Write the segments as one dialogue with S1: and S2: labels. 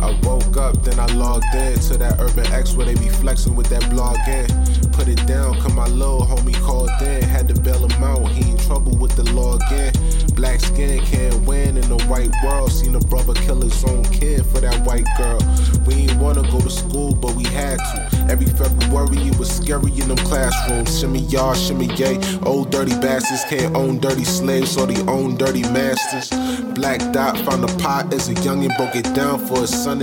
S1: I woke up, then I logged in to that Urban X where they be flexing with that blog in. Put it down, cause my little homie called in. Had to bail him out, he in trouble with the law again. Black skin can't win in the white world. Seen a brother kill his own kid for that white girl. We ain't wanna go to school, but we had to. Every February it was scary in them classrooms. Shimmy y'all, shimmy yay. Old dirty bastards can't own dirty slaves or they own dirty masters. Black Dot found a pot as a youngin', broke it down for his son,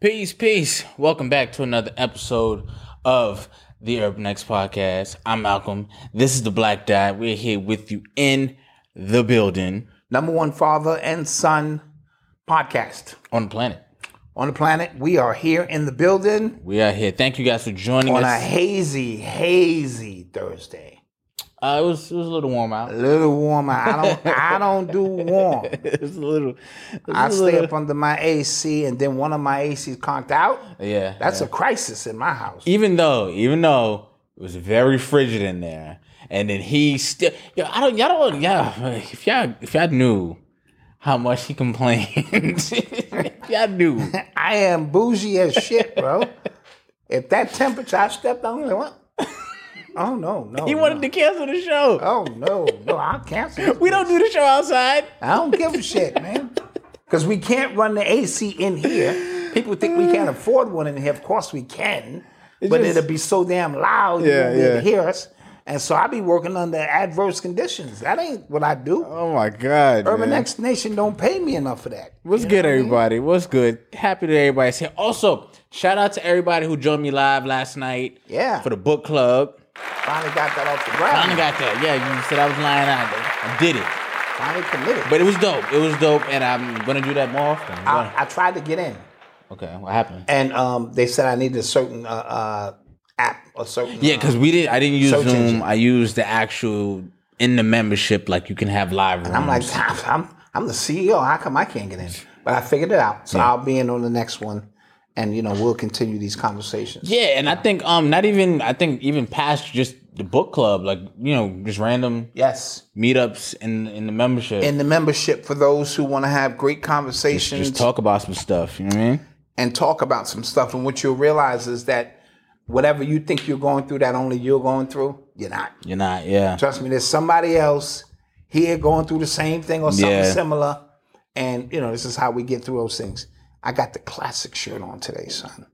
S2: Peace, peace. Welcome back to another episode of the Urban X Podcast. I'm Malcolm. This is the Black Dot. We're here with you in the building
S3: number one father and son podcast
S2: on the planet.
S3: on the planet. We are here in the building
S2: We are here. Thank you guys for joining
S3: on a
S2: us.
S3: hazy, hazy Thursday.
S2: Uh, it was it was a little warm
S3: A
S2: out.
S3: little warmer. I don't. I don't do warm.
S2: It was a little. it was
S3: I
S2: a
S3: stay
S2: little-
S3: up under my AC, and then one of my ACs conked out.
S2: Yeah,
S3: That's a crisis in my house.
S2: even though even though it was very frigid in there, and then he still. Yo, I don't. Y'all don't. Yeah, if y'all if y'all knew how much he complained, if y'all knew.
S3: I am bougie as shit, bro. if that temperature, I stepped on it. What? Oh no, no.
S2: He
S3: no.
S2: wanted to cancel the show.
S3: Oh no, no. I'll cancel. this
S2: we don't do the show outside.
S3: I don't give a shit, man. Because we can't run the AC in here. People think we can't afford one in here. Of course we can, but
S2: just-
S3: it'll be so damn loud you
S2: Yeah,
S3: won't be able to
S2: yeah.
S3: hear us. And so I be working under adverse conditions. That ain't what I do.
S2: Oh my god.
S3: Urban X Nation don't pay me enough for that.
S2: What's good, everybody? What's good? Happy that everybody's here. Also, shout out to everybody who joined me live last night.
S3: Yeah.
S2: For the book club.
S3: Finally got that off the
S2: I
S3: ground.
S2: only got that. Yeah, you said I was lying out there. I did it.
S3: Finally committed.
S2: But it was dope. It was dope, and I'm gonna do that more often. I'm
S3: I,
S2: gonna-
S3: I tried to get in,
S2: okay, what happened?
S3: and um, they said I needed a certain uh, uh, app or certain. uh,
S2: Yeah, because we did. I didn't use
S3: Search
S2: Zoom.
S3: engine.
S2: I used the actual in the membership. Like you can have live rooms.
S3: I'm like, I'm, I'm, I'm the CEO. How come I can't get in? But I figured it out. So I'll be in on the next one, and you know we'll continue these conversations.
S2: Yeah, and I think um not even I think even past just the book club, like you know, just random
S3: Yes.
S2: meetups in in the membership.
S3: In the membership for those who want to have great conversations
S2: just talk about some stuff, you know what I mean?
S3: and talk about some stuff, and what you'll realize is that whatever you think you're going through, that only you're going through, you're not.
S2: You're not, yeah.
S3: Trust me, there's somebody else here going through the same thing or something
S2: Yeah.
S3: similar, and you know this is how we get through those things. I got the classic shirt on today, son.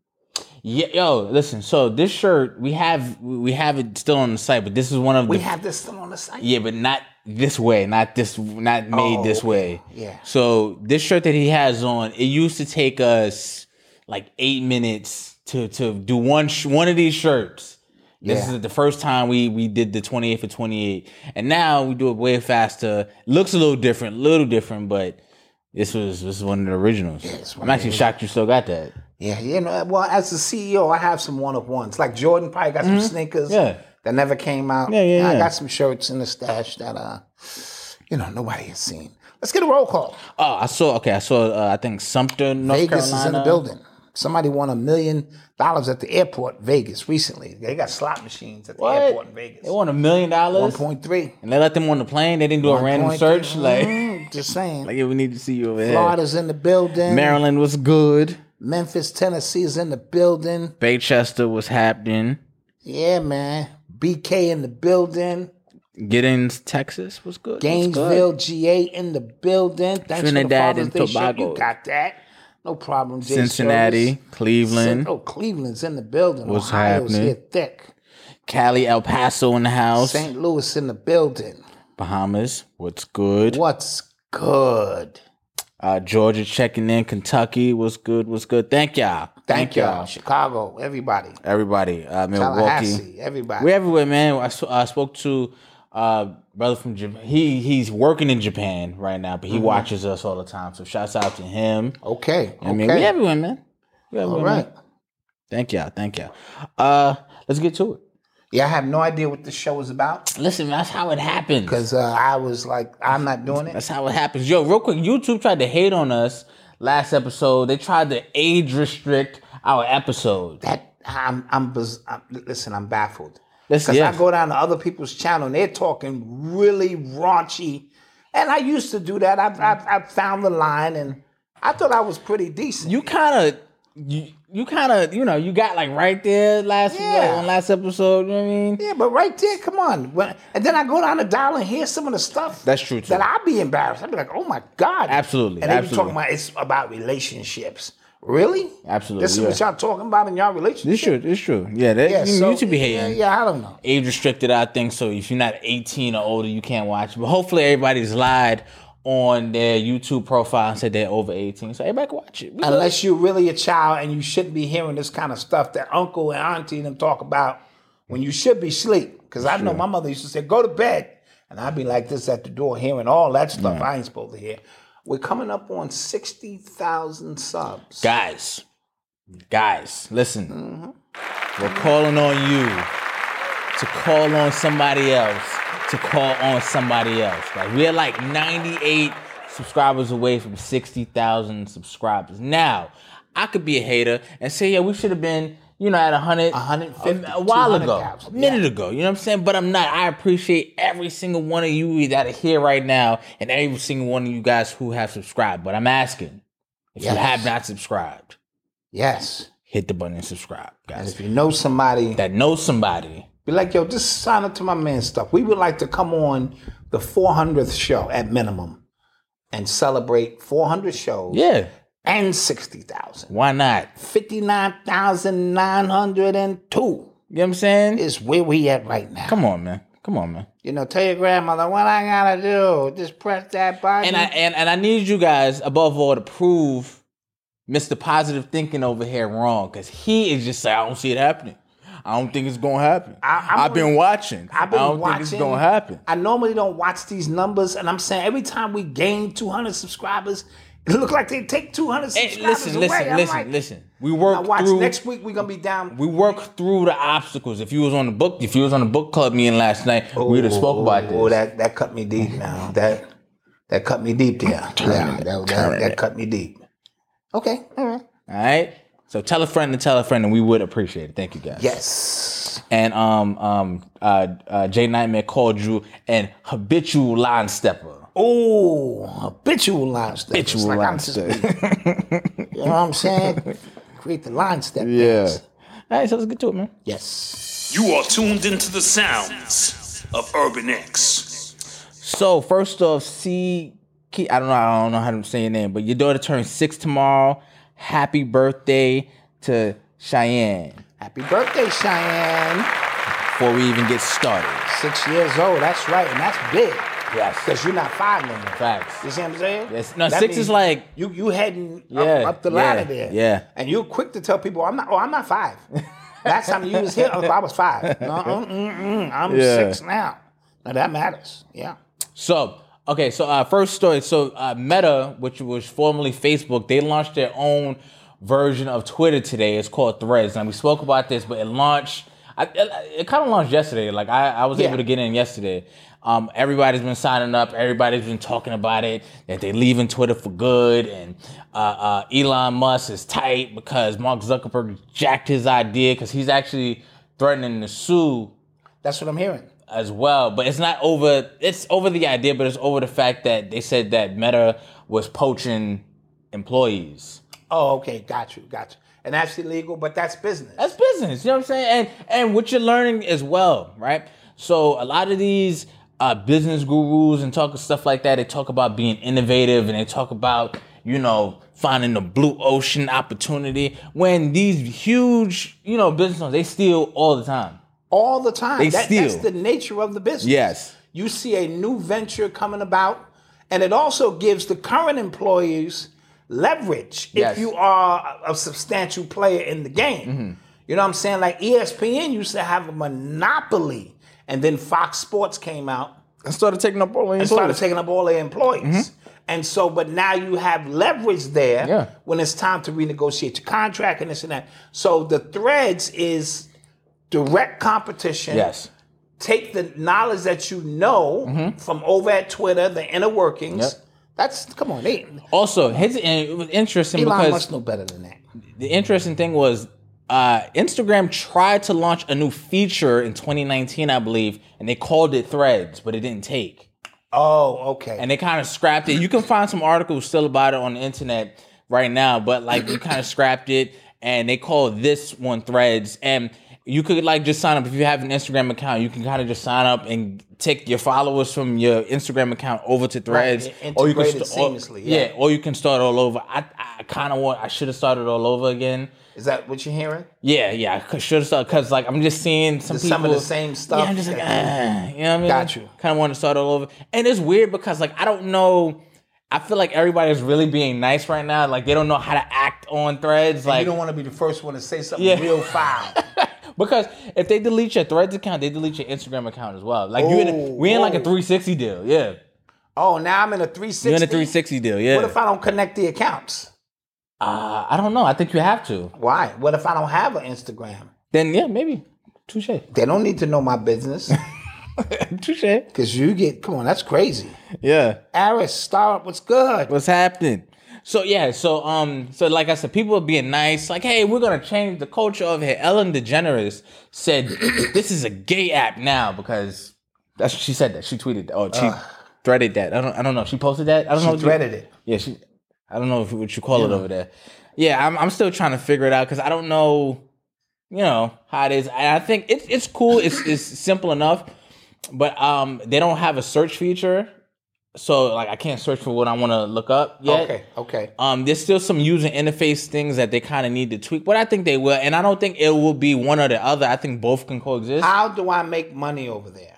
S2: Yeah, yo, listen. So this shirt we have we have it still on the site, but this is one of
S3: We
S2: the
S3: have this still on the site.
S2: yeah, but not this way, not this, not made
S3: Oh,
S2: this
S3: okay.
S2: way.
S3: Yeah.
S2: So this shirt that he has on, it used to take us like eight minutes to to do one sh- one of these shirts. This
S3: Yeah.
S2: is the first time we we did the twenty eight for twenty eight, and now we do it way faster. Looks a little different, little different, but this was this is one of the originals.
S3: it's one
S2: I'm
S3: of the
S2: actually shocked you still got that.
S3: Yeah, you know, well, as the CEO, I have some one of ones. Like Jordan probably got some sneakers
S2: Mm-hmm. Yeah.
S3: that never came out.
S2: Yeah, yeah,
S3: I
S2: yeah.
S3: got some shirts in the stash that, uh, you know, nobody has seen. Let's get a roll call.
S2: Oh, I saw. Okay, I saw. Uh, I think Sumter, North
S3: Vegas
S2: Carolina.
S3: is in the building. Somebody won a million dollars at the airport, Vegas, recently. They got slot machines at the
S2: What?
S3: airport in Vegas.
S2: They won a million dollars,
S3: 1.3.
S2: and they let them on the plane. They didn't do a random
S3: 1.3.
S2: search. Like,
S3: Mhm, just saying.
S2: like yeah, we need to see you over here.
S3: Florida's in the building.
S2: Maryland was good.
S3: Memphis, Tennessee is in the building.
S2: Baychester was happening.
S3: Yeah, man. BK in the building.
S2: Getting Texas was good. was
S3: Gainesville,
S2: good.
S3: GA in in the building. Thanks
S2: Trinidad
S3: for the
S2: and
S3: Father's Day show.
S2: Tobago.
S3: You got that. No problem, Jay
S2: Cincinnati,
S3: Service.
S2: Cleveland,
S3: Cin- Oh, Cleveland's in the building.
S2: What's
S3: Ohio's
S2: happening?
S3: here thick.
S2: Cali, El Paso in the house,
S3: St. Louis in the building.
S2: Bahamas. What's good?
S3: What's good?
S2: Uh, Georgia checking in. Kentucky was good. Was good. Thank y'all.
S3: Thank, y'all. Chicago, everybody.
S2: Everybody. Uh, Milwaukee.
S3: Tallahassee, everybody.
S2: We're everywhere, man. I, sw- I spoke to uh brother from Japan. He he's working in Japan right now, but he watches us all the time. So shouts out to him.
S3: okay.
S2: I mean,
S3: okay.
S2: we everywhere, man. We
S3: All
S2: everywhere,
S3: right.
S2: man. Thank y'all. Thank y'all. Uh, let's get to it.
S3: Yeah, I have no idea what this show is about
S2: Listen, that's how it happens.
S3: because uh, I was like, I'm not doing it.
S2: That's how it happens. Yo, real quick, YouTube tried to hate on us last episode. They tried to age restrict our episode.
S3: That I'm, I'm, buz- I'm listen, I'm baffled.
S2: Listen,
S3: Because
S2: yeah.
S3: I go down to other people's channel and they're talking really raunchy. And I used to do that. I've, I've, I've found the line and I thought I was pretty decent.
S2: you kind of, you, you kind of, you know, you got like right there last
S3: Yeah.
S2: like, on last episode. You know what I mean?
S3: yeah, but right there, come on. When, and then I go down to dial and hear some of the stuff.
S2: That's true, too.
S3: That I'd be embarrassed. I'd be like, oh my God.
S2: Absolutely,
S3: And they be
S2: absolutely.
S3: talking about it's about relationships. Really?
S2: Absolutely,
S3: This is what
S2: yeah.
S3: y'all talking about in y'all
S2: It's
S3: relationship?
S2: true. It's true. Yeah, that,
S3: Yeah,
S2: you,
S3: so-
S2: you should be hating.
S3: Yeah, yeah, I don't know.
S2: Age restricted, I think. So if you're not 18 or older, you can't watch. But hopefully, everybody's lied on their YouTube profile and said they're over 18, so everybody can watch it. We good.
S3: unless you're really a child and you shouldn't be hearing this kind of stuff that uncle and auntie and them talk about when you should be asleep. Because I know my mother used to say, go to bed. And I'd be like this at the door hearing all that stuff I ain't supposed to hear. We're coming up on 60,000 subs.
S2: guys, guys, listen. We're calling on you to call on somebody else, to call on somebody else. Like we're like 98 subscribers away from 60,000 subscribers. Now, I could be a hater and say, yeah, we should have been, you know, at 100,
S3: 150,
S2: a while ago, a
S3: 200,000,
S2: minute ago. You know what I'm saying? But I'm not. I appreciate every single one of you that are here right now, and every single one of you guys who have subscribed. But I'm asking. If
S3: Yes.
S2: you have not subscribed,
S3: Yes.
S2: hit the button and subscribe,
S3: And
S2: guys.
S3: if you know somebody,
S2: That knows somebody.
S3: be like, yo, just sign up to my man stuff. We would like to come on the 400th show at minimum and celebrate 400 shows
S2: Yeah.
S3: and 60,000.
S2: Why not?
S3: 59,902
S2: You know what I'm saying?
S3: is where we at right now.
S2: Come on, man. Come on, man.
S3: You know, tell your grandmother what I gotta do. Just press that button.
S2: And I and, and I need you guys above all to prove Mr. Positive Thinking over here wrong. Cause he is just like, I don't see it happening. I don't think it's gonna happen.
S3: I- I'm
S2: I, have been
S3: only-
S2: watching.
S3: I've been
S2: I don't
S3: watching.
S2: think it's gonna happen.
S3: I normally don't watch these numbers, and I'm saying every time we gain 200 subscribers, it look like they take 200
S2: Hey,
S3: subscribers
S2: listen,
S3: away.
S2: listen,
S3: I'm
S2: listen,
S3: like,
S2: listen. We
S3: Now
S2: work
S3: watch
S2: through
S3: next week. We're gonna be down.
S2: we work through the obstacles. If you was on the book, if you was on the book club meeting last night, we'd have spoke about this.
S3: Oh, that that cut me deep now. That that cut me deep there. Yeah, that, that, that cut me deep. Okay, all right.
S2: All right. So tell a friend and tell a friend, and we would appreciate it. Thank you guys.
S3: Yes.
S2: And um um uh, uh Jay Nightmare called you an habitual line stepper.
S3: Oh, habitual line step.
S2: Habitual line stepper.
S3: You know what I'm saying? Create the line step. dance.
S2: All right. So let's get to it, man.
S3: Yes.
S4: You are tuned into the sounds of Urban X.
S2: So first off, C. Key, I don't know. I don't know how to say your name, but your daughter turns six tomorrow. Happy birthday to Cheyenne.
S3: Happy birthday, Cheyenne.
S2: Before we even get started.
S3: Six years old. That's right, and that's big.
S2: Yes.
S3: Because you're not five no more.
S2: Facts.
S3: You see what I'm saying?
S2: Yes. No, six is
S3: means
S2: like-
S3: you you heading
S2: Yeah,
S3: up, up the
S2: yeah,
S3: ladder there.
S2: yeah.
S3: And you're quick to tell people, I'm not. Oh, I'm not five. Last time you was here, oh, I was five. No, mm, mm, mm, I'm
S2: Yeah.
S3: six now. Now that matters. Yeah.
S2: So, okay, so uh, first story. So, uh, Meta, which was formerly Facebook, they launched their own version of Twitter today. It's called Threads, and we spoke about this, but it launched. I, it, it kind of launched yesterday. Like I, I was
S3: Yeah.
S2: able to get in yesterday. Um, everybody's been signing up. Everybody's been talking about it that they're leaving Twitter for good, and uh, uh, Elon Musk is tight because Mark Zuckerberg jacked his idea because he's actually threatening to sue
S3: That's what I'm hearing.
S2: as well. But it's not over. It's over the idea, but it's over the fact that they said that Meta was poaching employees.
S3: Oh, okay, got you, got you. And that's illegal, but that's business.
S2: That's business. You know what I'm saying? And and what you're learning as well, right? So a lot of these uh, business gurus and talk stuff like that, they talk about being innovative and they talk about you know finding the blue ocean opportunity. When these huge you know business owners, they steal all the time.
S3: all the time.
S2: They
S3: That- That's
S2: steal.
S3: the nature of the business.
S2: Yes.
S3: You see a new venture coming about, and it also gives the current employees leverage
S2: Yes. Mm-hmm.
S3: if you are a a substantial player in the game. You know what I'm saying? Like E ESPN used to have a monopoly, and then Fox Sports came out
S2: I started taking up all the
S3: and started taking up all their employees. And so, but now you have leverage there
S2: Mm-hmm. Yeah.
S3: when it's time to renegotiate your contract and this and that. So the threads is direct competition
S2: Yes. Mm-hmm.
S3: take the knowledge that you know from over at Twitter, the inner workings.
S2: Yep.
S3: That's come on, they,
S2: Also, his and it was interesting
S3: Elon
S2: because
S3: must know better than that.
S2: the interesting thing was uh, Instagram tried to launch a new feature in 2019, I believe, and they called it Threads, but it didn't take.
S3: Oh, okay.
S2: And they kind of scrapped it. You can find some articles still about it on the internet right now, but like they kind of scrapped it and they called this one Threads. And you could like just sign up if you have an Instagram account, you can kind of just sign up and take your followers from your Instagram account over to Threads.
S3: and
S2: or you can
S3: integrate it
S2: sta- or-
S3: seamlessly,
S2: yeah.
S3: yeah.
S2: or you can start all over. I, I kind of want, I should have started all over again.
S3: Is that what you're hearing?
S2: Yeah, yeah, cause should start because like I'm just seeing some
S3: The-
S2: people
S3: some of the same stuff
S2: Yeah, I'm just like,
S3: that-
S2: ah, you know what I mean?
S3: Got you.
S2: Kind of want to start all over, and it's weird because like I don't know. I feel like everybody's really being nice right now. Like they don't know how to act on threads. Like
S3: you don't want to be the first one to say something
S2: Yeah.
S3: real foul.
S2: because if they delete your threads account, they delete your Instagram account as well. Like you, in a,
S3: Oh,
S2: we in like a
S3: whoa.
S2: 360 deal. Yeah,
S3: oh, now I'm in a 360.
S2: you in a 360 deal. Yeah.
S3: What if I don't connect the accounts?
S2: Uh, I don't know. I think you have to.
S3: Why? What if I don't have an Instagram?
S2: Then yeah, maybe. Touche.
S3: They don't need to know my business
S2: Touche.
S3: because you get, come on, that's crazy.
S2: Yeah.
S3: Aris, Star, what's good?
S2: What's happening? So yeah, so um, so like I said, people are being nice. Like, hey, we're gonna change the culture over here. Ellen DeGeneres said this is a gay app now because that's she said that she tweeted that. Oh, she threaded that. I don't, I don't know. She posted that. I don't know.
S3: Uh. She
S2: what you-
S3: threaded it.
S2: Yeah, she. I don't know if, what you call it over there. Yeah, I'm, I'm still trying to figure it out because I don't know, you know, how it is. And I think it's it's cool. It's it's simple enough, but um, they don't have a search feature, so like I can't search for what I want to look up yet.
S3: Okay, okay.
S2: Um, there's still some user interface things that they kind of need to tweak, but I think they will, and I don't think it will be one or the other. I think both can coexist.
S3: How do I make money over there?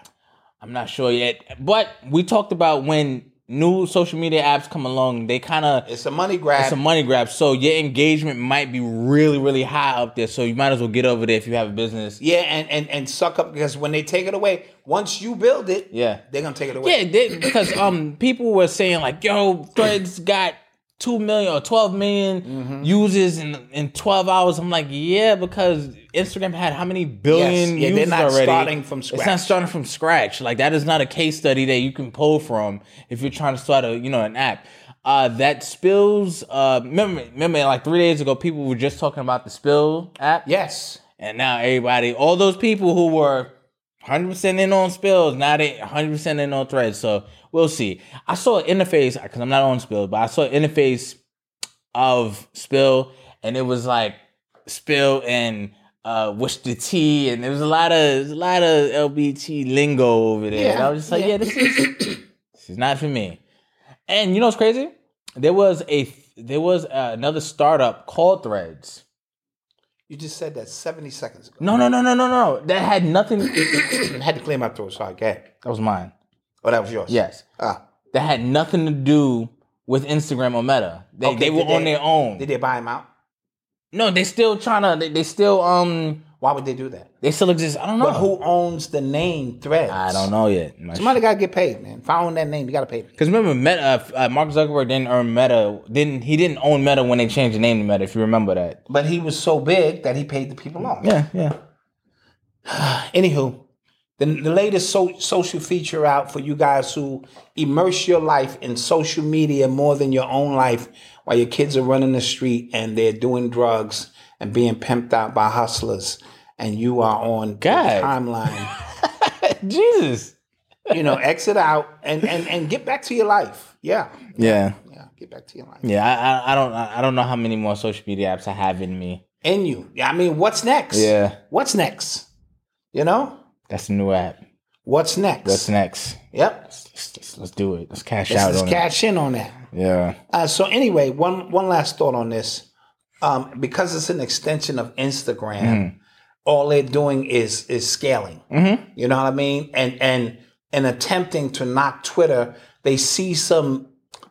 S2: I'm not sure yet, but we talked about when new social media apps come along, they kind of
S3: It's a money grab.
S2: it's a money grab. So your engagement might be really, really high up there. So you might as well get over there if you have a business.
S3: Yeah, and, and and suck up because when they take it away, once you build it,
S2: Yeah.
S3: they're gonna take it away.
S2: Yeah, they, because um, people were saying like, "Yo, Threads got two million or twelve million
S3: Mm-hmm.
S2: users in in twelve hours." I'm like, "Yeah," because Instagram had how many billion
S3: Yes, yeah, they're
S2: users
S3: not
S2: already?
S3: starting from
S2: It's not
S3: scratch.
S2: starting from scratch. Like that is not a case study that you can pull from if you're trying to start a you know an app. Uh, that spills. Uh, remember, remember, like three days ago, people were just talking about the spill app.
S3: Yes.
S2: And now everybody, all those people who were 100% in on spills, now they 100% in on threads. So we'll see. I saw an interface, because I'm not on spill, but I saw an interface of spill, and it was like spill and uh, what's the T, and there was a lot of a lot of LBT lingo over there.
S3: Yeah,
S2: And I was just like, yeah,
S3: yeah.
S2: this is this is not for me. And you know what's crazy? There was a there was uh, another startup called Threads.
S3: You just said that 70 seconds ago.
S2: No, no, no, no, no, no. That had nothing. that
S3: I had to clear my throat, so I got
S2: was mine.
S3: Oh, that was yours.
S2: Yes.
S3: Ah,
S2: That had nothing to do with Instagram or Meta. They,
S3: okay,
S2: they were
S3: did
S2: on their own.
S3: Did they buy him out?
S2: no, they still trying to. They, they still um
S3: Why would they do that?
S2: They still exist. I don't know.
S3: But who owns the name Threads?
S2: I don't know yet.
S3: Somebody got to get paid, man. If I own that name, you got to pay me.
S2: Because remember, Meta, uh, uh, Mark Zuckerberg didn't earn Meta. Didn't he? Didn't own Meta when they changed the name to Meta. If you remember that.
S3: But he was so big that he paid the people off.
S2: Yeah, yeah.
S3: Anywho, the, the latest so, social feature out for you guys who immerse your life in social media more than your own life while your kids are running the street and they're doing drugs and being pimped out by hustlers and you are on
S2: God.
S3: the timeline.
S2: Jesus.
S3: you know, exit out and, and, and get back to your life. Yeah.
S2: Yeah,
S3: Yeah. Get back to your life.
S2: yeah. I, I, I don't, I I don't know how many more social media apps I have in me.
S3: In you. I mean, what's next?
S2: Yeah.
S3: What's next? You know?
S2: That's a new app.
S3: What's next?
S2: What's next?
S3: Yep.
S2: Let's, let's, let's do it. Let's cash out
S3: Let's
S2: on
S3: just cash in on that.
S2: it. Yeah.
S3: Uh, so anyway, one one last thought on this, um, because it's an extension of Instagram.
S2: Mm-hmm.
S3: All they're doing is is scaling. You know what I mean? And and and attempting to knock Twitter. They see some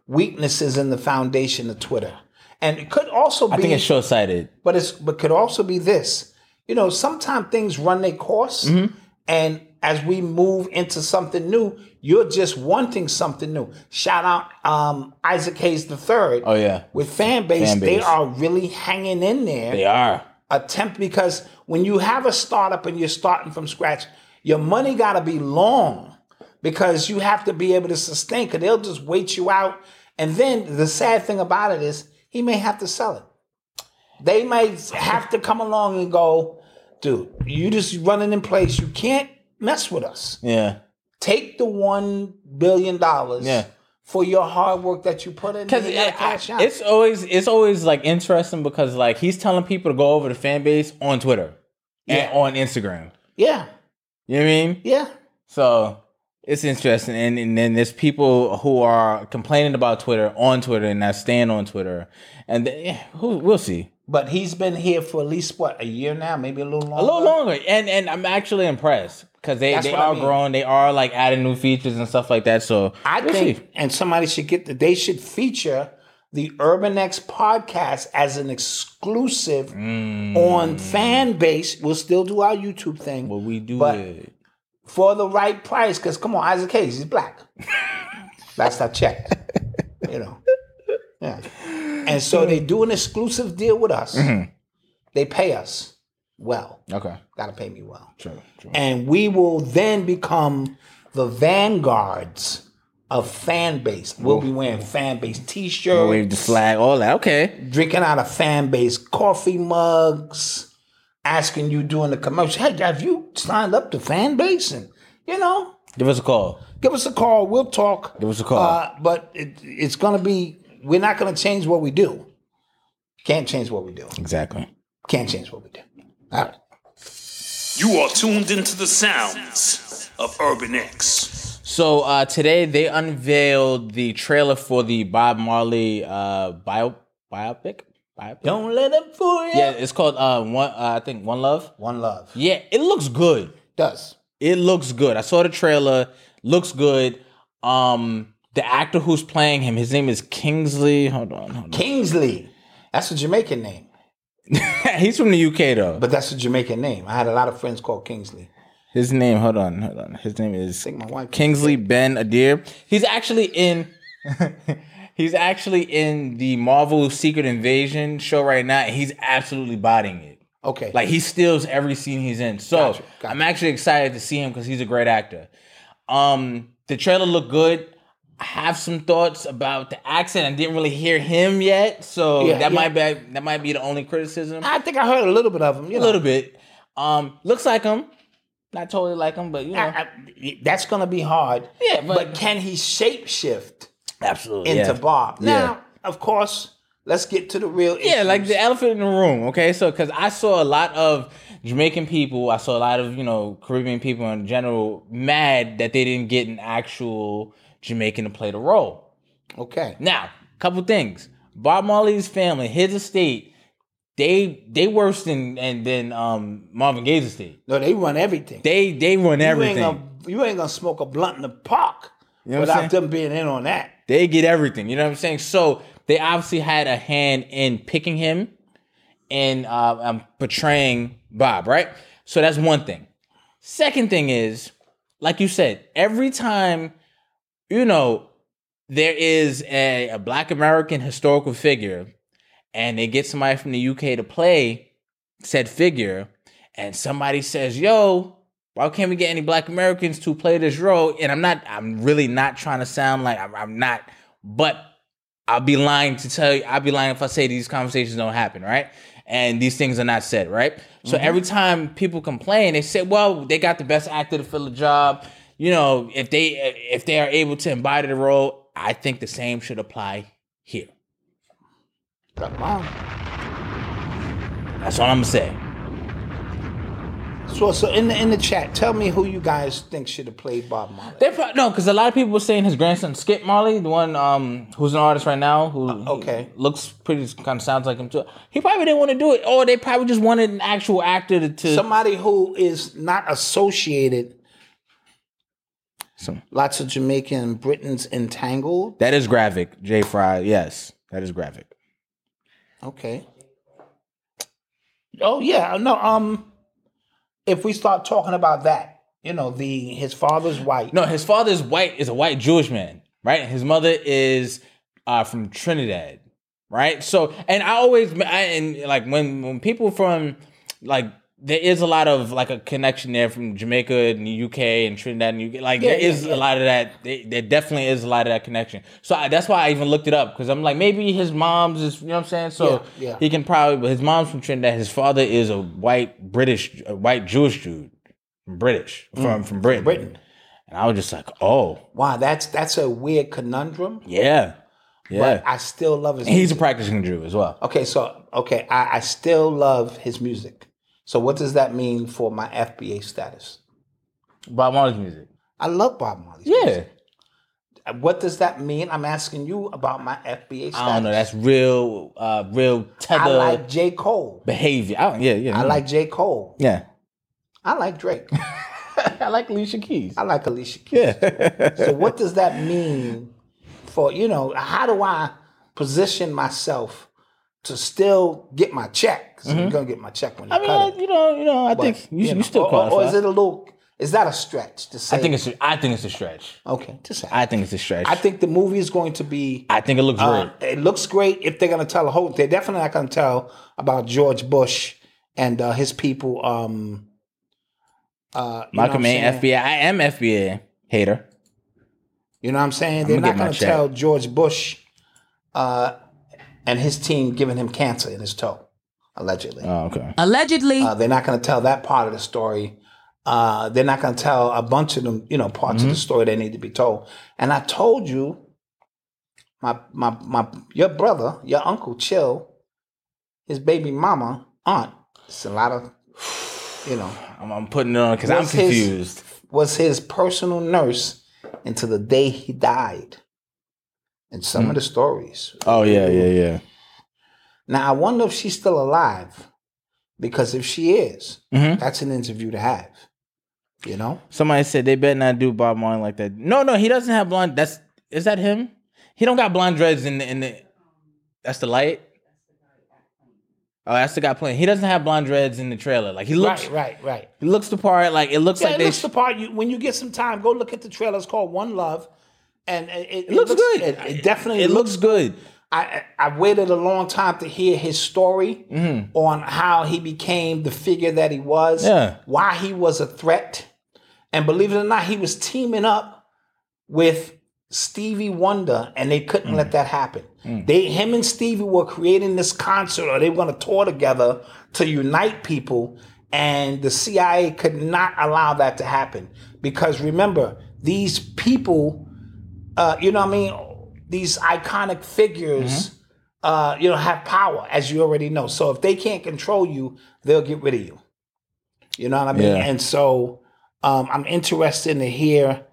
S3: weaknesses in the foundation of Twitter, and it could also be
S2: I think it's short sighted.
S3: but it's but could also be this. You know, sometimes things run their course,
S2: Mm-hmm.
S3: and as we move into something new, you're just wanting something new. Shout out um, Isaac Hayes the Third.
S2: Oh yeah,
S3: With fan base,
S2: Fan
S3: they
S2: base.
S3: are really hanging in there.
S2: they are.
S3: Attempt because when you have a startup and you're starting from scratch, your money got to be long because you have to be able to sustain. Because they'll just wait you out, and then the sad thing about it is he may have to sell it. They may have to come along and go, dude, you just running in place. You can't mess with us.
S2: Yeah.
S3: Take the one billion dollars
S2: Yeah.
S3: for your hard work that you put in.
S2: Because
S3: and you gotta cash out.
S2: it's always it's always like interesting because like he's telling people to go over the fan base on Twitter and
S3: Yeah.
S2: on Instagram.
S3: yeah,
S2: You know what I mean?
S3: yeah,
S2: So it's interesting, and and then there's people who are complaining about Twitter on Twitter and not staying on Twitter, and then, yeah, who, we'll see.
S3: but he's been here for at least what a year now, maybe a little longer.
S2: A little longer, and and I'm actually impressed because they
S3: Uh-huh. That's
S2: they
S3: what I
S2: are
S3: mean.
S2: growing, they are like adding new features and stuff like that. So
S3: I
S2: we'll
S3: think,
S2: see.
S3: and somebody should get that. They should feature the Urban X podcast as an exclusive
S2: Mm.
S3: on fan base. We'll still do our YouTube thing.
S2: Well, we do
S3: but
S2: it.
S3: for the right price. Because come on, Isaac Hayes, he's black. Last I checked, you know. Yeah, and so they do an exclusive deal with us.
S2: Mm-hmm.
S3: They pay us well.
S2: Okay,
S3: Gotta pay me well
S2: true, true.
S3: and we will then become the vanguards of fan base. We'll be wearing fan base
S2: Wave
S3: t-shirts,
S2: the flag, all that. Okay,
S3: drinking out of fan base coffee mugs, asking you during the commercial, hey, have you signed up to fan base? And you know,
S2: give us a call.
S3: give us a call. We'll talk.
S2: Give us a call.
S3: Uh, but it, it's gonna be. We're not gonna change what we do. Can't change what we do.
S2: Exactly.
S3: Can't change what we do. All right.
S4: You are tuned into the sounds of Urban X.
S2: So uh, today they unveiled the trailer for the Bob Marley uh, bio biopic. biopic?
S3: Don't let them fool you.
S2: Yeah, it's called uh, one. Uh, I think One Love.
S3: One love.
S2: Yeah, it looks good.
S3: Does.
S2: It looks good. I saw the trailer. Looks good. Um, the actor who's playing him, his name is Kingsley. Hold on, hold
S3: Kingsley. That's a Jamaican name,
S2: on. He's from the UK though. But
S3: but that's a Jamaican name. I had a lot of friends called Kingsley.
S2: his name, hold on, hold on. His name is
S3: think my wife-
S2: Kingsley Ben Adir. He's actually in. he's actually in the Marvel Secret Invasion show right now. and He's absolutely bodying it.
S3: Okay.
S2: Like he steals every scene he's in. So
S3: Gotcha, gotcha.
S2: I'm actually excited to see him because he's a great actor. Um, the trailer looked good. I have some thoughts about the accent. I didn't really hear him yet, so
S3: Yeah,
S2: that
S3: yeah.
S2: might be that might be the only criticism.
S3: I think I heard a little bit of him. You
S2: A
S3: know.
S2: little bit. Um, looks like him. Not totally like him, but you know,
S3: I- I- that's gonna be hard.
S2: Yeah, but-
S3: can he shapeshift
S2: absolutely
S3: into
S2: yeah.
S3: Bob?
S2: Yeah.
S3: Now, of course, let's get to the real.
S2: Yeah, like
S3: issues.
S2: the elephant in the room. Okay, so because I saw a lot of Jamaican people, I saw a lot of you know Caribbean people in general mad that they didn't get an actual Jamaican to play the role.
S3: Okay.
S2: Now, couple things. Bob Marley's family, his estate, they they worse than and then um Marvin Gaye's estate.
S3: No, they run everything.
S2: They they run everything.
S3: You ain't gonna, you ain't gonna smoke a blunt in the park
S2: know what I'm
S3: without them being in on that.
S2: They get everything. You know what I'm saying? So they obviously had a hand in picking him and uh, um, portraying Bob, right? So that's one thing. Second thing is, like you said, every time, you know, there is a, a black American historical figure and they get somebody from the UK to play said figure, and somebody says, yo, why can't we get any black Americans to play this role? And I'm not, I'm really not trying to sound like I'm, I'm not, but I'll be lying to tell you, I'll be lying if I say these conversations don't happen, right? And these things are not said, right? So every time people complain, they say, well, they got the best actor to fill the job. You know, if they if they are able to embody the role, I think the same should apply here.
S3: Come on.
S2: That's all I'm gonna say.
S3: So, so in the in the chat, tell me who you guys think should have played Bob Marley.
S2: They pro- no, because a lot of people were saying his grandson Skip Marley, the one um, who's an artist right now, who
S3: okay.
S2: who looks pretty, kind of sounds like him too. He probably didn't want to do it, or they probably just wanted an actual actor to. to
S3: Somebody who is not associated.
S2: Some-
S3: Lots of Jamaican Britons entangled.
S2: that is graphic, Jay Fry. Yes, that is graphic.
S3: Okay. Oh yeah, no. Um, if we start talking about that, you know, the his father's white.
S2: No, his father is white, is a white Jewish man, right? His mother is uh, from Trinidad, right? So, and I always, I, and like when when people from like there is a lot of like a connection there from Jamaica and the UK and Trinidad and UK. Like there
S3: yeah,
S2: is a lot of that. There, there definitely is a lot of that connection. So I, that's why I even looked it up because I'm like maybe his mom's is you know what I'm saying. So
S3: Yeah, yeah.
S2: he can probably. But his mom's from Trinidad. His father is a white British, a white Jewish dude, British from from Britain.
S3: Mm. Britain.
S2: And I was just like, oh,
S3: Wow, that's that's a weird conundrum.
S2: yeah. Yeah.
S3: But I still love his.
S2: He's a practicing Jew as well.
S3: Okay, so okay, I, I still love his music. So what does that mean for my FBA status?
S2: Bob Marley's music.
S3: I love Bob Marley.
S2: Yeah.
S3: What does that mean? I'm asking you about my FBA status.
S2: I don't know. That's real, uh, real
S3: I
S2: tether
S3: like J. Cole.
S2: behavior. I don't, yeah, yeah.
S3: I like J. Cole.
S2: Yeah.
S3: I like Drake.
S2: I like Alicia Keys.
S3: I like Alicia Keys.
S2: Yeah.
S3: So what does that mean for you know? How do I position myself to still get my check? 'Cause I'm gonna get my check when you
S2: Mm-hmm. I mean,
S3: cut
S2: I,
S3: it.
S2: you know, you know. I
S3: But,
S2: think you, you,
S3: know,
S2: still
S3: or- or,
S2: qualify.
S3: or is it a little? Is that a stretch to say?
S2: I think it's. A, I think it's a stretch.
S3: okay. Just
S2: I think it's a stretch.
S3: I think the movie is going to be.
S2: I think it looks
S3: uh,
S2: great.
S3: it looks great if they're going to tell a whole. They're definitely not going to tell about George Bush and uh, his people. Um, uh, you know
S2: Malcolm
S3: what I'm
S2: A.
S3: saying?
S2: FBA. I am FBA hater.
S3: You know what I'm saying? They're
S2: gonna
S3: not
S2: get my
S3: going to
S2: check.
S3: tell George Bush uh, and his team giving him cancer in his toe, allegedly.
S2: Oh, okay.
S5: Allegedly,
S3: Uh, they're not going to tell that part of the story. Uh, they're not going to tell a bunch of them, you know, parts
S2: Mm-hmm.
S3: of the story that need to be told. And I told you, my my my, your brother, your uncle Chill, his baby mama, aunt. It's a lot of, you know,
S2: I'm, I'm putting it on because I'm
S3: What's his-
S2: confused.
S3: was his personal nurse until the day he died. And some
S2: Mm-hmm.
S3: of the stories.
S2: Oh yeah, yeah, yeah.
S3: Now I wonder if she's still alive, because if she is,
S2: Mm-hmm.
S3: that's an interview to have. You know.
S2: Somebody said they better not do Bob Marley like that. No, no, he doesn't have blonde. That's is that him? He don't got blonde dreads in the in the. That's the light. Oh, that's the guy playing. He doesn't have blonde dreads in the trailer. Like he looks,
S3: right, right.
S2: he looks the part. Like it looks
S3: Yeah,
S2: like
S3: it
S2: they.
S3: looks the part. You, when you get some time, go look at the trailer. It's called One Love, and it, it- it
S2: looks good.
S3: It, it definitely
S2: it
S3: looks.
S2: looks good.
S3: I I I waited a long time to hear his story on how he became the figure that he was,
S2: Yeah.
S3: why he was a threat, and believe it or not, he was teaming up with Stevie Wonder, and they couldn't let that happen. They, him and Stevie were creating this concert, or they were going to tour together to unite people, and the CIA could not allow that to happen because remember, these people uh, you know what I mean? These iconic figures,
S2: Mm-hmm.
S3: uh, you know, have power, as you already know. So if they can't control you, they'll get rid of you. You know what I mean?
S2: Yeah.
S3: And so um, I'm interested to hear,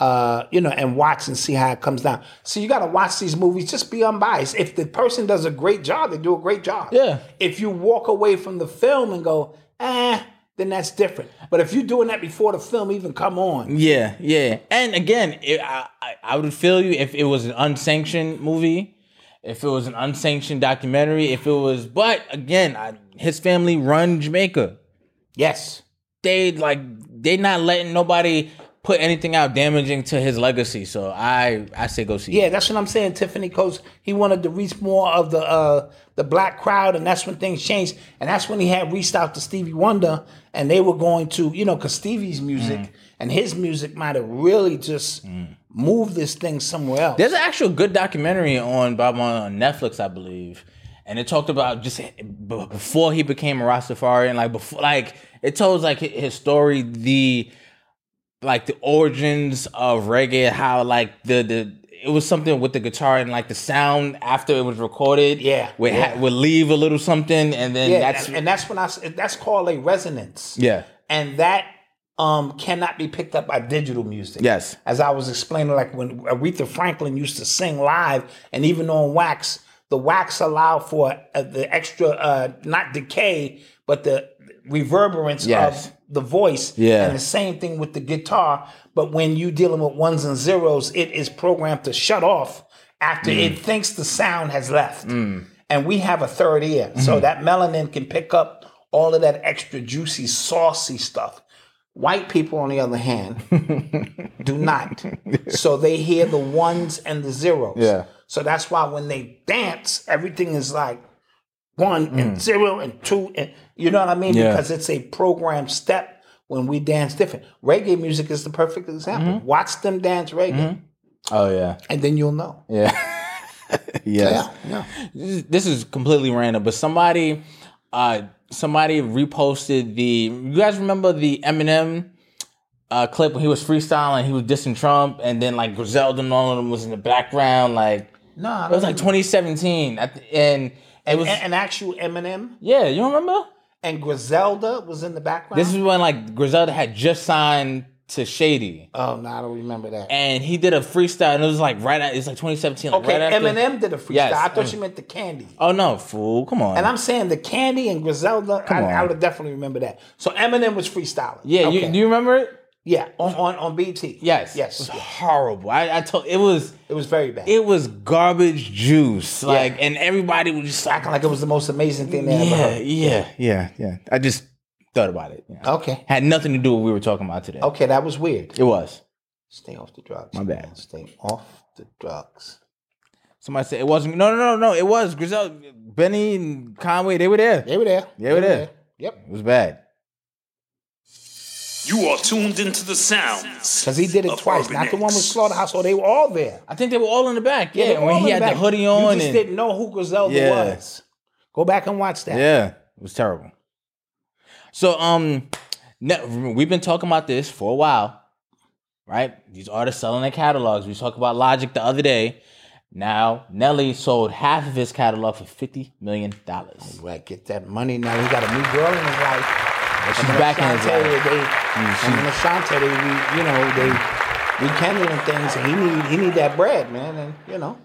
S3: uh, you know, and watch and see how it comes down. So you got to watch these movies. Just be unbiased. If the person does a great job, they do a great job.
S2: Yeah.
S3: If you walk away from the film and go, eh, then that's different. But if you're doing that before the film even come on,
S2: Yeah, yeah. And again, it, I, I I would feel you if it was an unsanctioned movie, if it was an unsanctioned documentary, if it was. But again, I, his family run Jamaica.
S3: Yes.
S2: They like they not letting nobody put anything out damaging to his legacy. So I I say go see.
S3: Yeah, that's what I'm saying. Tiffany Coates, he wanted to reach more of the uh, the black crowd, and that's when things changed. And that's when he had reached out to Stevie Wonder, and they were going to, you know, because Stevie's music and his music might have really just moved this thing somewhere else.
S2: There's an actual good documentary on Bob Marley on Netflix, I believe, and it talked about just b- before he became a Rastafari and like before, like it tells like hi- his story, the like the origins of reggae, how like the the it was something with the guitar and like the sound after it was recorded,
S3: Yeah,
S2: would ha-
S3: yeah.
S2: would leave a little something, and then
S3: yeah,
S2: that's
S3: and, and that's when I s- that's called a resonance.
S2: yeah,
S3: and that um, cannot be picked up by digital music.
S2: Yes.
S3: As I was explaining, like when Aretha Franklin used to sing live, and even on wax, the wax allowed for uh, the extra, uh, not decay, but the reverberance
S2: Yes.
S3: of the voice.
S2: Yeah.
S3: And the same thing with the guitar. But when you dealing with ones and zeros, it is programmed to shut off after
S2: Mm.
S3: it thinks the sound has left. And we have a third ear. So
S2: Mm.
S3: that melanin can pick up all of that extra juicy, saucy stuff. White people, on the other hand, do not. so they hear the ones and the zeros.
S2: Yeah.
S3: So that's why when they dance, everything is like one and zero and two and you know what I mean?
S2: Mm. Yeah.
S3: Because it's a program step when we dance different. Reggae music is the perfect example.
S2: Mm-hmm.
S3: Watch them dance reggae,
S2: oh yeah,
S3: and then you'll know.
S2: yeah, yes.
S3: yeah.
S2: this this is completely random, but somebody, uh, somebody reposted the. You guys remember the Eminem uh, clip when he was freestyling, he was dissing Trump, and then like Griselda and all of them was in the background. Like
S3: No, I
S2: it was
S3: don't
S2: like 2017, at the, and it was
S3: and, and actual Eminem
S2: yeah. You remember?
S3: and Griselda was in the background.
S2: This is when like Griselda had just signed to Shady,
S3: oh no, I don't remember that.
S2: and he did a freestyle, and it was like right at it's like 2017. Like,
S3: okay,
S2: right after,
S3: Eminem did a freestyle.
S2: Yes,
S3: I thought
S2: Em-
S3: you meant the candy.
S2: Oh no, fool! Come on.
S3: And I'm saying the candy and Griselda, I, I
S2: on.
S3: would have definitely remember that. So Eminem was freestyling.
S2: yeah, you, do you remember it?
S3: yeah, on, on on BT.
S2: Yes. It
S3: yes,
S2: was horrible. I, I told it was
S3: it was very bad.
S2: it was garbage juice. Like and everybody was just like,
S3: acting like it was the most amazing thing they ever
S2: yeah,
S3: heard.
S2: yeah, yeah, yeah. I just thought about it. you know.
S3: Okay.
S2: Had nothing to do with what we were talking about today.
S3: Okay, that was weird.
S2: It was.
S3: Stay off the drugs.
S2: My bad.
S3: man. Stay off the drugs.
S2: Somebody said it wasn't no no no no it was Grizel Benny and Conway, they were there.
S3: They were there.
S2: They were there.
S3: Yep.
S2: It was bad.
S4: You are tuned into the sounds.
S3: Because he did it
S4: of
S3: twice.
S4: Urban
S3: Not the one with
S4: X.
S3: Slaughterhouse. Oh, they were all there.
S2: I think they were all in the back. Yeah,
S3: they were
S2: when
S3: all
S2: he
S3: in
S2: had the
S3: back.
S2: hoodie
S3: You
S2: on
S3: just
S2: and
S3: didn't know who Griselda
S2: Yeah.
S3: was. Go back and watch that.
S2: Yeah, it was terrible. So um, ne- we've been talking about this for a while, right? These artists selling their catalogs. We talked about Logic the other day. Now Nelly sold half of his catalog for fifty million dollars.
S3: Right, get that money now. He got a new girl in his life.
S2: She's back in his
S3: Ashanti,
S2: life. Mm,
S3: They, and in Ashanti, they, re, you know, they rekindling things. And he need, he need that bread, man. And you know,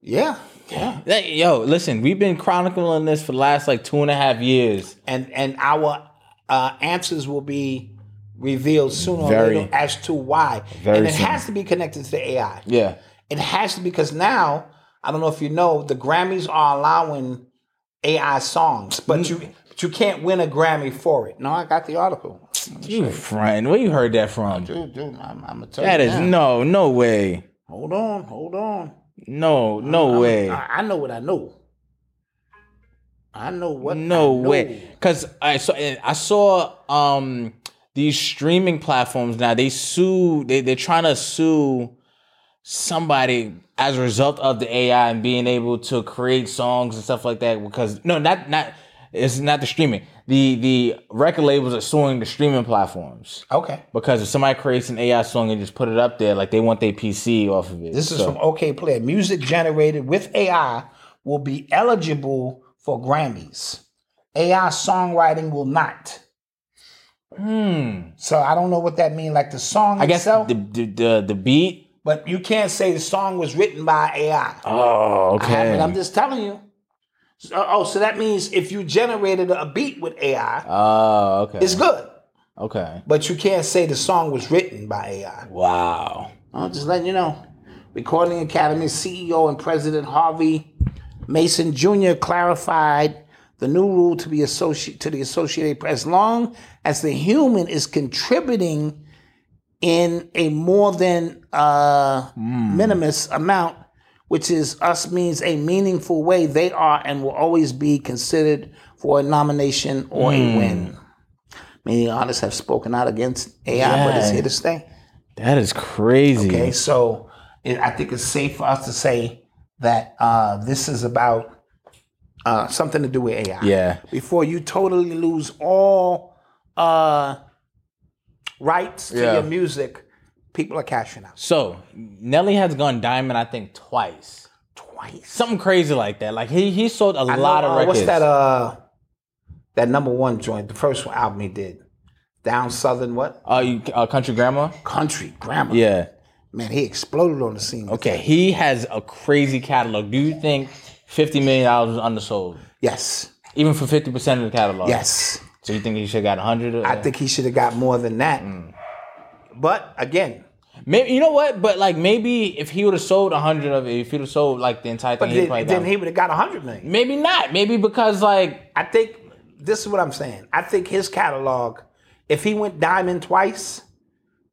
S3: yeah, yeah.
S2: Hey, yo, listen, we've been chronicling this for the last like two and a half years.
S3: And and our uh, answers will be revealed sooner
S2: Very.
S3: or later as to why.
S2: Very
S3: and it
S2: soon.
S3: has to be connected to the AI.
S2: Yeah,
S3: It has to because now I don't know if you know the Grammys are allowing AI songs, but you but you can't win a Grammy for it. No, I got the article.
S2: you friend, where you heard that from?
S3: Dude, dude, I'm, I'm gonna tell
S2: That
S3: you
S2: is
S3: now.
S2: no, no way,
S3: Hold on, hold on.
S2: no, no way.
S3: I, I know what I know. I know what.
S2: No
S3: I know.
S2: way. Because I saw and I saw um these streaming platforms now they sue they they're trying to sue somebody as a result of the AI and being able to create songs and stuff like that because no not not it's not the streaming the the record labels are suing the streaming platforms
S3: Okay,
S2: because if somebody creates an AI song and just put it up there like they want their PC off of it
S3: this is
S2: So-
S3: from OK Player. Music generated with AI will be eligible for Grammys. AI songwriting will not. Hmm. So I don't know what that means. Like the song
S2: I guess
S3: itself,
S2: the, the the the beat
S3: but you can't say the song was written by AI.
S2: oh
S3: I haven't. I'm just telling you. So- oh, so that means if you generated a beat with AI,
S2: oh okay
S3: it's good.
S2: okay
S3: But you can't say the song was written by AI.
S2: Wow.
S3: I'm just letting you know. Recording E Academy CEO and President Harvey Mason Jr. clarified the new rule to be associate to the Associated Press, as long as the human is contributing in a more than uh, minimus amount, which is us means a meaningful way, they are and will always be considered for a nomination or a win. Many artists have spoken out against AI, but it's
S2: Yeah.
S3: here to stay.
S2: That is crazy.
S3: Okay, so it, I think it's safe for us to say that uh, this is about uh, something to do with AI.
S2: Yeah.
S3: Before you totally lose all uh, rights to
S2: Yeah.
S3: your music, people are cashing out
S2: So Nelly has gone diamond, I think, twice.
S3: twice.
S2: Something crazy like that. Like he he sold a
S3: I know,
S2: lot of
S3: uh,
S2: records.
S3: What's that? Uh, that number one joint, the first one album he did, Down Southern what?
S2: Uh, you, uh, Country Grandma.
S3: Country Grammar.
S2: Yeah.
S3: man, he exploded on the scene. with
S2: Okay.
S3: that.
S2: He has a crazy catalog. Do you think fifty million dollars was undersold,
S3: Yes.
S2: even for fifty percent of the catalog?
S3: Yes.
S2: So you think he should have got hundred?
S3: I think he should have got more than that.
S2: Mm.
S3: But again,
S2: Maybe you know what? But like maybe if he would have sold hundred of it, if he would have sold like the entire
S3: but
S2: thing, he'd
S3: then,
S2: probably
S3: then
S2: got-
S3: he would have got a hundred million.
S2: Maybe not. Maybe because like
S3: I think this is what I'm saying. I think his catalog, if he went diamond twice,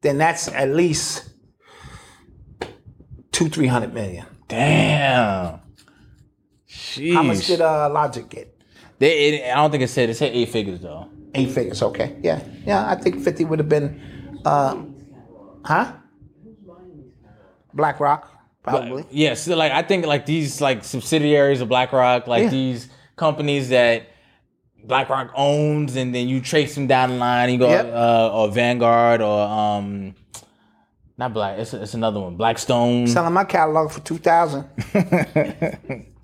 S3: then that's at least two, three hundred million.
S2: damn. Jeez.
S3: How much did uh, Logic get?
S2: They, it, I don't think it said it said eight figures though.
S3: Eight figures. Okay, yeah, yeah. I think fifty would have been, uh, huh? BlackRock, probably.
S2: Yeah, so like I think like these like subsidiaries of BlackRock, like
S3: Yeah.
S2: these companies that BlackRock owns, and then you trace them down the line. You go
S3: Yep.
S2: uh, or Vanguard or um, not Black. It's, it's another one, Blackstone.
S3: selling my catalog for 2000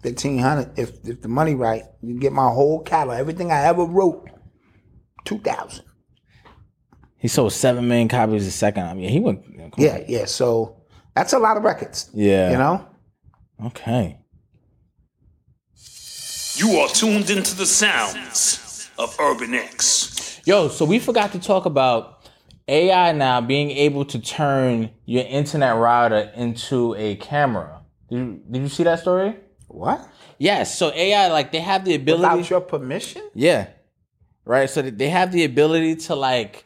S3: 1500 if if the money right you can get my whole catalog everything i ever wrote 2000
S2: he sold seven million copies a second. I mean, he went. come on.
S3: yeah yeah so that's a lot of records
S2: Yeah.
S3: you know
S2: Okay.
S4: You are tuned into the sounds of Urban X.
S2: Yo, so we forgot to talk about AI now being able to turn your internet router into a camera. Did you, did you see that story?
S3: what
S2: Yes. So AI, like they have the ability.
S3: without your permission
S2: Yeah. Right. So that they have the ability to like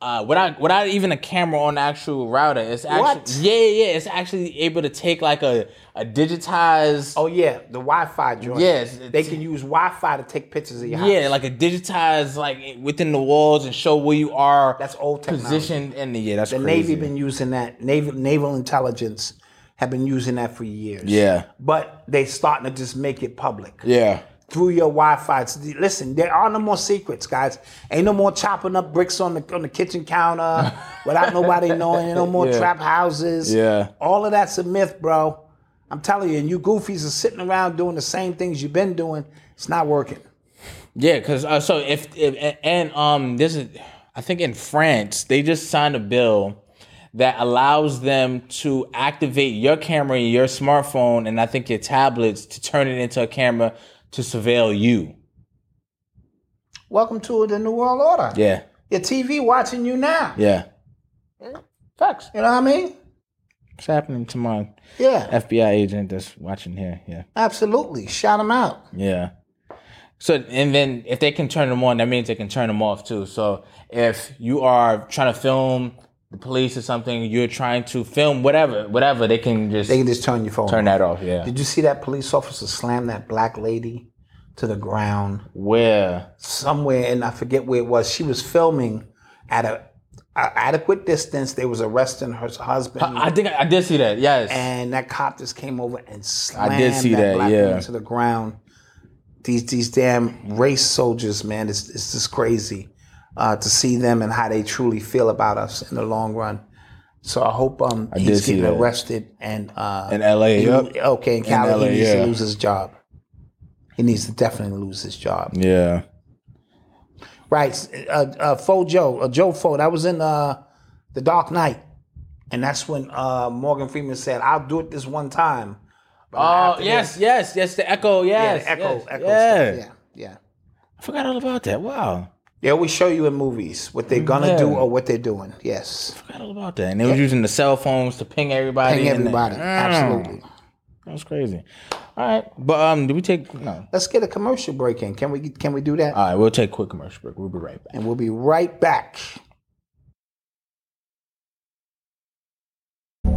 S2: uh without without even a camera on the actual router. It's actually
S3: What?
S2: Yeah, yeah, yeah. It's actually able to take like a a digitized
S3: oh yeah the wi-fi joint
S2: Yes,
S3: they
S2: it's-
S3: can use wi-fi to take pictures of your house
S2: yeah, like a digitized like within the walls and show where you are
S3: That's old technology.
S2: positioned in the yeah, that's
S3: the
S2: crazy.
S3: navy been using that naval naval intelligence have been using that for years
S2: Yeah.
S3: but they starting to just make it public
S2: Yeah.
S3: through your Wi-Fi. It's- Listen, there are no more secrets, guys. Ain't no more chopping up bricks on the on the kitchen counter without nobody knowing. Ain't no more
S2: Yeah.
S3: trap houses.
S2: Yeah.
S3: all of that's a myth, bro. I'm telling you, and you goofies are sitting around doing the same things you've been doing. It's not working.
S2: Yeah, because uh, so if, if and um, this is, I think in France they just signed a bill that allows them to activate your camera in your smartphone and I think your tablets to turn it into a camera to surveil you.
S3: Welcome to the new world order.
S2: Yeah,
S3: Your TV watching you now.
S2: yeah. Facts.
S3: You know what I mean?
S2: It's happening to my
S3: Yeah,
S2: FBI agent that's watching here. Yeah,
S3: absolutely. Shout them out.
S2: yeah. So and then if they can turn them on, that means they can turn them off too. So if you are trying to film the police or something, you're trying to film whatever, whatever, they can just
S3: They can just turn your phone.
S2: Turn
S3: off.
S2: that off, yeah.
S3: Did you see that police officer slam that black lady to the ground?
S2: Where?
S3: somewhere, and I forget where it was. She was filming at a, a adequate distance. They was arresting her husband,
S2: I think I, I did see that. Yes.
S3: and that cop just came over and slammed
S2: did see
S3: that,
S2: that,
S3: black
S2: yeah.
S3: woman to the ground. These these damn race soldiers, man, it's it's just crazy uh, to see them and how they truly feel about us in the long run. So I hope um
S2: did
S3: he's
S2: see
S3: getting
S2: that.
S3: arrested and uh,
S2: In LA,
S3: he-
S2: yep.
S3: okay in Cali
S2: LA,
S3: he needs
S2: yeah.
S3: to lose his job. He needs to definitely lose his job.
S2: yeah.
S3: Right, uh, uh, Fo Joe, uh, Joe Fo. That was in uh, the Dark Knight, and that's when uh, Morgan Freeman said, "I'll do it this one time." But
S2: Oh
S3: after
S2: yes,
S3: this-
S2: yes, yes. The echo,
S3: yeah,
S2: yes.
S3: the echo,
S2: yes,
S3: echo
S2: yeah.
S3: stuff. Yeah, yeah.
S2: I forgot all about that. Wow.
S3: They always show you in movies what they're gonna
S2: Yeah.
S3: do or what they're doing. Yes,
S2: Forgot all about that. And they was using the cell phones to ping everybody.
S3: ping
S2: and-
S3: everybody.
S2: Mm,
S3: Absolutely.
S2: That was crazy. All All right, but um, do we take no?
S3: Let's get a commercial break in. Can we can we do that?
S2: All right, we'll take a quick commercial break. We'll be right back.
S3: and we'll be right back.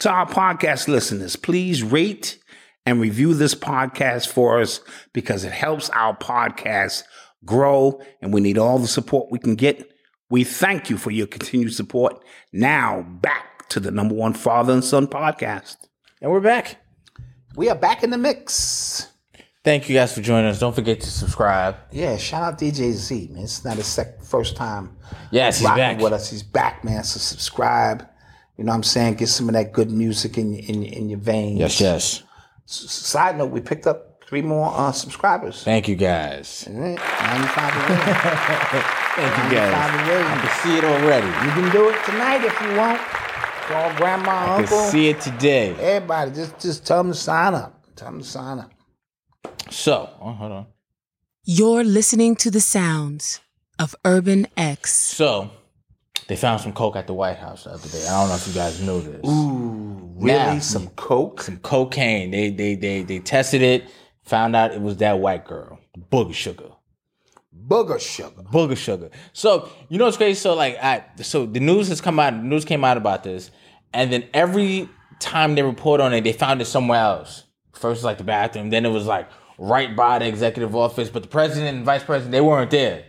S3: To our podcast listeners, please rate and review this podcast for us because it helps our podcast grow and we need all the support we can get. We thank you for your continued support. Now, back to the number one father and son podcast.
S2: And we're back.
S3: We are back in the mix.
S2: Thank you guys for joining us. Don't forget to subscribe.
S3: Yeah, shout out DJ Z, man. It's not his sec- first time
S2: Yes, he's
S3: rocking
S2: back.
S3: with us. He's back, man. So subscribe. You know what I'm saying? Get some of that good music in in, in your veins.
S2: Yes, yes.
S3: Side note, we picked up three more uh, subscribers.
S2: Thank you guys.
S3: All right, 95 away.
S2: Thank you
S3: 95
S2: guys. I
S3: away.
S2: can see it already.
S3: You can do it tonight if you want. Call grandma,
S2: I
S3: uncle,
S2: can see it today.
S3: everybody. Just just tell them to sign up. Tell them to sign up.
S2: So, oh, hold on.
S6: You're listening to the sounds of Urban X.
S2: So, they found some coke at the White House the other day. I don't know if you guys know this.
S3: Really?
S2: Now-
S3: some coke?
S2: Mm. Some cocaine. They they they they tested it. Found out it was that white girl, Booger Sugar.
S3: Booger sugar.
S2: Booger Sugar. So you know what's crazy? So like, I so the news has come out. The news came out about this, and then every time they report on it, they found it somewhere else. First, like the bathroom. Then it was like right by the executive office, but the president and vice president they weren't there.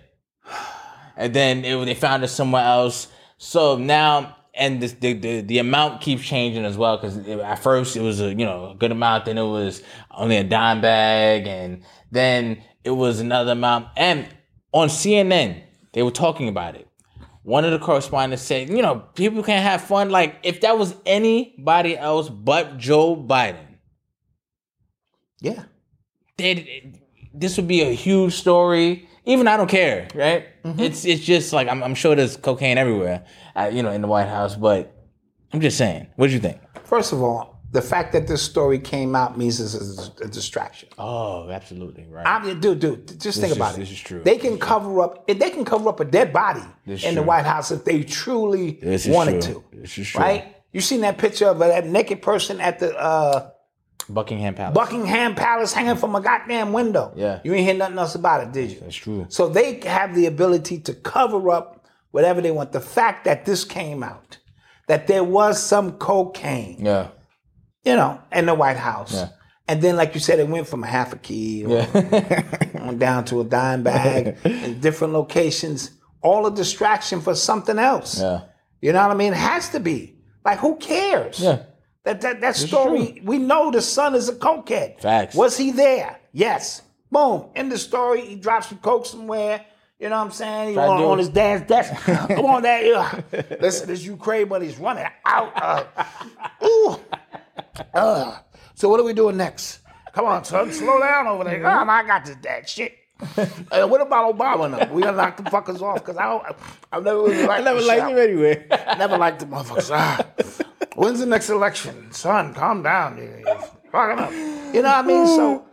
S2: And then it, they found it somewhere else. So now. And this, the, the the amount keeps changing as well because at first it was a you know a good amount, then it was only a dime bag, and then it was another amount. And on CNN, they were talking about it. One of the correspondents said, you know, people can't have fun. Like, if that was anybody else but Joe Biden,
S3: Yeah.
S2: they'd- this would be a huge story. Even I don't care, right? It's it's just like I'm, I'm sure there's cocaine everywhere, uh, you know, in the White House. But I'm just saying, what do you think?
S3: First of all, the fact that this story came out means it's a, a distraction.
S2: Oh, absolutely right.
S3: I mean, dude, dude, just think
S2: is-
S3: about it.
S2: this is true.
S3: They can cover up. If they can cover up a dead body
S2: This
S3: in the
S2: true.
S3: White House if they truly
S2: This is
S3: wanted
S2: true.
S3: to.
S2: This is true.
S3: Right? You seen that picture of that naked person at the uh,
S2: Buckingham Palace.
S3: Buckingham Palace hanging from a goddamn window?
S2: Yeah.
S3: You ain't hear nothing else about it, did you?
S2: That's true.
S3: So they have the ability to cover up whatever they want. The fact that this came out, that there was some cocaine
S2: yeah,
S3: you know, in the White House.
S2: Yeah.
S3: And then, like you said, it went from a half a key or on down to a dime bag in different locations. All a distraction for something else.
S2: yeah,
S3: You know what I mean? It has to be. Like, who cares?
S2: yeah.
S3: That, that, that story, we know the son is a cokehead.
S2: Facts.
S3: Was he there? Yes. Boom. In the story, he drops some coke somewhere. You know what I'm saying? He
S2: Try to
S3: on,
S2: do
S3: on
S2: it.
S3: his dad's desk. Come on, dad. Yeah. Listen, this Ukraine money's running out. Uh, ooh. Uh, so what are we doing next? Come on, son. Slow down over
S2: Mm-hmm.
S3: there. Oh, I got this dad shit. Uh, what about Obama? Now? We gonna knock the fuckers off because I don't. I've never really liked. the shit out-
S2: anyway.
S3: Never liked the motherfuckers. Ah, when's the next election? Son, calm down. You- you Fucking up. You know what I mean? So,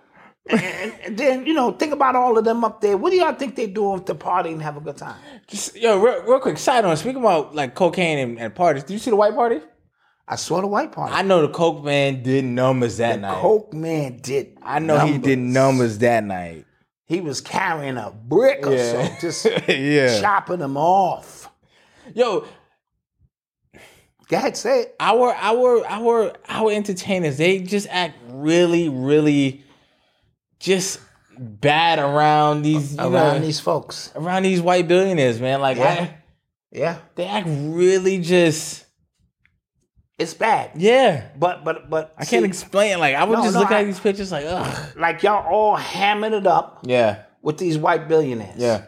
S3: and, and then, you know, think about all of them up there. What do y'all think they do if the party and have a good time?
S2: Yo, real, real quick, side on. Speaking about like cocaine and, and parties, did you see the white party?
S3: I saw the white party.
S2: I know the coke man did numbers that night.
S3: Coke man did.
S2: I know he did numbers that night.
S3: He was carrying a brick or
S2: Yeah.
S3: so, just
S2: Yeah.
S3: chopping them off.
S2: Yo,
S3: Go ahead, say it.
S2: our our our our entertainers, they just act really, really, just bad around these you
S3: Around
S2: know,
S3: these folks.
S2: around these white billionaires, man. Like
S3: Yeah.
S2: I-
S3: Yeah.
S2: they act really just
S3: It's bad.
S2: yeah.
S3: But, but, but.
S2: I can't explain. Like I was
S3: No,
S2: just
S3: no,
S2: looking
S3: I-
S2: at these pictures, like ugh.
S3: Like, y'all all hamming it up
S2: Yeah,
S3: with these white billionaires.
S2: yeah,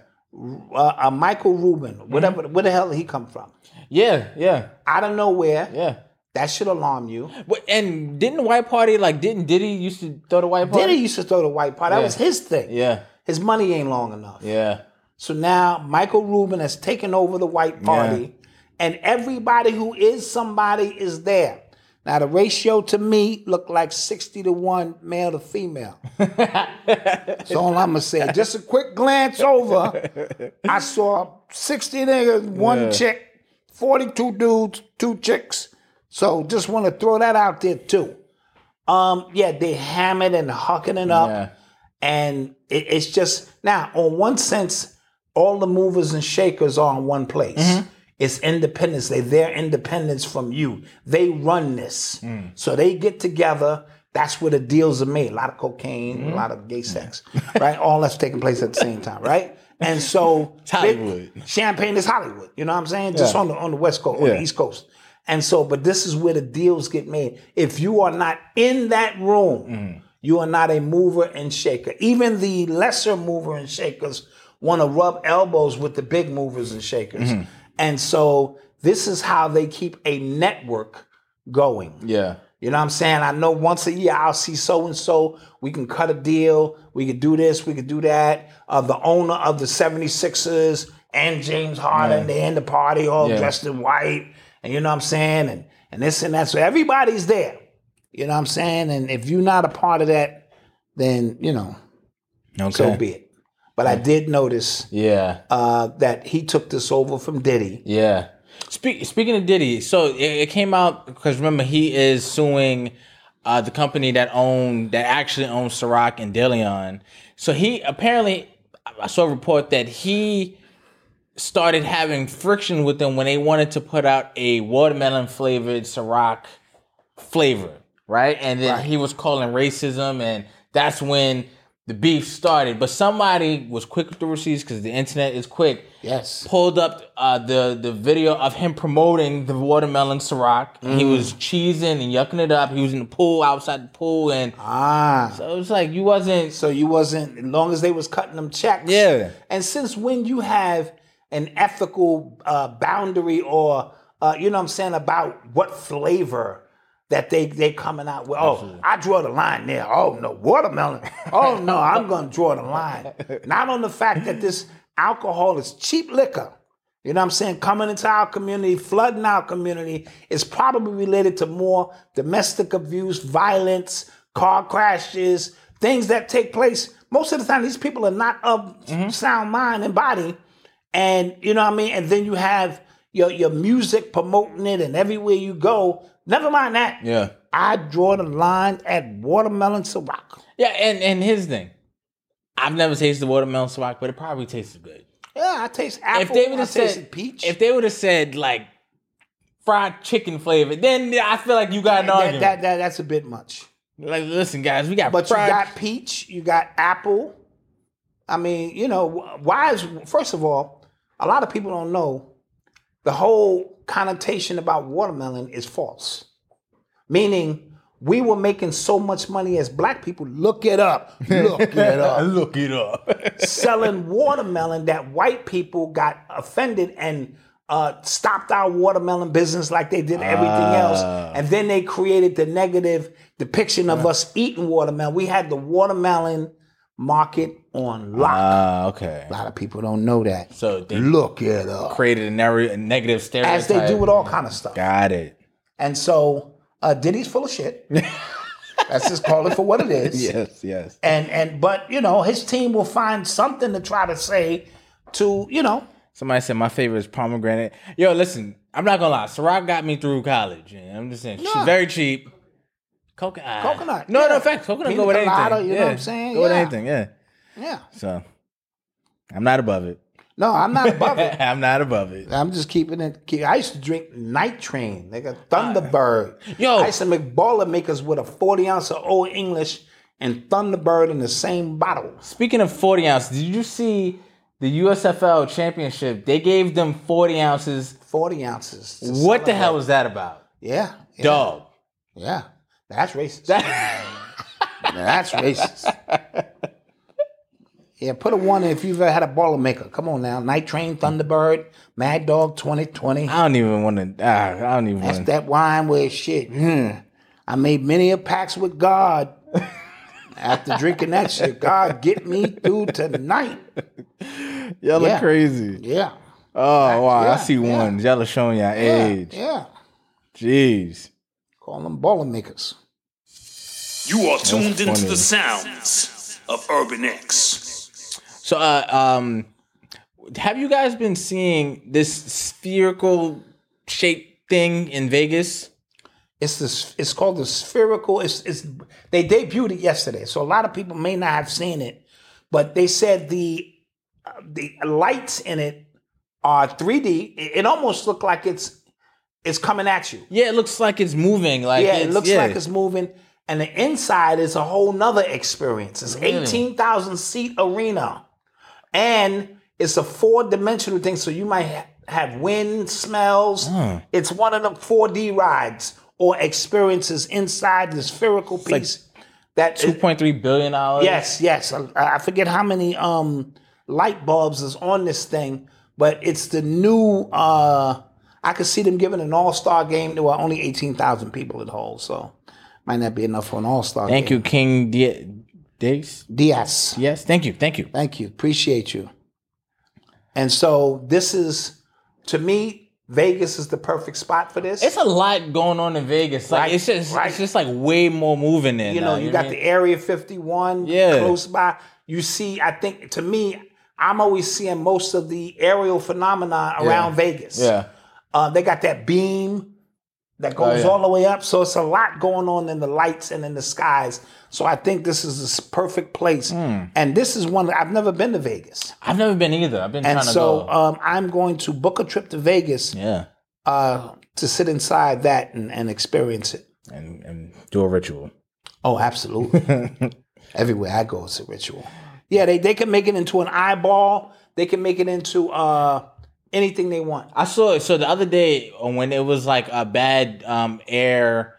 S3: uh, uh, Michael Rubin,
S2: Mm-hmm.
S3: whatever, where the hell he come from?
S2: Yeah, yeah,
S3: Out of nowhere,
S2: yeah.
S3: that should alarm you.
S2: But, and didn't the white party like didn't Diddy used to throw the white party?
S3: Diddy used to throw the white pot. That
S2: Yeah.
S3: was his thing.
S2: Yeah,
S3: His money ain't long enough.
S2: yeah,
S3: So now Michael Rubin has taken over the white party, and everybody who is somebody is there. Now the ratio to me looked like sixty to one male to female. That's all I'm gonna say. Just a quick glance over, I saw sixty niggas, one chick, forty-two dudes, two chicks. So just want to throw that out there too. Um, yeah, they hammered and hucking it up
S2: yeah.
S3: and it, it's just now on one sense all the movers and shakers are in one place
S2: Mm-hmm.
S3: it's independence they their independence from you they run this
S2: Mm.
S3: so they get together that's where the deals are made a lot of cocaine
S2: Mm-hmm.
S3: a lot of gay sex right all that's taking place at the same time right and so
S2: Hollywood.
S3: champagne is hollywood you know what i'm saying just
S2: Yeah.
S3: on the on the west coast on the
S2: Yeah.
S3: east coast and so but this is where the deals get made if you are not in that room
S2: Mm-hmm.
S3: you are not a mover and shaker. Even the lesser mover and shakers want to rub elbows with the big movers and shakers. And so this is how they keep a network going.
S2: yeah.
S3: You know what I'm saying? I know once a year I'll see so and so. We can cut a deal. We can do this. We can do that. Uh, the owner of the 76ers and James Harden, they in the party all
S2: Yeah.
S3: dressed in white. And you know what I'm saying? And, and this and that. So everybody's there. You know what I'm saying? And if you're not a part of that, then, you know,
S2: Okay.
S3: so be it. But I did notice
S2: Yeah,
S3: uh, that he took this over from Diddy.
S2: yeah. Speak, speaking of Diddy, so it, it came out because remember he is suing uh, the company that owned that actually owns Ciroc and DeLeon. So he apparently I- I saw a report that he started having friction with them when they wanted to put out a watermelon flavored Ciroc flavor, right? And then he was calling racism, and that's when the beef started. But somebody was quick with the receipts because the internet is quick.
S3: Yes.
S2: Pulled up uh, the the video of him promoting the watermelon Ciroc. He was
S3: Mm.
S2: cheesing and yucking it up. He was in the pool outside the pool, and
S3: Ah.
S2: so it was like you wasn't.
S3: So you wasn't, as long as they was cutting them checks.
S2: Yeah.
S3: And since when you have an ethical uh, boundary or, uh, you know what I'm saying, about what flavor that they they coming out with. Oh, I draw the line there. Oh, no, watermelon. Oh, no, I'm going to draw the line. Not on the fact that this alcohol is cheap liquor. You know what I'm saying? Coming into our community, flooding our community is probably related to more domestic abuse, violence, car crashes, things that take place. Most of the time, these people are not of
S2: Mm-hmm.
S3: sound mind and body. And you know what I mean? And then you have your, your music promoting it, and everywhere you go, never mind that.
S2: Yeah.
S3: I draw the line at watermelon Ciroc.
S2: Yeah, and and his thing, I've never tasted watermelon Ciroc, but it probably tasted good.
S3: Yeah, I taste apple.
S2: if they would
S3: I
S2: have
S3: taste
S2: said
S3: peach.
S2: if they would have said like fried chicken flavor, then I feel like you got an
S3: that,
S2: argument.
S3: that, that, that's a bit much.
S2: like, listen, guys, we got
S3: But
S2: fried.
S3: you got peach, you got apple. I mean, you know, wh- why is first of all, a lot of people don't know the whole connotation about watermelon is false. Meaning, we were making so much money as black people. Look it up. Look it up.
S2: Look it up.
S3: Selling watermelon that white people got offended and uh, stopped our watermelon business like they did everything else.
S2: Ah.
S3: And then they created the negative depiction of us eating watermelon. We had the watermelon market on lock.
S2: Ah, okay.
S3: a lot of people don't know that.
S2: So they
S3: Look it up.
S2: created a, ner- a negative stereotype.
S3: As they do with all kind of stuff.
S2: Got it.
S3: And so uh, Diddy's full of shit. Let's just call it for what it is.
S2: Yes, yes.
S3: And and but you know his team will find something to try to say to you know
S2: Somebody said my favorite is pomegranate. Yo, listen, I'm not gonna lie. Ciroc got me through college. And I'm just saying, she's
S3: Yeah.
S2: very cheap. Coconut.
S3: Coconut,
S2: No,
S3: yeah.
S2: no, in fact, coconut
S3: Pina
S2: go with
S3: colada,
S2: anything.
S3: you know
S2: yeah.
S3: what I'm saying?
S2: Go with
S3: Yeah.
S2: anything. Yeah.
S3: yeah
S2: So I'm not above it.
S3: no I'm not above it.
S2: I'm not above it.
S3: I'm just keeping it. Keep, I used to drink Night Train, nigga, Thunderbird.
S2: Yo.
S3: I used to make baller makers with a 40 ounce of Old English and Thunderbird in the same bottle.
S2: Speaking of 40 ounces, did you see the USFL championship? They gave them 40 ounces.
S3: 40 ounces. to
S2: What the
S3: celebrate.
S2: hell was that about?
S3: Yeah, yeah,
S2: Dog.
S3: yeah. That's racist. That's racist. Yeah, put a one in if you've ever had a baller maker. Come on now. Night Train, Thunderbird, Mad Dog 2020.
S2: I don't even want to. I don't even
S3: That's
S2: want to.
S3: that wine where shit. mm, I made many a pacts with God. After drinking that shit, God get me through tonight.
S2: Y'all
S3: yeah.
S2: look crazy.
S3: Yeah.
S2: Oh wow,
S3: yeah,
S2: I see
S3: yeah.
S2: ones. Y'all are showing y'all
S3: Yeah.
S2: age.
S3: Yeah.
S2: Jeez.
S3: Call them baller makers.
S4: You are tuned into
S2: funny.
S4: the sounds of Urban X.
S2: So, uh, um, have you guys been seeing this spherical shaped thing in Vegas?
S3: It's this. It's called the spherical. It's it's. They debuted it yesterday, so a lot of people may not have seen it, but they said the uh, the lights in it are 3D. It, it almost looked like it's it's coming at you.
S2: Yeah, it looks like it's moving. Like
S3: yeah, it
S2: it's-
S3: looks
S2: yeah.
S3: like it's moving, and the inside is a whole nother experience. It's eighteen thousand seat arena, and it's a four dimensional thing. So you might ha- have wind, smells.
S2: Hmm.
S3: It's one of the four D rides or experiences inside the spherical piece. that
S2: two point three billion dollars.
S3: Yes, yes. I, I forget how many um light bulbs is on this thing, but it's the new. uh I could see them giving an All Star game. There were only eighteen thousand people at home, so might not be enough for an All Star.
S2: Thank you, King D- Diggs.
S3: DS.
S2: Yes, thank you, thank you.
S3: Thank you. Appreciate you. And so this is, to me, Vegas is the perfect spot for this.
S2: It's a lot going on in Vegas. Like
S3: Right,
S2: it's just,
S3: right.
S2: it's just like way more moving in.
S3: you know,
S2: now,
S3: you
S2: what
S3: got
S2: I
S3: the
S2: mean?
S3: Area 51
S2: Yeah.
S3: close by. You see, I think to me, I'm always seeing most of the aerial phenomena around Vegas.
S2: yeah. Oh,
S3: Uh, they got that beam that goes
S2: yeah.
S3: all the way up. So it's a lot going on in the lights and in the skies. So I think this is this perfect place.
S2: Hmm.
S3: And this is one I've never been to Vegas.
S2: I've never been either. I've been
S3: And
S2: trying to
S3: so
S2: go.
S3: um, I'm going to book a trip to Vegas
S2: yeah,
S3: uh, to sit inside that and, and experience it.
S2: and and do a ritual.
S3: Oh, absolutely. Everywhere I go, it's a ritual. Yeah, they, they can make it into an eyeball. They can make it into uh, anything they want.
S2: I saw it. So the other day, uh, when it was like a bad um, air,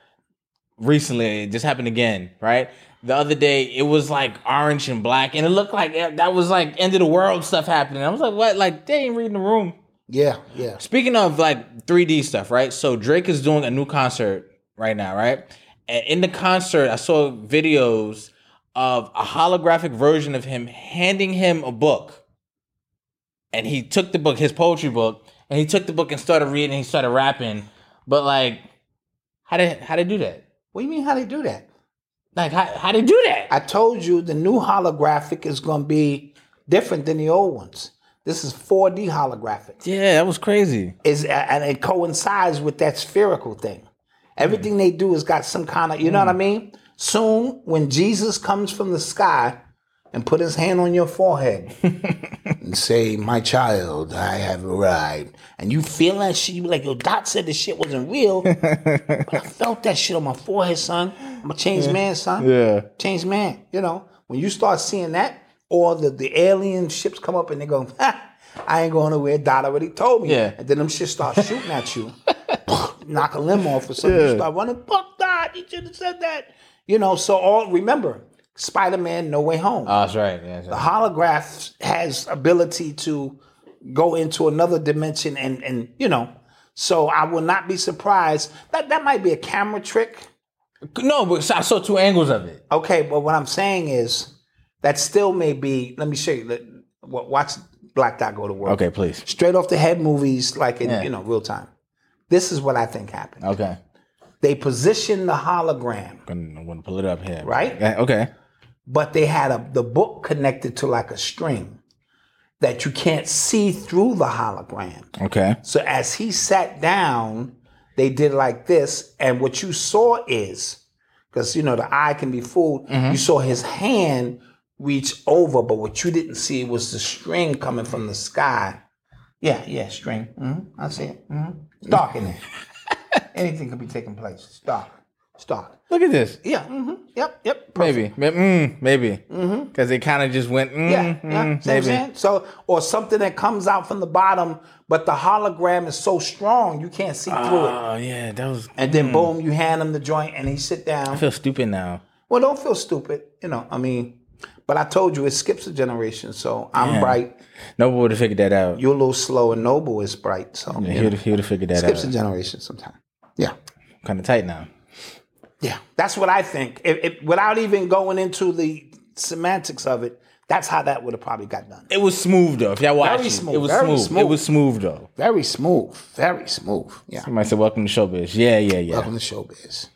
S2: recently it just happened again, right? The other day, it was like orange and black, and it looked like eh, that was like end of the world stuff happening. I was like, what? Like they ain't reading the room.
S3: Yeah, yeah.
S2: Speaking of like 3D stuff, right? So Drake is doing a new concert right now, right? And in the concert, I saw videos of a holographic version of him handing him a book. And he took the book, his poetry book, and he took the book and started reading, he started rapping. But like, how did how they do that?
S3: What do you mean how they do that?
S2: Like how how they do that?
S3: I told you the new holographic is going to be different than the old ones. This is 4D holographic.
S2: yeah, that was crazy.
S3: is and it coincides with that spherical thing. Everything they do has got some kind of, you know what I mean? Soon, when Jesus comes from the sky and put his hand on your forehead and say, "My child, I have arrived," and you feel that shit, you be like, "Yo, Dot said this shit wasn't real, but I felt that shit on my forehead, son. I'm a changed man, son.
S2: Yeah.
S3: changed man. You know, when you start seeing that, or the the alien ships come up and they go." "Ha, I ain't going nowhere. Dot already told me.
S2: Yeah.
S3: And then them shit start shooting at you. Knock a limb off or something. You start running. Fuck Dot. You should have said that. You know, so all remember, Spider-Man No Way Home.
S2: Oh, that's right. Yeah, that's
S3: the
S2: right.
S3: holograph has ability to go into another dimension and and you know. So I will not be surprised. That that might be a camera trick.
S2: No, but so I saw two angles of it.
S3: Okay, but what I'm saying is that still may be. Let me show you. Let- wa- Watch Black Dot go to work
S2: Okay, please.
S3: straight off the head movies, like in
S2: Yeah.
S3: you know real time. This is what I think happened.
S2: Okay.
S3: They positioned the hologram,
S2: I'm gonna pull it up here.
S3: Right?
S2: Yeah, Okay.
S3: but they had a, the book connected to like a string that you can't see through the hologram.
S2: Okay.
S3: So as he sat down, they did like this, and what you saw is because you know the eye can be fooled. You saw his hand reach over, but what you didn't see was the string coming from the sky. Yeah, yeah, string. Mm-hmm. I see it. Mm-hmm. It's dark in there. Anything could be taking place. It's dark. It's dark.
S2: Look at this.
S3: Yeah. Mm-hmm. Yep. Yep.
S2: Maybe. May- Mm, maybe. Because it kind of just went. Mm,
S3: Mm-hmm. Yeah,
S2: mm,
S3: yeah. See what I'm
S2: maybe.
S3: saying? So, or something that comes out from the bottom, but the hologram is so strong you can't see through it.
S2: Oh yeah, that was.
S3: And then boom, you hand him the joint and he sit down.
S2: I feel stupid now.
S3: well, don't feel stupid. You know, I mean, But I told you it skips a generation, so I'm bright.
S2: Nobody would have figured that out.
S3: You're a little slow, and Noble is bright, so
S2: Yeah,
S3: you
S2: he would
S3: know,
S2: have he would have figured that
S3: skips a
S2: out.
S3: generation sometime. Yeah,
S2: Kind of tight now.
S3: yeah, that's what I think. If, if, without even going into the semantics of it, that's how that would have probably got done.
S2: It was smooth though. If y'all watched,
S3: Very
S2: it,
S3: smooth,
S2: it was
S3: very
S2: smooth.
S3: smooth.
S2: It was smooth though.
S3: Very smooth, very smooth. Yeah,
S2: Somebody said, "Welcome to showbiz." Yeah, yeah, yeah.
S3: welcome to showbiz.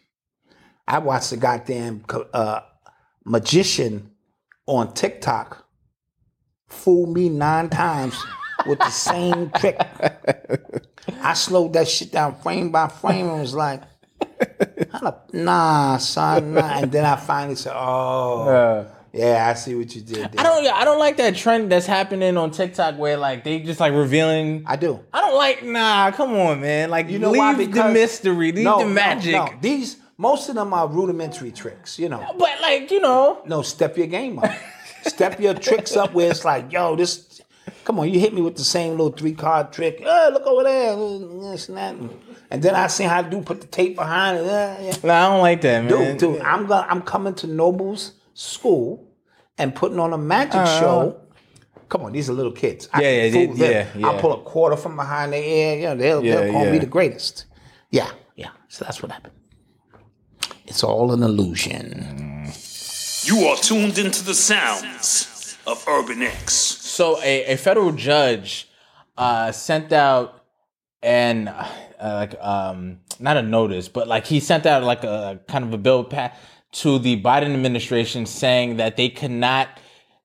S3: I watched the goddamn co- uh, magician on TikTok fool me nine times with the same trick. I slowed that shit down frame by frame and was like, how the- nah, son, nah. And then I finally said, oh, yeah, I see what you did there.
S2: Uh, I don't. yeah, I don't like that trend that's happening on TikTok where like they just like revealing.
S3: I do.
S2: I don't like. Nah, come on, man. Like
S3: You know
S2: leave
S3: why?
S2: the
S3: Because-
S2: mystery, leave
S3: No,
S2: the
S3: no,
S2: magic.
S3: no. These most of them are rudimentary tricks, you know.
S2: But like you know,
S3: No, step your game up. step your tricks up where it's like, yo, this. Come on, you hit me with the same little three card trick. Oh, look over there. uh, This and that. And then I see how dude put the tape behind it. uh, yeah.
S2: nah, I don't like that, man.
S3: Dude, dude, I'm gonna, I'm coming to Noble's school and putting on a magic show. Come on, these are little kids. I
S2: Uh-huh. Yeah,
S3: can
S2: yeah,
S3: fool
S2: yeah,
S3: them.
S2: yeah.
S3: I'll pull a quarter from behind their ear. You know, they'll,
S2: Yeah,
S3: they'll call
S2: yeah.
S3: me the greatest. Yeah, yeah. So that's what happened. It's all an
S2: Mm.
S3: illusion.
S4: You are tuned into the sounds of Urban X.
S2: So a, a federal judge uh, sent out an uh, like um, not a notice, but like he sent out like a kind of a bill pa- to the Biden administration saying that they cannot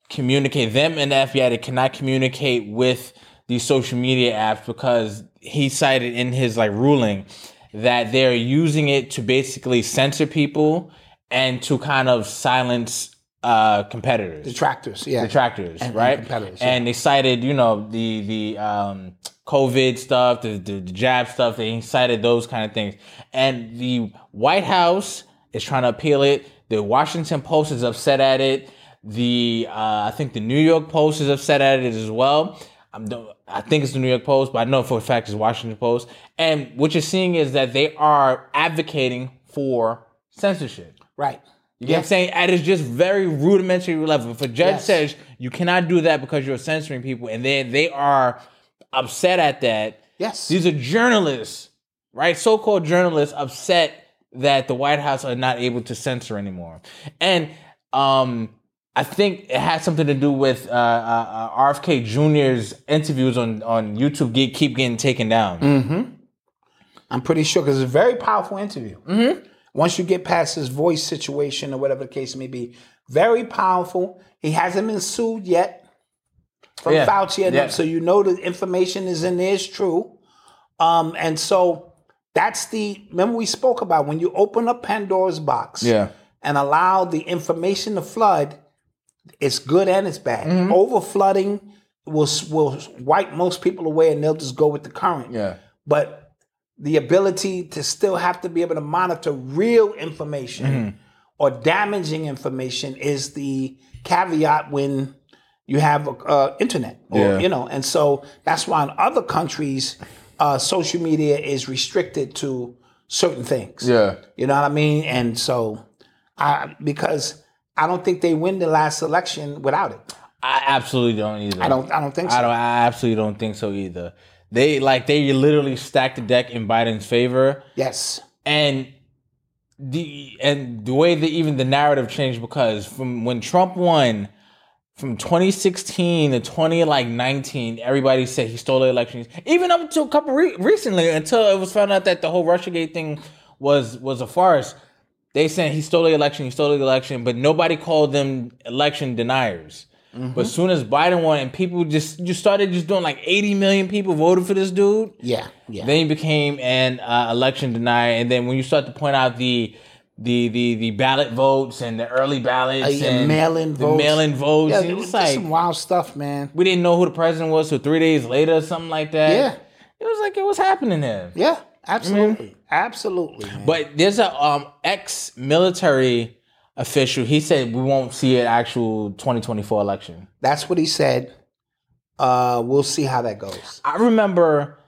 S2: communicate them and the FBI they cannot communicate with these social media apps because he cited in his like ruling that they're using it to basically censor people and to kind of silence uh competitors
S3: Detractors, yeah.
S2: detractors,
S3: And- and
S2: right?
S3: competitors, yeah.
S2: And they cited, you know, the the um, COVID stuff, the, the the jab stuff. They cited those kind of things. And the White House is trying to appeal it. The Washington Post is upset at it. The uh, I think the New York Post is upset at it as well. I'm, don't- I think it's the New York Post, but I know for a fact it's Washington Post. And what you're seeing is that they are advocating for censorship.
S3: Right.
S2: You know what I'm saying? At it's just very rudimentary level. If a judge
S3: Yes.
S2: says you cannot do that because you're censoring people, and then they are upset at that,
S3: Yes.
S2: these are journalists, right? So-called journalists upset that the White House are not able to censor anymore, and um, I think it has something to do with uh, uh, uh, RFK Jr.'s interviews on on YouTube get, keep getting taken down.
S3: Mm. I'm pretty sure because it's a very powerful interview.
S2: Mm-hmm.
S3: Once you get past his voice situation or whatever the case may be, very powerful. He hasn't been sued yet from
S2: Yeah,
S3: Fauci, and them,
S2: yeah.
S3: so you know the information is in there is true. Um, and so that's the remember we spoke about when you open up Pandora's box,
S2: Yeah.
S3: and allow the information to flood. It's good and it's bad.
S2: Mm-hmm.
S3: Over flooding will will wipe most people away, and they'll just go with the current but the ability to still have to be able to monitor real information
S2: Mm-hmm.
S3: or damaging information is the caveat when you have uh, internet or
S2: Yeah.
S3: you know and so that's why in other countries uh, social media is restricted to certain things
S2: Yeah.
S3: you know what i mean and so i because i don't think they win the last election without it
S2: I absolutely don't either.
S3: i don't i don't think so
S2: I don't. I absolutely don't think so either. They like they literally stacked the deck in Biden's favor,
S3: yes
S2: and the and the way that even the narrative changed because from when Trump won, from 2016 to 20 like 19, everybody said he stole the elections. Even up to a couple re- recently, until it was found out that the whole RussiaGate thing was was a farce. They said he stole the election. He stole the election, but nobody called them election deniers. But as soon as Biden won, and people just you started just doing like 80 million people voted for this dude.
S3: yeah yeah
S2: Then you became an uh, election denier, and then when you start to point out the the the the ballot votes and the early ballots
S3: Uh, yeah,
S2: and
S3: mail-in
S2: the
S3: votes.
S2: mail-in votes,
S3: yeah,
S2: and
S3: it
S2: it's
S3: was
S2: like
S3: some wild stuff man
S2: we didn't know who the president was till three days later or something like that.
S3: Yeah.
S2: it was like it was happening there.
S3: Yeah, absolutely, absolutely. man.
S2: But there's a um ex military official. He said we won't see an actual 2024 election.
S3: That's what he said. Uh, we'll see how that goes.
S2: I remember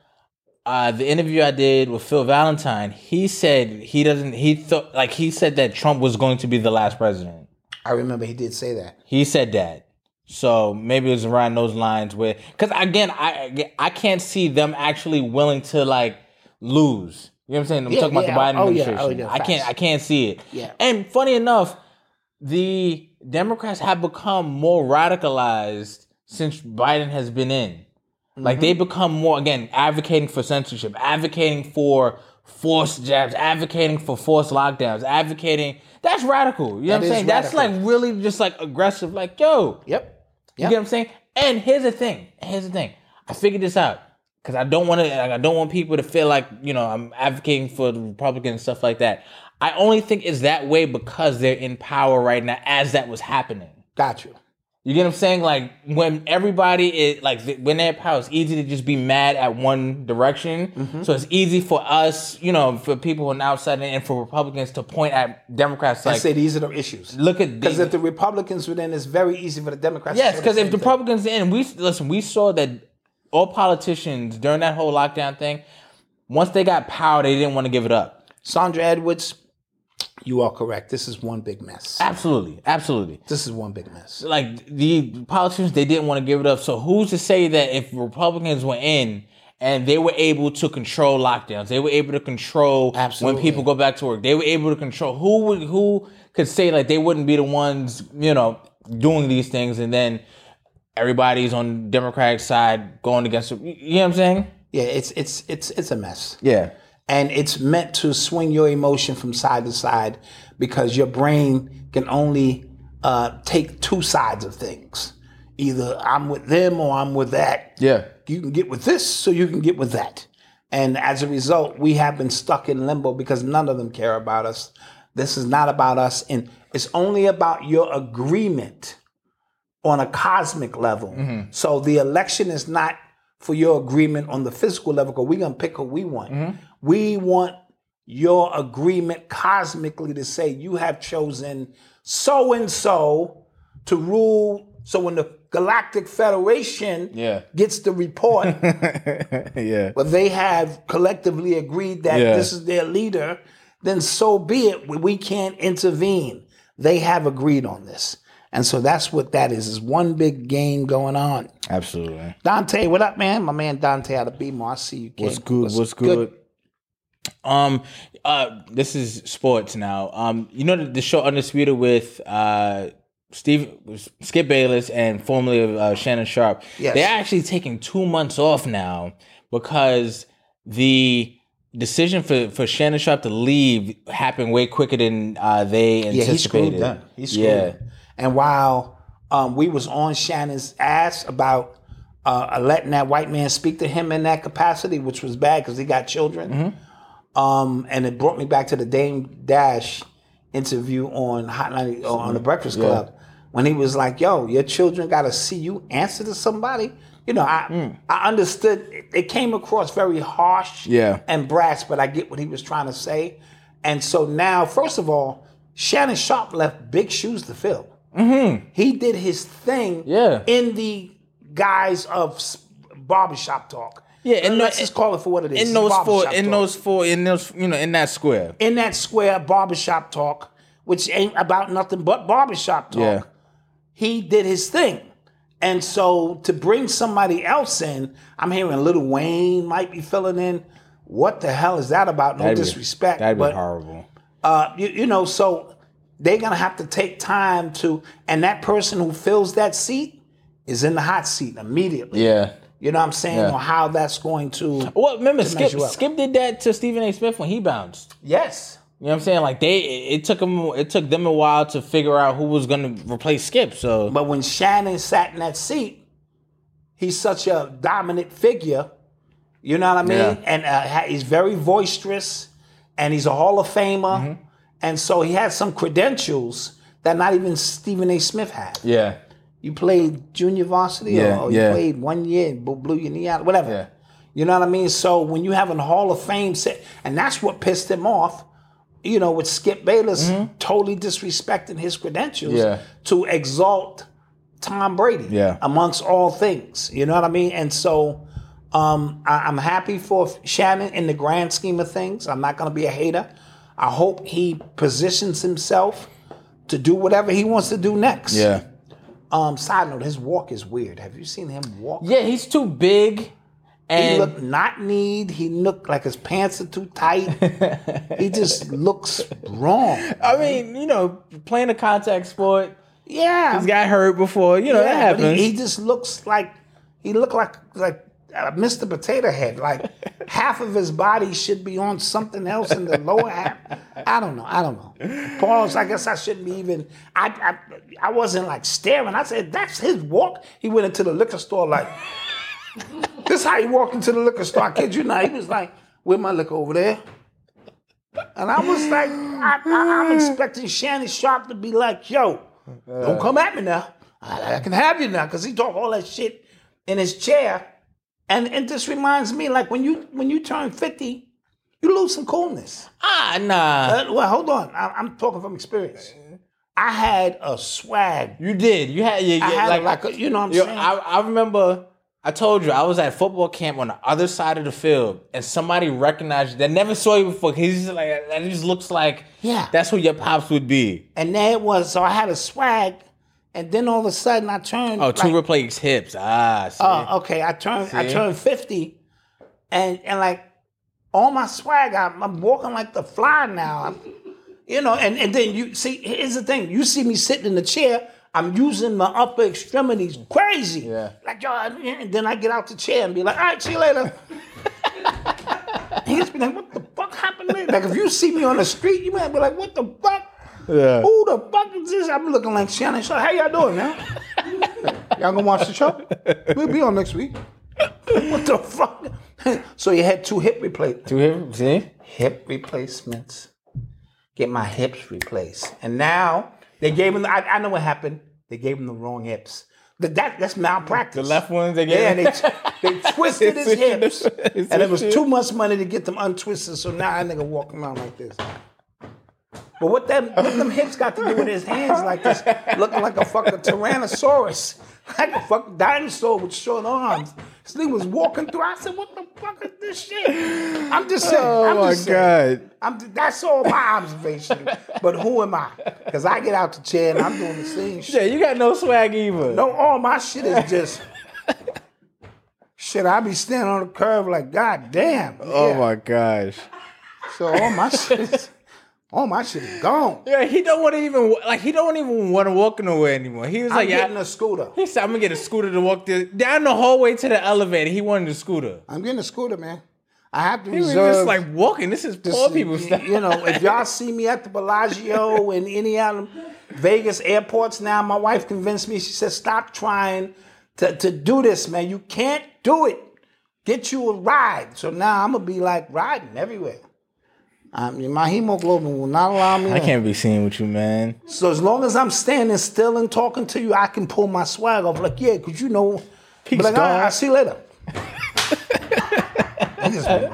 S2: uh, the interview I did with Phil Valentine. He said he doesn't. He thought like he said that Trump was going to be the last president.
S3: I remember he did say that.
S2: He said that. So maybe it was around those lines where, because again, I I can't see them actually willing to like lose. You know what I'm saying? I'm
S3: Yeah,
S2: talking about
S3: yeah.
S2: the Biden
S3: Oh, yeah. Oh,
S2: administration.
S3: yeah.
S2: I can't
S3: Facts.
S2: I can't see it.
S3: Yeah.
S2: And funny enough, the Democrats have become more radicalized since Biden has been in. Like
S3: Mm-hmm.
S2: they become more again advocating for censorship, advocating for forced jabs, advocating for forced lockdowns, advocating that's radical. You know
S3: That
S2: what I'm
S3: is
S2: saying? That's like
S3: radical.
S2: really just like aggressive, like, yo,
S3: Yep.
S2: you get what I'm saying? And here's the thing. Here's the thing. I figured this out because I don't want to. Like, I don't want people to feel like you know I'm advocating for the Republicans and stuff like that. I only think it's that way because they're in power right now, as that was happening.
S3: Got you.
S2: You get what I'm saying? Like when everybody is like th- when they're in power, it's easy to just be mad at one direction.
S3: Mm-hmm.
S2: So it's easy for us, you know, for people on the outside and for Republicans to point at Democrats
S3: I
S2: like,
S3: say these are the issues.
S2: look at
S3: Because
S2: the-
S3: if the Republicans were in, it's very easy for the Democrats.
S2: Yes,
S3: to say
S2: because if
S3: same
S2: the
S3: thing.
S2: Republicans in, we listen. We saw that all politicians during that whole lockdown thing, once they got power, they didn't want to give it up.
S3: Sandra Edwards, you are correct. This is one big mess.
S2: Absolutely, absolutely.
S3: This is one big mess.
S2: Like the politicians, they didn't want to give it up. So who's to say that if Republicans were in and they were able to control lockdowns, they were able to control when
S3: Absolutely.
S2: people go back to work, they were able to control who would who could say like they wouldn't be the ones you know doing these things, and then everybody's on the Democratic side going against. it. You you know what I'm saying?
S3: Yeah, it's it's it's it's a mess.
S2: Yeah.
S3: And it's meant to swing your emotion from side to side because your brain can only uh, take two sides of things. Either I'm with them or I'm with that.
S2: Yeah.
S3: You can get with this, so you can get with that. And as a result, we have been stuck in limbo because none of them care about us. This is not about us. And it's only about your agreement on a cosmic level. So the election is not for your agreement on the physical level because we're going to pick who we want. We want your agreement cosmically to say you have chosen so and so to rule. So when the Galactic Federation
S2: Yeah.
S3: gets the report,
S2: Yeah.
S3: but they have collectively agreed that
S2: Yeah.
S3: this is their leader, then so be it. We- We can't intervene. They have agreed on this. And so that's what that is. Is one big game going on.
S2: Absolutely.
S3: Dante, what up, man? My man Dante out of BMO. I see you. King.
S2: What's good? What's, good? Um, uh, this is sports now. Um, you know the, the show Undisputed with uh Steve Skip Bayless and formerly of uh, Shannon Sharp.
S3: Yes.
S2: They're actually taking two months off now because the decision for, for Shannon Sharp to leave happened way quicker than uh, they
S3: Yeah,
S2: anticipated.
S3: he screwed them. He screwed
S2: yeah.
S3: them. And while um, we was on Shannon's ass about uh, letting that white man speak to him in that capacity, which was bad because he got children,
S2: Mm-hmm.
S3: um, and it brought me back to the Dame Dash interview on Hot 90, or on the Breakfast Club when he was like, "Yo, your children got to see you answer to somebody." You know, I
S2: Hmm.
S3: I understood it, it came across very harsh
S2: Yeah.
S3: and brass, but I get what he was trying to say. And so now, first of all, Shannon Sharp left big shoes to fill. He did his thing
S2: Mm-hmm. Yeah.
S3: in the guise of s- barbershop talk. Uh,
S2: Yeah, and
S3: let's
S2: no-
S3: just call it for what it is.
S2: In
S3: It's
S2: those four,
S3: barbershop
S2: in
S3: talk.
S2: those four, in those, you know, in that square.
S3: in that square barbershop talk, which ain't about nothing but barbershop talk.
S2: Yeah.
S3: He did his thing. And so to bring somebody else in, I'm hearing Little Wayne might be filling in. What the hell is that about? No
S2: That'd be-
S3: disrespect.
S2: That'd be
S3: but
S2: horrible.
S3: uh, you, you know, so they're gonna have to take time to, and that person who fills that seat is in the hot seat immediately.
S2: Yeah.
S3: You know what I'm saying?
S2: Yeah.
S3: On how that's going to.
S2: Well, remember Skip?
S3: measure up.
S2: Skip did that to Stephen A. Smith when he bounced.
S3: Yes.
S2: You know what I'm saying? Like they, it, it took him, it took them a while to figure out who was gonna replace Skip. So
S3: But when Shannon sat in that seat, he's such a dominant figure. You know what I mean?
S2: Yeah.
S3: And uh, ha- he's very boisterous, and he's a Hall of Famer,
S2: Mm-hmm.
S3: and so he has some credentials that not even Stephen A. Smith had.
S2: yeah,
S3: You played junior varsity,
S2: Yeah,
S3: or, or
S2: yeah.
S3: you played one year and blew- blew your knee out, whatever.
S2: Yeah.
S3: You know what I mean? So when you have a Hall of Fame set, and that's what pissed him off. You know, with Skip Bayless
S2: Mm-hmm.
S3: totally disrespecting his credentials
S2: Yeah.
S3: to exalt Tom Brady
S2: Yeah.
S3: amongst all things. You know what I mean? And so um, I, I'm happy for Shannon in the grand scheme of things. I'm not going to be a hater. I hope he positions himself to do whatever he wants to do next.
S2: Yeah.
S3: Um, side note, his walk is weird. Have you seen him walk?
S2: Yeah, he's too big.
S3: He
S2: And
S3: looked not need. He looked like his pants are too tight. he just looks wrong.
S2: I mean, you know, playing a contact sport,
S3: Yeah,
S2: he's got hurt before. You know, that
S3: Yeah, but he-
S2: happens.
S3: He, just looks like he looked like like uh, Mr. Potato Head. Like half of his body should be on something else in the lower half. I don't know. I don't know. Pause. I guess I shouldn't be even. I I, I wasn't like staring. I said that's his walk. He went into the liquor store like. this how he walked into the liquor store. I kid you not. He was like, "Where my liquor over there?" And I was like, I, I, I'm expecting Shannon Sharp to be like, yo, don't come at me now. I, I can have you now, because he talk all that shit in his chair. And and this reminds me, like when you when you turn 50, you lose some coolness.
S2: ah, nah.
S3: Uh, well, hold on. I, I'm talking from experience. I had a swag.
S2: You did. You had, yeah, yeah,
S3: I had
S2: like,
S3: like, a, you know what I'm
S2: Yo,
S3: saying?
S2: I, I remember I told you I was at football camp on the other side of the field, and somebody recognized you. They never saw you before. He's just like that. Just looks like
S3: Yeah.
S2: That's who your pops would be.
S3: and there it was. So I had a swag. And then all of a sudden I turned
S2: Oh,
S3: like,
S2: Tuba plays hips. Ah, see?
S3: Oh, okay. I turned I
S2: See?
S3: turned fifty, and and like all my swag, I'm, I'm walking like the fly now. I'm- you know, and and then you see. Here's the thing: you see me sitting in the chair. I'm using my upper extremities crazy.
S2: Yeah.
S3: Like yo, and then I get out the chair and be like, "All right, see you later." He's be like, "What the fuck happened?" Later? Like if you see me on the street, you might be like, "What the fuck?"
S2: Yeah.
S3: Who the fuck is this? I'm looking like Shannon Sharp. How y'all doing, man? y'all gonna watch the show? We'll be on next week. What the fuck? so you had two hip replacements.
S2: Two hip. See,
S3: Hip replacements. Get my hips replaced. And now they gave him. I, I know what happened. They gave him the wrong hips. That, that that's malpractice.
S2: the left ones. They
S3: Yeah,
S2: get
S3: they, they twisted his
S2: It's in the-
S3: hips,
S2: it's
S3: and it
S2: in
S3: was
S2: the-
S3: too much money to get them untwisted. So now I nigga walking around like this. But what that what them hips got to do with his hands like this, looking like a fucking tyrannosaurus, like a fucking dinosaur with short arms. This nigga was walking through. I said, "What the fuck is this shit?" I'm just saying.
S2: Oh
S3: I'm
S2: my
S3: just saying.
S2: God.
S3: I'm just- that's all my observation. but who am I? Because I get out the chair and I'm doing the same shit.
S2: yeah, you got no swag either.
S3: No, all my shit is just shit. I be standing on the curb like, God damn.
S2: Oh
S3: Yeah.
S2: my gosh.
S3: So all my shit, is, all my shit is gone.
S2: Yeah, he don't want to even like he don't even want to walk nowhere anymore. He was
S3: I'm
S2: like,
S3: getting
S2: yeah.
S3: a scooter.
S2: He said, I'm gonna get a scooter to walk the, down the hallway to the elevator. He wanted a scooter.
S3: I'm getting a scooter, man. I have to
S2: He was
S3: reserve.
S2: just like walking. This is
S3: this-
S2: poor people stuff.
S3: You know, if y'all see me at the Bellagio and any other Vegas airports now, my wife convinced me. She said, "Stop trying to to do this, man. You can't do it. Get you a ride." So now I'm gonna be like riding everywhere. I mean, my hemoglobin will not allow me.
S2: I
S3: to-
S2: can't be seen with you, man.
S3: So as long as I'm standing still and talking to you, I can pull my swag off. Like, yeah, because you know, be
S2: Peace,
S3: like, "All right,
S2: dog."
S3: I'll see you later. Niggas been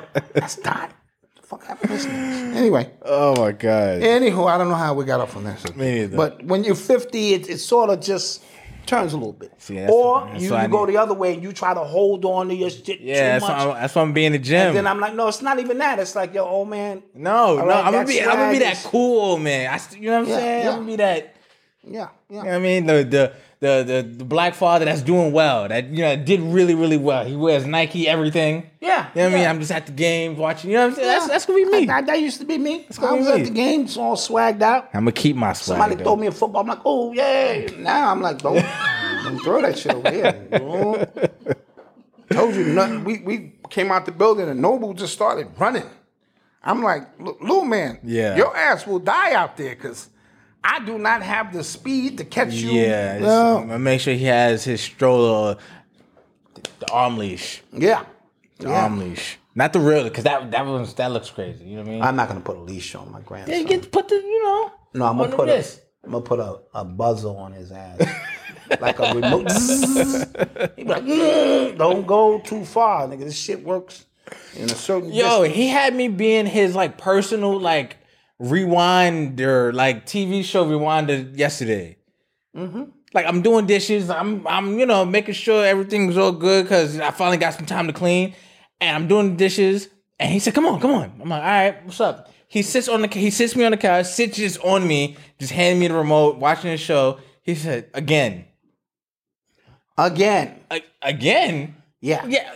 S3: like, That's not. The fuck happened to this niggas? Anyway,
S2: Oh my god.
S3: anywho, I don't know how we got off on that.
S2: Me neither.
S3: But when you're 50, it, it sort of just turns a little bit.
S2: See, that's-
S3: or
S2: that's
S3: you,
S2: what I
S3: you go
S2: need.
S3: the other way and you try to hold on to your shit too
S2: yeah, that's
S3: much.
S2: why, I'm, that's why I'm being in the gym.
S3: and then I'm like, no, it's not even that. It's like, yo, old man.
S2: no, no,
S3: right,
S2: I'm gonna
S3: that
S2: be, I'm gonna be
S3: swag
S2: that
S3: is-
S2: cool old man. I, st- you know what I'm
S3: Yeah,
S2: saying?
S3: yeah.
S2: I'm gonna be that.
S3: Yeah, yeah.
S2: You know what I mean, the the the the, the black father that's doing well, that you know did really really well. He wears Nike everything.
S3: Yeah,
S2: you know what I mean.
S3: yeah.
S2: I'm just at the games watching. You know what I'm saying? That's that's gonna be me.
S3: That, that used to be me.
S2: gonna
S3: I
S2: be
S3: was
S2: me.
S3: at the games all swagged out.
S2: I'm gonna keep my swag.
S3: Somebody
S2: though.
S3: throw me a football. I'm like, oh yeah. Now I'm like, don't, don't throw that shit over here. bro. Told you nothing. We we came out the building and Noble just started running. I'm like, "Look, little man,
S2: Yeah.
S3: your ass will die out there because I do not have the speed to catch you.
S2: Yeah, it's- I'm gonna make sure he has his stroller, the, the arm leash,
S3: yeah.
S2: the arm leash, not the real, because that that one's that looks crazy. You know what I mean?
S3: I'm not gonna put a leash on my grandson.
S2: yeah, you get put the you know.
S3: No, I'm
S2: on
S3: gonna
S2: the
S3: put a,
S2: wrist.
S3: I'm gonna put a, a buzzer on his ass. like a remote. he be like, "Mm, don't go too far, nigga. This shit works in a certain
S2: Yo,
S3: distance.
S2: he had me being his like personal like rewinder, like TV show rewinder yesterday. Like I'm doing dishes, I'm I'm you know making sure everything's all good because I finally got some time to clean, and I'm doing the dishes. And he said, "Come on, come on." I'm like, "All right, what's up?" He sits on the he sits me on the couch, sits just on me, just hand me the remote, watching the show. He said, "Again,
S3: Again.
S2: A- again,
S3: Yeah.
S2: yeah,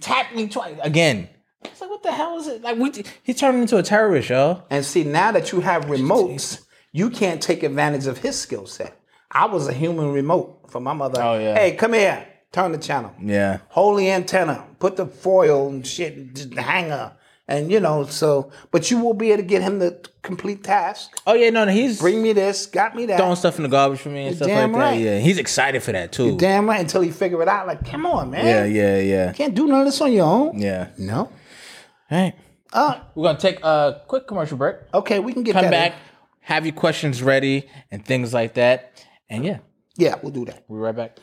S2: tap me twice again." I was like, "What the hell is it?" Like, we, he turned into a terrorist, yo.
S3: And see, now that you have remotes, you can't take advantage of his skill set. I was a human remote for my mother.
S2: Oh, yeah.
S3: Hey, come here. Turn the channel.
S2: Yeah,
S3: Holy antenna. Put the foil and shit and just hang her. And you know, so but you will be able to get him the complete task.
S2: Oh yeah, no, no he's
S3: Bring me this, got me that.
S2: throwing stuff in the garbage for me and stuff
S3: damn
S2: like
S3: right.
S2: that. Yeah, he's excited for that too.
S3: Damn right until he figure it out. Like, come on, man.
S2: yeah, yeah, yeah,
S3: Can't do none of this on your own.
S2: yeah.
S3: No.
S2: All right,
S3: Uh,
S2: we're gonna take a quick commercial break.
S3: okay, we can get
S2: Come
S3: that in.
S2: back, have your questions ready and things like that. And yeah,
S3: Yeah, we'll do that.
S2: we'll be right back.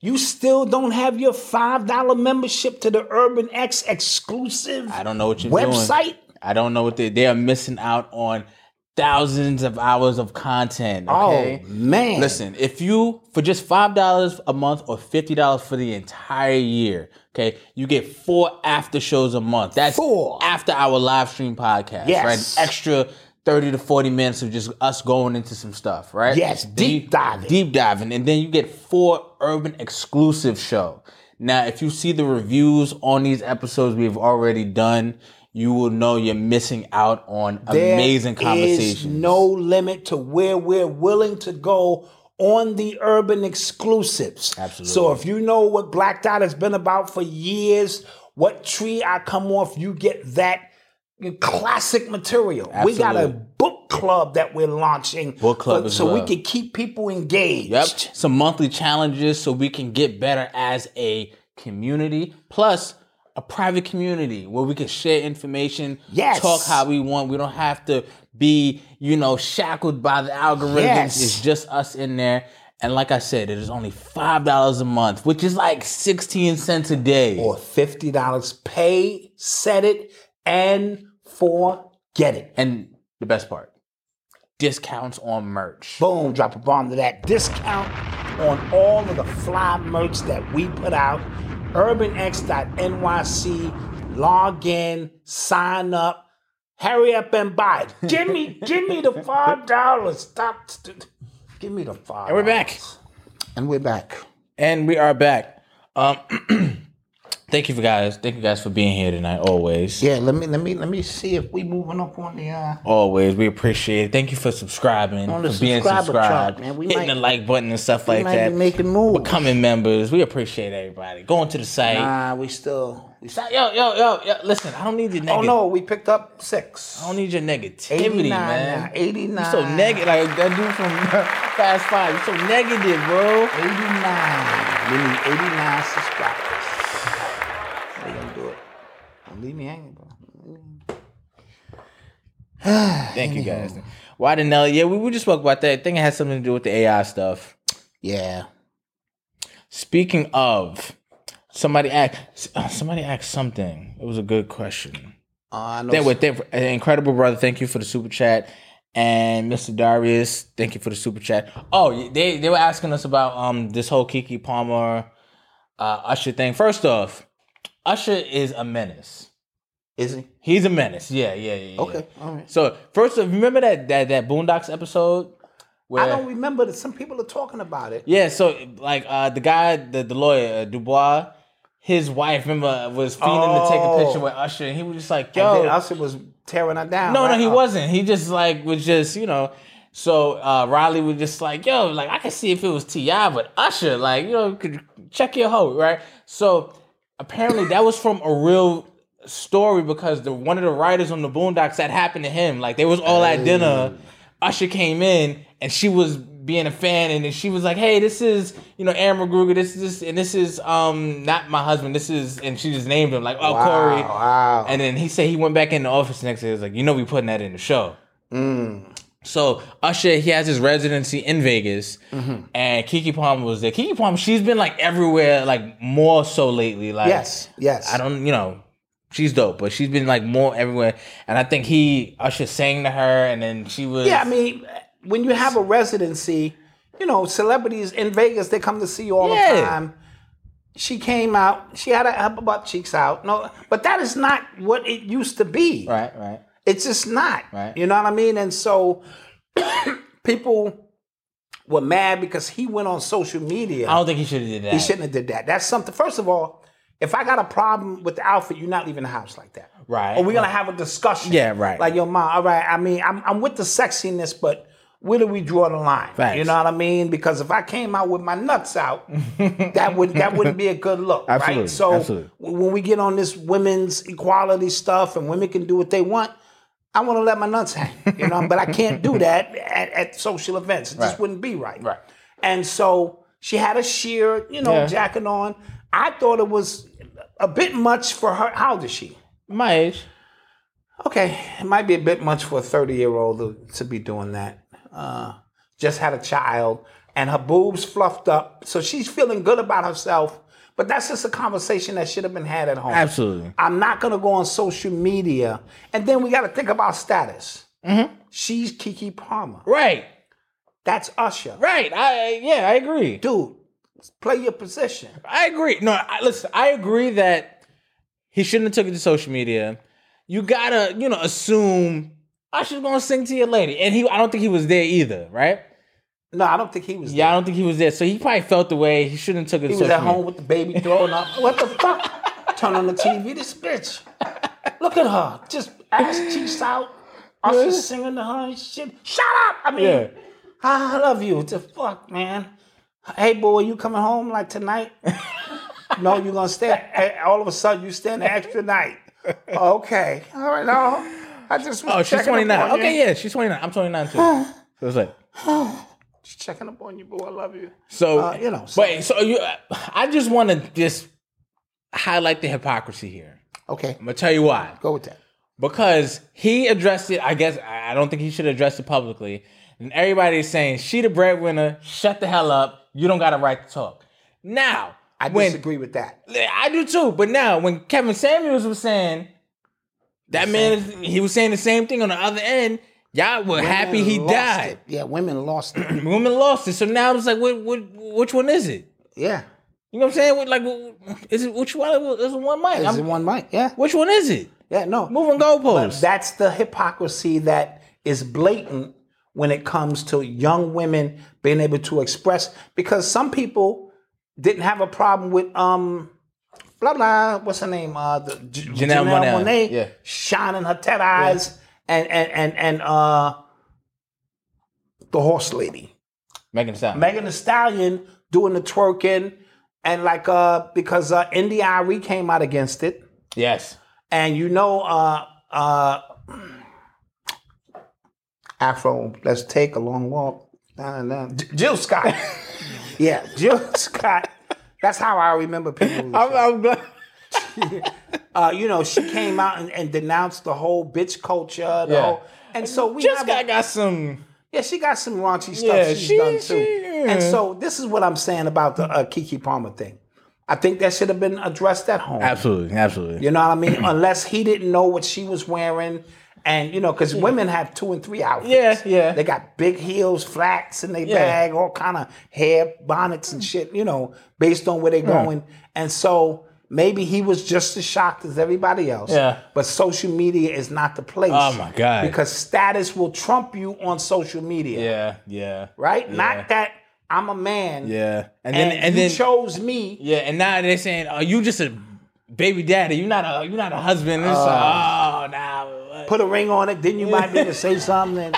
S3: You still don't have your five dollar membership to the Urban X exclusive
S2: I don't know what you're doing.
S3: website.
S2: I don't know what they they are missing out on thousands of hours of content. Okay.
S3: Oh man!
S2: Listen, if you for just five dollars a month or fifty dollars for the entire year, okay, you get four after shows a month. That's
S3: Four.
S2: after our live stream podcast.
S3: Yes.
S2: Right. Extra thirty to forty minutes of just us going into some stuff, right?
S3: Yes,
S2: Then
S3: deep
S2: you-
S3: diving.
S2: Deep diving. And then you get four urban exclusive show. Now, if you see the reviews on these episodes we've already done, you will know you're missing out on
S3: There
S2: amazing
S3: is
S2: conversations.
S3: no limit to where we're willing to go on the Urban exclusives. Absolutely. So if you know what Blacked Out has been about for years, what tree I come off, you get that classic material. We got a
S2: Absolutely.
S3: book club that we're launching.
S2: Book club
S3: for-
S2: as
S3: so
S2: well.
S3: we can keep people engaged.
S2: Yep. Some monthly challenges so we can get better as a community. Plus, a private community where we can share information,
S3: Yes.
S2: talk how we want. We don't have to be, you know, shackled by the algorithms.
S3: Yes.
S2: It's just us in there. And like I said, it is only five dollars a month, which is like sixteen cents a day.
S3: or fifty dollars. Pay, set it, and forget it.
S2: And the best part, discounts on merch.
S3: Boom! Drop a bomb to that discount on all of the fly merch that we put out. UrbanX.nyc. Log in, sign up, hurry up and buy it. Give me, give me the five dollars. Stop. st- Give me the five.
S2: And we're back.
S3: And we're back.
S2: And we are back. Um, thank you for guys. Thank you guys for being here tonight. Always.
S3: Yeah. Let me, let me, let me see if we moving up on the. Uh,
S2: Always, we appreciate it. Thank you for subscribing,
S3: On
S2: for
S3: the
S2: being
S3: subscriber chart,
S2: subscribed,
S3: man. We
S2: hitting
S3: might-
S2: the like button and stuff like
S3: might
S2: that.
S3: be making moves.
S2: becoming members. We appreciate everybody going to the site.
S3: nah, we still. We still
S2: Yo, yo, yo, yo! Listen, I don't need your
S3: oh
S2: negativity.
S3: no, we picked up six.
S2: I don't need your negativity,
S3: 89,
S2: man.
S3: now, 89.
S2: You so negative, like that dude from Fast Five. You so negative, bro.
S3: 89. We need 89 subscribers. How you gonna do it? Don't leave me hanging, bro.
S2: Thank you guys. Why the hell? Yeah, we, we just spoke about that. I think it has something to do with the AI stuff.
S3: Yeah.
S2: Speaking of, somebody asked somebody asked something. It was a good question.
S3: Uh, I know.
S2: Thank, wait, thank, uh, incredible brother, thank you for the super chat. And Mr. Darius, thank you for the super chat. Oh, they they were asking us about um this whole Kiki Palmer uh, Usher thing. First off, Usher is a menace.
S3: Is he?
S2: He's a menace. Yeah, yeah, yeah. yeah.
S3: Okay. All right.
S2: So first off, remember that that that Boondocks episode where
S3: I don't remember that some people are talking about it.
S2: yeah, so like uh the guy, the, the lawyer uh, Dubois, his wife remember was feeding to take a
S3: Oh.
S2: picture with Usher, and he was just like,
S3: And
S2: yo,
S3: then Usher was tearing her down.
S2: No, no,
S3: right?
S2: he
S3: Uh,
S2: wasn't. He just like was just you know. So uh, Riley was just like, "Yo, like I could see if it was Ti, but Usher, like you know, could check your hoe, right?" So apparently that was from a real story because the one of the writers on the Boondocks that happened to him. Like they was all at dinner. Usher came in and she was being a fan, and then she was like, "Hey, this is you know Aaron McGruger. This is this, and this is um not my husband. This is," and she just named him like, "Oh, Corey."
S3: Wow.
S2: And then he said he went back in the office the next day. He was like, you know, we putting that in the show.
S3: Mm.
S2: So Usher, he has his residency in Vegas,
S3: Mm-hmm.
S2: and Kiki Palmer was there. Kiki Palmer, she's been like everywhere, like more so lately. Like,
S3: Yes. Yes.
S2: I don't, you know, she's dope, but she's been like more everywhere. And I think he Usher sang to her, and then she was.
S3: Yeah, I mean, when you have a residency, you know, celebrities in Vegas, they come to see you all
S2: Yeah.
S3: the time. she came out. She had her upper butt cheeks out. No, but that is not what it used to be.
S2: Right, right.
S3: It's just not.
S2: Right.
S3: You know what I mean? And so people were mad because he went on social media.
S2: I don't think he should have did that.
S3: He shouldn't have did that. That's something. First of all, if I got a problem with the outfit, you're not leaving the house like that.
S2: Right.
S3: Or we're gonna have a discussion.
S2: Yeah, right.
S3: Like your mom. All right. I mean, I'm, I'm with the sexiness, but where do we draw the line?
S2: Facts.
S3: You know what I mean? Because if I came out with my nuts out, that would that wouldn't be a good look,
S2: Absolutely,
S3: right? So
S2: absolutely.
S3: w- when we get on this women's equality stuff and women can do what they want. I want to let my nuts hang, you know, but I can't do that at, at social events. It just
S2: Right.
S3: wouldn't be right.
S2: Right.
S3: And so she had a sheer, you know,
S2: Yeah.
S3: jacket on. I thought it was a bit much for her. How old is she?
S2: My age.
S3: Okay, it might be a bit much for a 30 year old to, to be doing that. Uh, just had a child and her boobs fluffed up. So she's feeling good about herself. But that's just a conversation that should have been had at home.
S2: Absolutely.
S3: I'm not going to go on social media. And then we got to think about status. She's Kiki Palmer.
S2: Right.
S3: That's Usher.
S2: Right. I yeah, I agree.
S3: Dude, play your position.
S2: I agree. No, I, listen, I agree that he shouldn't have took it to social media. You gotta, you know, assume Usher's gonna sing to your lady, and he. I don't think he was there either, right?
S3: No, I don't think he was.
S2: Yeah, I
S3: there.
S2: don't think he was there, so he probably felt the way he shouldn't have took it.
S3: he
S2: to
S3: was
S2: social
S3: at home
S2: media.
S3: with the baby throwing up. What the fuck? Turn on the TV. This bitch. Look at her. Just ass cheeks out. Usher singing to her and shit. Shut up. I mean,
S2: Yeah.
S3: I love you. What the fuck, man? Hey, boy, you coming home like tonight? no, you gonna stay. Hey, all of a sudden, you staying an extra night. Okay. All right. No, I just was
S2: Oh, she's
S3: checking up
S2: twenty nine.
S3: on you.
S2: Okay, yeah, she's twenty nine. I'm twenty nine too. so it's like,
S3: Just checking up on you, boy. I love you.
S2: so
S3: Uh, you know, so-
S2: But so you, I just want to just highlight the hypocrisy here.
S3: Okay.
S2: I'm gonna tell you why.
S3: Go with that.
S2: because he addressed it. I guess I I don't think he should address it publicly. And everybody's saying she the breadwinner. Shut the hell up. You don't got a right to talk. Now
S3: I
S2: when,
S3: disagree with that.
S2: I do too. But now when Kevin Samuels was saying that man, is- he was saying the same thing on the other end. Y'all were happy he
S3: Women lost
S2: died.
S3: it. Yeah, women lost it.
S2: Women lost it. So now it's like, what, what, which one is it?
S3: Yeah.
S2: You know what I'm saying? What- Like, what- is it which one? Is it one mic?
S3: Is it
S2: I'm-
S3: one mic? Yeah.
S2: Which one is it?
S3: Yeah, no.
S2: Moving
S3: But
S2: goalposts.
S3: that's the hypocrisy that is blatant when it comes to young women being able to express because some people didn't have a problem with um blah blah what's her name uh the J-
S2: Janelle Monáe,
S3: Monáe
S2: yeah.
S3: shining her ted eyes and and and and uh the horse lady
S2: Making sound.
S3: Megan Thee Stallion doing the twerking and like uh because uh Indy Irie came out against it
S2: yes.
S3: and you know uh uh Afro let's take a long walk Nah, nah, nah. J- Jill Scott yeah Jill Scott that's how I remember people
S2: I'm, I'm glad.
S3: uh, you know she came out and, and denounced the whole bitch culture the
S2: Yeah.
S3: whole, and so we
S2: Just
S3: have
S2: got
S3: a-
S2: got some.
S3: Yeah, she got some raunchy stuff
S2: Yeah,
S3: she's
S2: she-
S3: done too.
S2: she- yeah.
S3: And so this is what I'm saying about the uh, Kiki Palmer thing. I think that should have been addressed at home.
S2: Absolutely, absolutely.
S3: You know what I mean? Unless he didn't know what she was wearing. And you know, because women have two and three outfits.
S2: Yeah, yeah.
S3: They got big heels, flats in their
S2: Yeah.
S3: bag, all kind of hair bonnets and shit. You know, based on where they're going. And so maybe he was just as shocked as everybody else.
S2: Yeah.
S3: But social media is not the place.
S2: Oh, my God.
S3: Because status will trump you on social media
S2: Yeah, yeah.
S3: right?
S2: Yeah.
S3: Not that I'm a man.
S2: Yeah, and
S3: And,
S2: then and,
S3: you
S2: then
S3: chose me.
S2: yeah, and now they're saying, "Oh, you just a baby daddy. You're not a you're not a husband." It's
S3: Uh,
S2: like, oh, now
S3: Put a ring on it. Then you might be able to say something. and,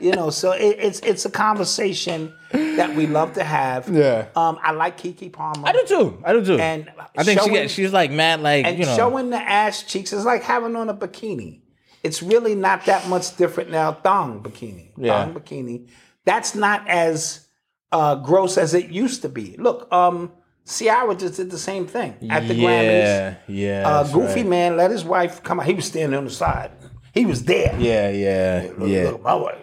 S3: you know, so it, it's it's a conversation that we love to have.
S2: Yeah.
S3: Um, I like Kiki Palmer.
S2: I do too. I do too.
S3: And
S2: I think she
S3: showing-
S2: got, she's like mad, like
S3: and
S2: you know.
S3: showing the ass cheeks is like having on a bikini. It's really not that much different now. Thong bikini,
S2: Yeah.
S3: thong bikini. That's not as uh, gross as it used to be. Look, um, Ciara just did the same thing at the Grammys.
S2: yeah, yeah.
S3: Uh,
S2: that's
S3: goofy
S2: right.
S3: man let his wife come out. He was standing on the side. He was there.
S2: Yeah, yeah,
S3: Look,
S2: yeah,
S3: look, my wife.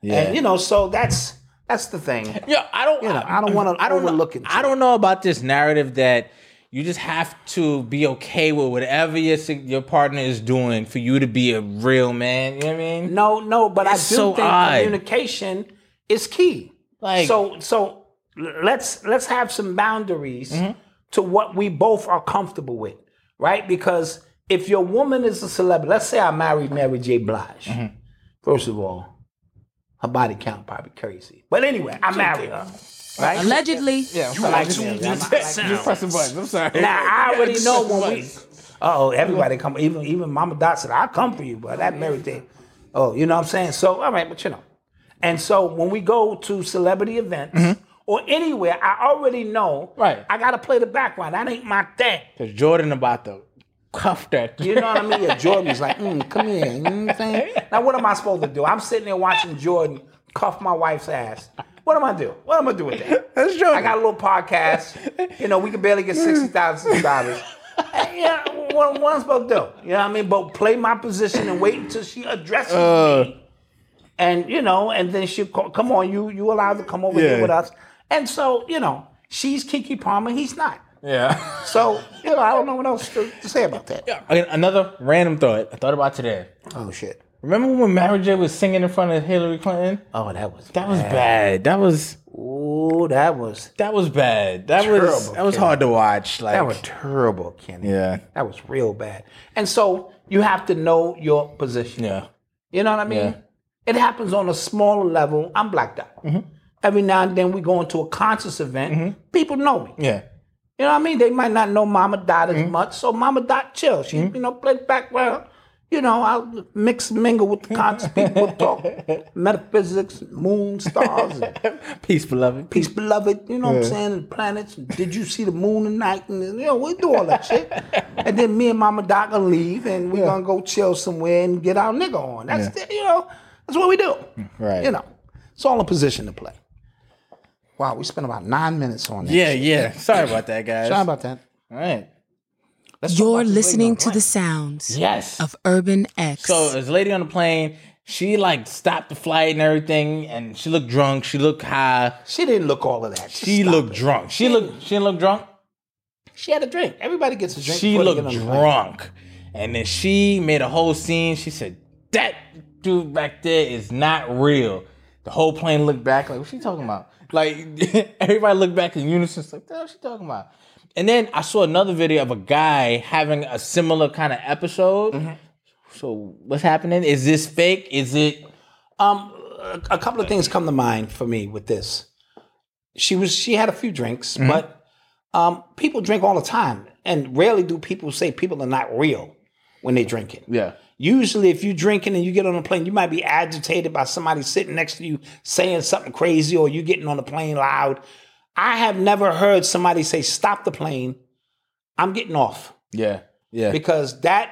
S2: yeah.
S3: And you know, so that's that's the thing.
S2: Yeah, I don't.
S3: You know, I don't wanna
S2: I don't know-
S3: overlook it.
S2: I don't know about this narrative that you just have to be okay with whatever your sig- your partner is doing for you to be a real man. You know what I mean?
S3: No, no, but I do
S2: It's so
S3: think
S2: odd.
S3: communication is key.
S2: Like-
S3: so so l- let's let's have some boundaries to what we both are comfortable with, right? Because if your woman is a celebrity, let's say I married Mary J. Blige. First of all, her body count probably crazy. But anyway, I married her, right?
S6: Allegedly.
S4: You are tuned into the
S2: Pressing
S4: sounds
S2: buttons. I'm sorry.
S3: Now I already know when we. Oh, everybody come. Even even Mama Dot said, "I'll come for you," but that Mary thing. Oh, you know what I'm saying. So all right, but you know. And so when we go to celebrity events or anywhere, I already know.
S2: Right.
S3: I gotta play the background. That ain't my thing.
S2: Because Jordan about to cuff that.
S3: You know what I mean? Yeah, Jordan's like, mm, come here. You know what I'm saying? Now, what am I supposed to do? I'm sitting there watching Jordan cuff my wife's ass. What am I do? What am I do with that?
S2: That's Jordan.
S3: I got a little podcast. You know, we can barely get 60,000 subscribers. yeah, what, what am I supposed to do? You know what I mean? But play my position and wait until she addresses
S2: Uh.
S3: me. And, you know, and then she'll call, come on, you you allowed to come over
S2: Yeah.
S3: here with us. And so, you know, she's Kiki Palmer, he's not.
S2: Yeah.
S3: So, you know, I don't know what else to, to say about that.
S2: Again, another random thought I thought about today.
S3: Oh, shit.
S2: Remember when Mary J was singing in front of Hillary Clinton?
S3: Oh, that was
S2: That was bad. That was
S3: Oh, that was
S2: that was bad. That was
S3: Terrible,
S2: that was
S3: Kenny.
S2: hard to watch. Like
S3: that was terrible, Kenny.
S2: Yeah.
S3: that was real bad. And so you have to know your position.
S2: yeah.
S3: You know what I mean?
S2: Yeah.
S3: It happens on a smaller level. I'm blacked out. Every now and then we go into a conscious event. People know me.
S2: Yeah.
S3: You know what I mean? They might not know Mama Dot as much, so Mama Dot chill. She, you know, play the background. You know, I'll mix mingle with the conscious people, talk metaphysics, moon, stars, and
S2: Peace, beloved.
S3: peace beloved, you know what I'm saying, and planets, and did you see the moon tonight? And you know, we do all that shit. And then me and Mama Doc gonna leave and we're gonna go chill somewhere and get our nigga on. That's the, you know, that's what we do.
S2: Right.
S3: You know. It's all a position to play. Wow, we spent about nine minutes on that.
S2: Yeah, yeah. Sorry about that, guys.
S3: Sorry about that.
S2: All right.
S6: You're listening to the sounds
S2: Yes.
S6: of Urban X.
S2: So this lady on the plane, she like stopped the flight and everything, and she looked drunk. She looked high.
S3: She didn't look all of that. Just
S2: She
S3: stop
S2: looked
S3: it.
S2: drunk. She looked. She didn't look drunk.
S3: She had a drink. Everybody gets a drink.
S2: She
S3: before they get
S2: looked
S3: on the plane.
S2: drunk, and then she made a whole scene. She said that dude back there is not real. The whole plane looked back like, what she talking about? Like everybody looked back in unison, it's like, what she talking about? And then I saw another video of a guy having a similar kind of episode.
S3: Mm-hmm.
S2: So what's happening? Is this fake? Is it?
S3: Um, a, a couple of things come to mind for me with this. She was she had a few drinks,
S2: Mm-hmm.
S3: but um, people drink all the time, and rarely do people say people are not real when they're drinking.
S2: Yeah.
S3: Usually, if you're drinking and you get on a plane, you might be agitated by somebody sitting next to you saying something crazy, or you getting on the plane loud. I have never heard somebody say, "Stop the plane, I'm getting off,"
S2: Yeah. Yeah.
S3: because that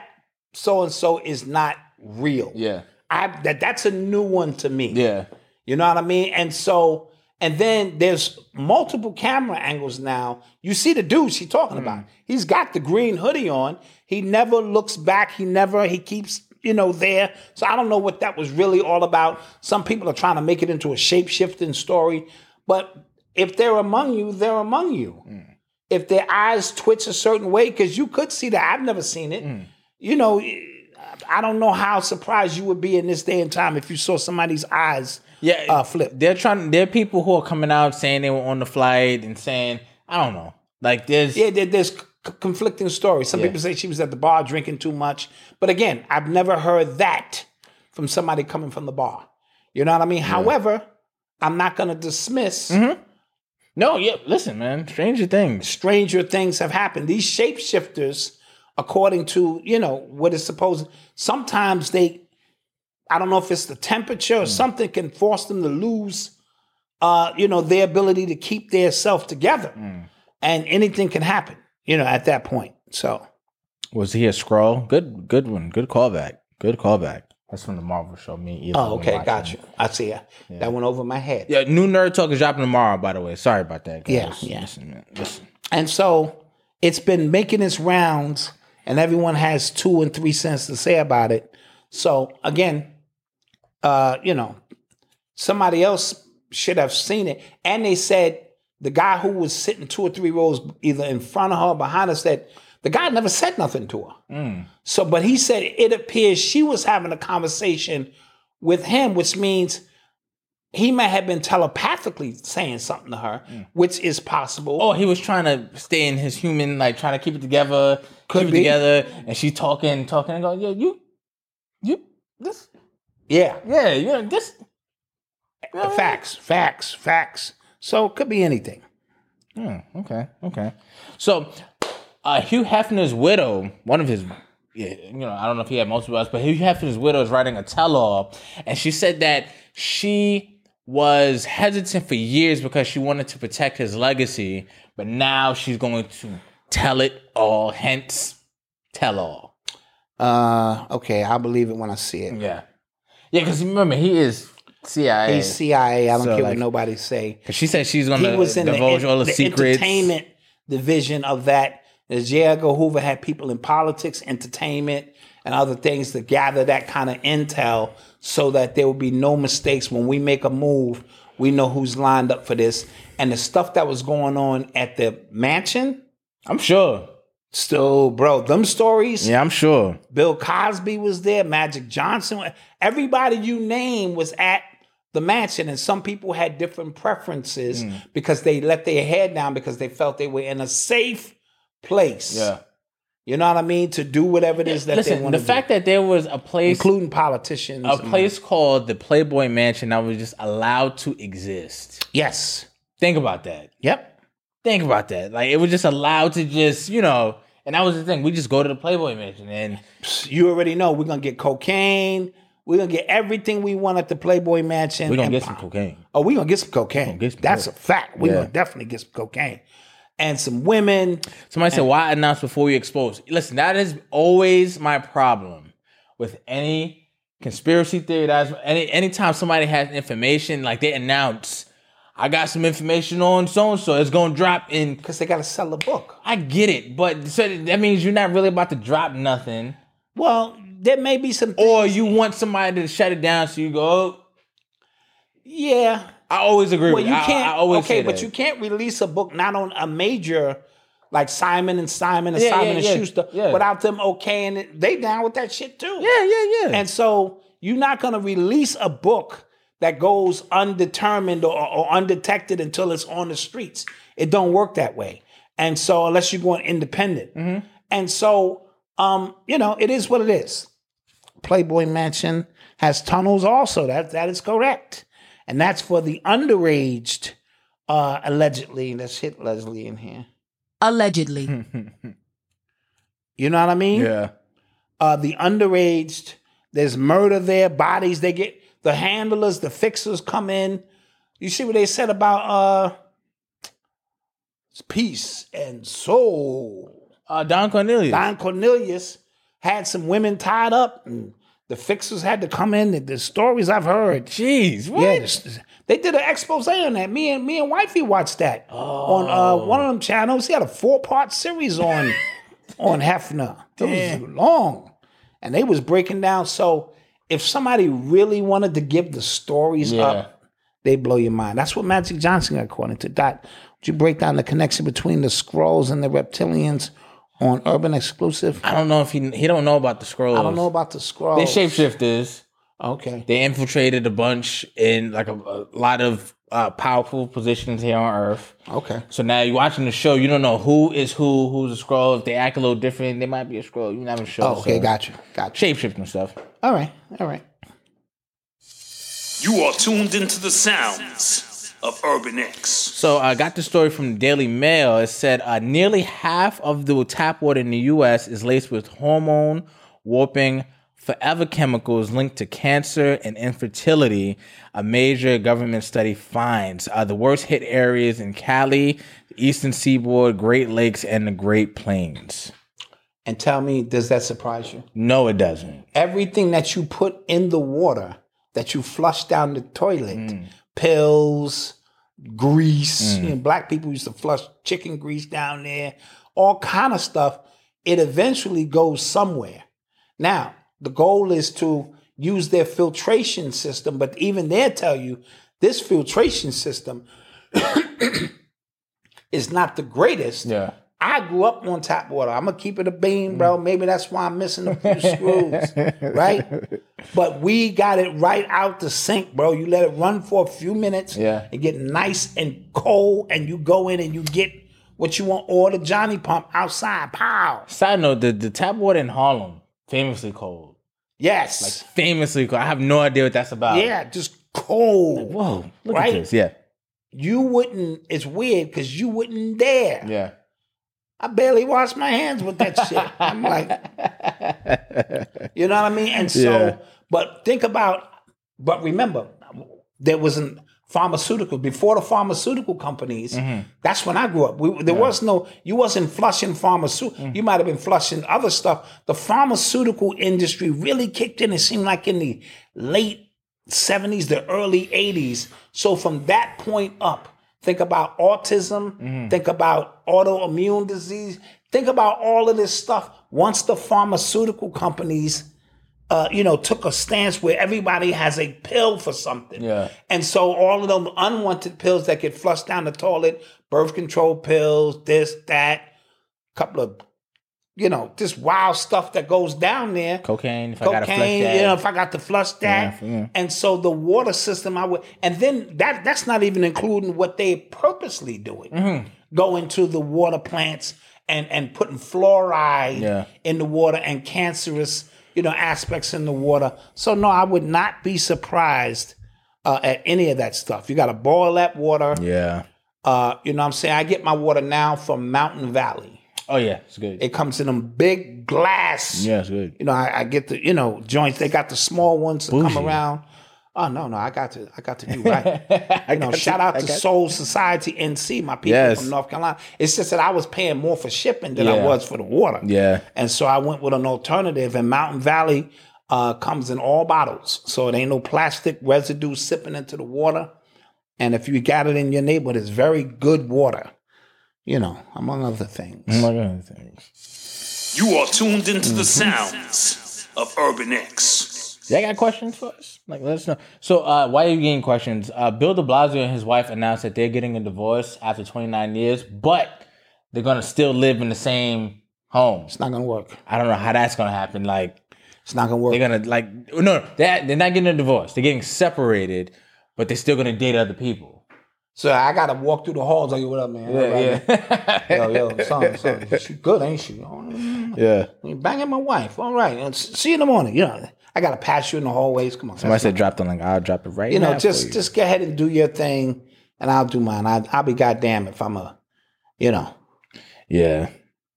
S3: so and so is not real.
S2: yeah.
S3: I that that's a new one to me.
S2: Yeah.
S3: You know what I mean? And so, and then there's multiple camera angles now. You see the dude she talking about. He's got the green hoodie on. He never looks back. He never, he keeps, you know, there. So I don't know what that was really all about. Some people are trying to make it into a shape shifting story. But if they're among you, they're among you. If their eyes twitch a certain way, because you could see that. I've never seen it. You know, I don't know how surprised you would be in this day and time if you saw somebody's eyes
S2: Yeah.
S3: uh, flip.
S2: They're trying. There are people who are coming out saying they were on the flight and saying, I don't know. Like there's.
S3: Yeah, there- there's c- conflicting stories. Some people say she was at the bar drinking too much, but again, I've never heard that from somebody coming from the bar. You know what I mean? However, I'm not going to dismiss.
S2: No, yeah. Listen, man. Stranger Things.
S3: Stranger things have happened. These shapeshifters, according to you know what is supposed, sometimes they, I don't know if it's the temperature or something can force them to lose, uh, you know, their ability to keep their self together, and anything can happen. You know, at that point. So.
S2: Was he a scroll? Good, good one. Good callback. Good callback. That's from the Marvel show. Me. and Eli
S3: Oh,
S2: were
S3: okay,
S2: watching.
S3: gotcha. I see. ya. That went over my head.
S2: Yeah, new nerd talk is dropping tomorrow. By the way, sorry about that. Guys.
S3: Yeah, yeah.
S2: Listen, man. Listen.
S3: And so it's been making its rounds, and everyone has two and three cents to say about it. So again, uh, you know, somebody else should have seen it. And they said the guy who was sitting two or three rows either in front of her or behind her said the guy never said nothing to her. So, but he said it appears she was having a conversation with him, which means he may have been telepathically saying something to her, which is possible.
S2: Oh, he was trying to stay in his human, like trying to keep it together,
S3: Could
S2: keep
S3: be.
S2: it together, and she's talking, talking, and going, "Yo, you, you, this,
S3: yeah.
S2: yeah, you know, this."
S3: Uh, Facts, facts, facts. So it could be anything.
S2: Hmm, Okay, okay. So, uh, Hugh Hefner's widow, one of his, yeah, you know, I don't know if he had multiple wives, but Hugh Hefner's widow is writing a tell-all, and she said that she was hesitant for years because she wanted to protect his legacy, but now she's going to tell it all. Hence, tell-all.
S3: Uh, okay, I believe it when I see it.
S2: Yeah, yeah. Because remember, he is CIA.
S3: He's CIA. I don't
S2: So,
S3: care
S2: like,
S3: what nobody say.
S2: 'Cause she said she's
S3: He
S2: gonna
S3: was in the,
S2: divulge all the,
S3: the
S2: secrets.
S3: entertainment division of that. As J. Edgar Hoover had people in politics, entertainment, and other things to gather that kind of intel so that there would be no mistakes when we make a move. We know who's lined up for this. And the stuff that was going on at the mansion,
S2: I'm sure.
S3: still, bro, them stories.
S2: Yeah, I'm sure.
S3: Bill Cosby was there, Magic Johnson, everybody you name was at the mansion, and some people had different preferences
S2: Hmm.
S3: because they let their head down because they felt they were in a safe place.
S2: Yeah.
S3: You know what I mean? To do whatever it is that they
S2: Listen,
S3: want
S2: the
S3: to do,
S2: fact that there was a place,
S3: including politicians.
S2: a place called the Playboy Mansion that was just allowed to exist.
S3: Yes.
S2: Think about that.
S3: Yep.
S2: Think about that. Like it was just allowed to just, you know. And that was the thing. We just go to the Playboy Mansion, and
S3: You already know we're gonna get cocaine. We're gonna get everything we want at the Playboy Mansion.
S2: we're gonna
S3: and
S2: get some
S3: pop.
S2: cocaine.
S3: Oh, we're gonna get some cocaine.
S2: get some
S3: That's
S2: coke.
S3: a fact. We're
S2: Yeah.
S3: gonna definitely get some cocaine. And some women.
S2: Somebody said, "Why announce before you expose?" Listen, that is always my problem with any conspiracy theory. That's any anytime somebody has information, like they announce, "I got some information on so and so. It's gonna drop in."
S3: Because they got to sell the book.
S2: I get it, but so that means you're not really about to drop nothing,
S3: Well, there may be some. Or,
S2: or you want somebody to shut it down. So you go, oh,
S3: yeah.
S2: "I always agree
S3: Well,
S2: with
S3: you
S2: I- I-
S3: can't.
S2: I, always
S3: okay,
S2: say
S3: but
S2: that.
S3: you can't release a book not on a major like Simon and Simon and
S2: Yeah,
S3: Simon
S2: yeah,
S3: and
S2: yeah,
S3: Schuster
S2: yeah.
S3: without them okaying it. They down with that shit too.
S2: Yeah, yeah, yeah.
S3: And so you're not going to release a book that goes undetermined or, or undetected until it's on the streets. It don't work that way. And so unless you're going independent. And so, um, you know, it is what it is. Playboy Mansion has tunnels also. That that is correct. And that's for the underaged, uh, allegedly. Let's hit Leslie in here.
S6: Allegedly.
S3: You know what I mean?
S2: yeah,
S3: uh, the underaged. There's murder there, bodies. They get the handlers, the fixers come in. You see what they said about uh, peace and soul.
S2: uh, Don Cornelius.
S3: Don Cornelius had some women tied up, and the fixers had to come in. The, the stories I've heard.
S2: Jeez, what?
S3: Yeah, this- they did an expose on that. Me and me and wifey watched that on
S2: Oh.
S3: uh, one of them channels. He had a four part series on on Hefner. It was long, and they was breaking down. So if somebody really wanted to give the stories
S2: Yeah.
S3: up, they blow your mind. That's what Magic Johnson got caught into. Dot, would you break down the connection between the scrolls and the reptilians on Urban Exclusive?
S2: I don't know if he he don't know about the scrolls.
S3: I don't know about the scrolls.
S2: They shapeshifters.
S3: Okay.
S2: They infiltrated a bunch in like a, a lot of uh, powerful positions here on Earth.
S3: Okay.
S2: So now you're watching the show, you don't know who is who, who's a scroll. If they act a little different, they might be a scroll. You're not even sure.
S3: Oh, Okay.
S2: so.
S3: Gotcha. Gotcha.
S2: Shapeshifting stuff.
S3: All right. All right.
S4: You are tuned into the sounds of Urban X.
S2: So I got the story from the Daily Mail. It said uh, nearly half of the tap water in the U.S. is laced with hormone warping forever chemicals linked to cancer and infertility. A major government study finds uh, the worst hit areas in Cali, the Eastern Seaboard, Great Lakes, and the Great Plains.
S3: And tell me, does that surprise you?
S2: No, it doesn't.
S3: Everything that you put in the water, that you flush down the toilet, pills, grease. You know, black people used to flush chicken grease down there, all kind of stuff. It eventually goes somewhere. Now, the goal is to use their filtration system, but even they tell you this filtration system is not the greatest.
S2: Yeah.
S3: I grew up on tap water. I'm gonna keep it a beam, bro. Maybe that's why I'm missing a few screws, right? But we got it right out the sink, bro. You let it run for a few minutes
S2: Yeah.
S3: and get nice and cold, and you go in and you get what you want or the Johnny pump outside. Pow.
S2: Side note: the, the tap water in Harlem famously cold,
S3: Yes.
S2: famously cold. I have no idea what that's about.
S3: yeah, just cold.
S2: Whoa! uh, Look
S3: Right?
S2: at this. Yeah.
S3: You wouldn't, it's weird because you wouldn't dare.
S2: Yeah.
S3: I barely wash my hands with that shit. I'm like, you know what I mean? And so,
S2: Yeah.
S3: but think about, but remember, there was not pharmaceutical before the pharmaceutical companies. That's when I grew up. We, there was no, you wasn't flushing pharmaceutical. You might have been flushing other stuff. The pharmaceutical industry really kicked in. It seemed like in the late 70s, the early 80s. So from that point up, think about autism,
S2: Mm-hmm.
S3: think about autoimmune disease, think about all of this stuff. Once the pharmaceutical companies, uh, you know, took a stance where everybody has a pill for something.
S2: Yeah.
S3: And so all of them unwanted pills that get flushed down the toilet, birth control pills, this, that, couple of, you know, just wild stuff that goes down there
S2: Cocaine. If I gotta flush
S3: cocaine.
S2: that.
S3: You know, if I got to flush that,
S2: Yeah, yeah.
S3: and so the water system, I would, and then that that's not even including what they purposely doing,
S2: Mm-hmm.
S3: going to the water plants and and putting fluoride
S2: Yeah.
S3: in the water and cancerous you know aspects in the water. So no, I would not be surprised. Uh, at any of that stuff, you got to boil that water.
S2: yeah.
S3: Uh, you know what I'm saying? I get my water now from Mountain Valley.
S2: Oh yeah, it's good.
S3: It comes in them big glass
S2: yeah, it's good.
S3: you know, I, I get the you know joints. They got the small ones that
S2: Bougie.
S3: come around. Oh no, no, I got to, I got to do right. you know, shout out to Soul Society NC, my people
S2: Yes.
S3: from North Carolina. It's just that I was paying more for shipping than
S2: Yeah.
S3: I was for the water.
S2: Yeah.
S3: and so I went with an alternative, and Mountain Valley uh, comes in all bottles, so it ain't no plastic residue sipping into the water. And if you got it in your neighborhood, it's very good water. You know, among other things.
S2: Mm.
S4: You are tuned into the sounds of Urban X.
S2: Y'all got questions for us? Like, let us know. So, uh, why are you getting questions? Uh, Bill de Blasio and his wife announced that they're getting a divorce after 29 years, but they're going to still live in the same home.
S3: It's not gonna work.
S2: I don't know how that's going to happen. Like,
S3: It's not gonna work.
S2: they're going to, like, no, no, they're, they're not getting a divorce. They're getting separated, but they're still going to date other people.
S3: So I gotta walk through the halls. Like, what up, man?
S2: yeah.
S3: Yo, yo, son, son, she good, ain't she? Mm,
S2: yeah.
S3: You banging my wife. All right, and s- see you in the morning. You know, I gotta pass you in the hallways. Come on,
S2: Somebody said drop the link. I'll drop it right
S3: you
S2: now.
S3: know,
S2: for
S3: just
S2: you.
S3: just go ahead and do your thing, and I'll do mine. I, I'll be goddamn if I'm a, you know,
S2: Yeah.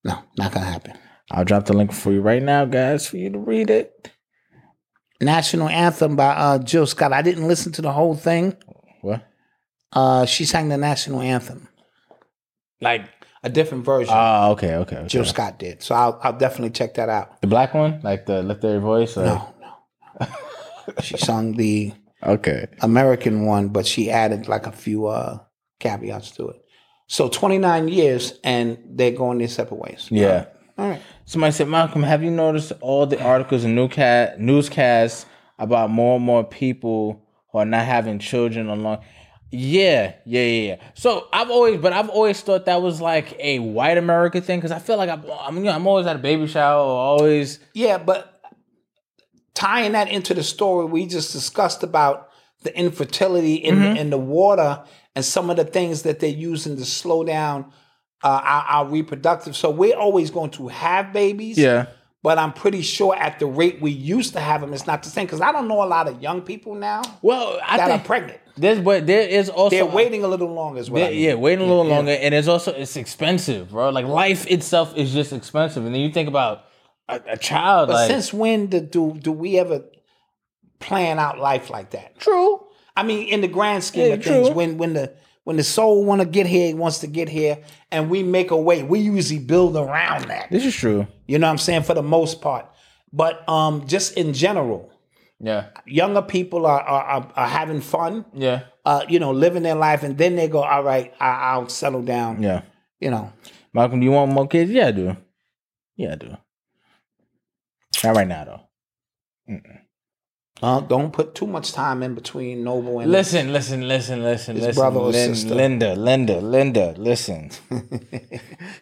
S3: no, not gonna happen.
S2: I'll drop the link for you right now, guys, for you to read it.
S3: National anthem by uh, Jill Scott. I didn't listen to the whole thing.
S2: What?
S3: Uh, she sang the national anthem,
S2: Like,
S3: a different version.
S2: oh, okay, okay. okay.
S3: Jill Scott did, so I'll, I'll definitely check that out.
S2: The black one, like the lift their voice. Or?
S3: No, no, no. she sung the
S2: Okay.
S3: American one, but she added like a few uh, caveats to it. So 29 years, and they're going their separate ways.
S2: Yeah.
S3: All right.
S2: Somebody said, Malcolm, have you noticed all the articles and new ca- newscasts about more and more people who are not having children along? Yeah, yeah, yeah, yeah. So I've always, but I've always thought that was like a white America thing because I feel like I'm, I'm, you know, I'm always at a baby shower or always.
S3: Yeah, but tying that into the story we just discussed about the infertility in
S2: Mm-hmm.
S3: in the water and some of the things that they're using to slow down uh, our, our reproductive. So we're always going to have babies. But I'm pretty sure at the rate we used to have them, it's not the same. Because I don't know a lot of young people now
S2: Well, I
S3: that are
S2: think
S3: pregnant.
S2: there's, but there is also
S3: They're waiting a little longer. Is what I
S2: Yeah,
S3: mean.
S2: yeah, waiting a little longer, and it's also it's expensive, bro. Like life itself is just expensive, and then you think about a, a child.
S3: But
S2: like,
S3: since when do, do do we ever plan out life like that?
S2: true,
S3: I mean, in the grand scheme
S2: Yeah,
S3: of things,
S2: true.
S3: when when the when the soul want to get here, it wants to get here, and we make a way. We usually build around that.
S2: this is true.
S3: You know what I'm saying? For the most part, but um, just in general,
S2: Yeah,
S3: younger people are are, are, are having fun.
S2: yeah,
S3: Uh, you know, living their life, and then they go, "All right, I, I'll settle down."
S2: yeah.
S3: You know,
S2: Malcolm, do you want more kids? Yeah, I do. Yeah, I do. Not right now, though.
S3: Uh, don't put too much time in between Noble and
S2: Listen, listen, listen, listen,
S3: His
S2: listen.
S3: brother or
S2: Lin-
S3: sister.
S2: Linda, Linda, Linda, listen.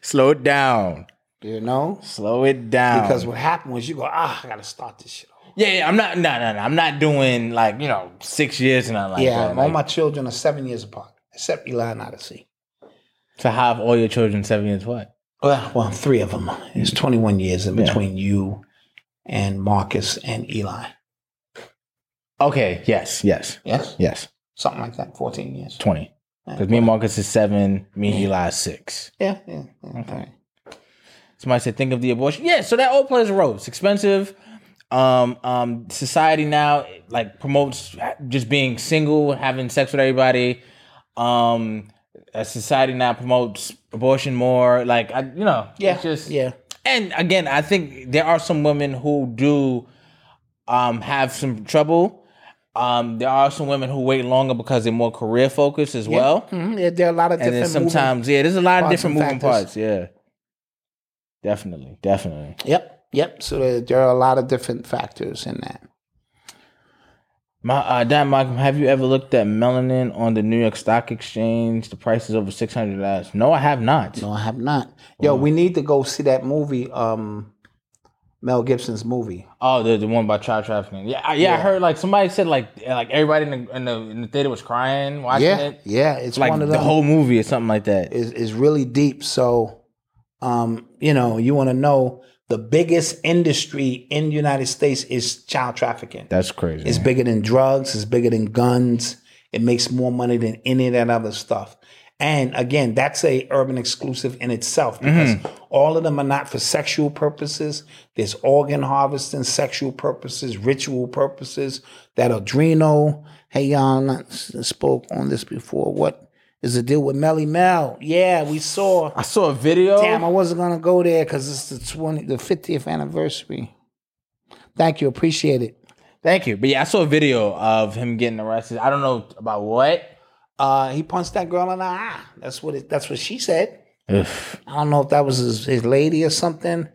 S2: Slow it down.
S3: you know
S2: Slow it down.
S3: because what happened was you go ah I gotta start this shit. Over.
S2: yeah, yeah, I'm not, no, no, no. I'm not doing like, you know, six years and I like
S3: Yeah,
S2: that.
S3: all
S2: Like,
S3: my children are seven years apart except Eli and Odyssey.
S2: to have all your children seven years what?
S3: Well, Uh, well, three of them. It's twenty one years in between you and Marcus and Eli.
S2: Okay, yes, yes,
S3: Yes,
S2: yes.
S3: something like that. Fourteen years.
S2: 20. Because me and Marcus is seven, me and Eli is six.
S3: Yeah, yeah. yeah. All right.
S2: Somebody said, think of the abortion. Yeah, so that all plays a role. It's expensive. Um, um, society now like promotes just being single, having sex with everybody. Um, uh, society now promotes abortion more. Like I, you know,
S3: Yeah,
S2: it's just
S3: yeah.
S2: And again, I think there are some women who do um have some trouble. Um, there are some women who wait longer because they're more career focused as well.
S3: Mhm, yeah, there are a lot of
S2: And then
S3: different. moving-
S2: sometimes, yeah, there's a lot of
S3: parts
S2: different
S3: and
S2: moving
S3: factors.
S2: parts. Yeah, definitely, definitely.
S3: Yep, yep. So there, there are a lot of different factors in that.
S2: My uh, Don Malcolm, have you ever looked at melanin on the New York Stock Exchange? The price is over six hundred dollars. No, I have not.
S3: No, I have not. Yo, we need to go see that movie, um, Mel Gibson's movie.
S2: Oh, the, the one by child trafficking. Yeah, I, yeah, I heard like somebody said like like everybody in the in the, in the theater was crying watching
S3: yeah,
S2: it.
S3: yeah. It's
S2: Like
S3: one
S2: the
S3: of them.
S2: whole movie or something like that.
S3: is is really deep. So, um, you know, you want to know the biggest industry in the United States is child trafficking.
S2: That's crazy.
S3: It's bigger than drugs. It's bigger than guns. It makes more money than any of that other stuff. And again, that's a urban exclusive in itself because all of them are not for sexual purposes. There's organ harvesting, sexual purposes, ritual purpses. That adrenal. Hey y'all, not s- spoke on this before. What is the deal with Melly Mel? Yeah, we saw.
S2: I saw a video.
S3: Damn, I wasn't gonna go there because it's the twenty, the fiftieth anniversary. Thank you, appreciate it.
S2: Thank you. But yeah, I saw a video of him getting arrested. I don't know about what.
S3: Uh, he punched that girl in the eye. That's what it, that's what she said.
S2: Oof.
S3: I don't know if that was his, his lady or something.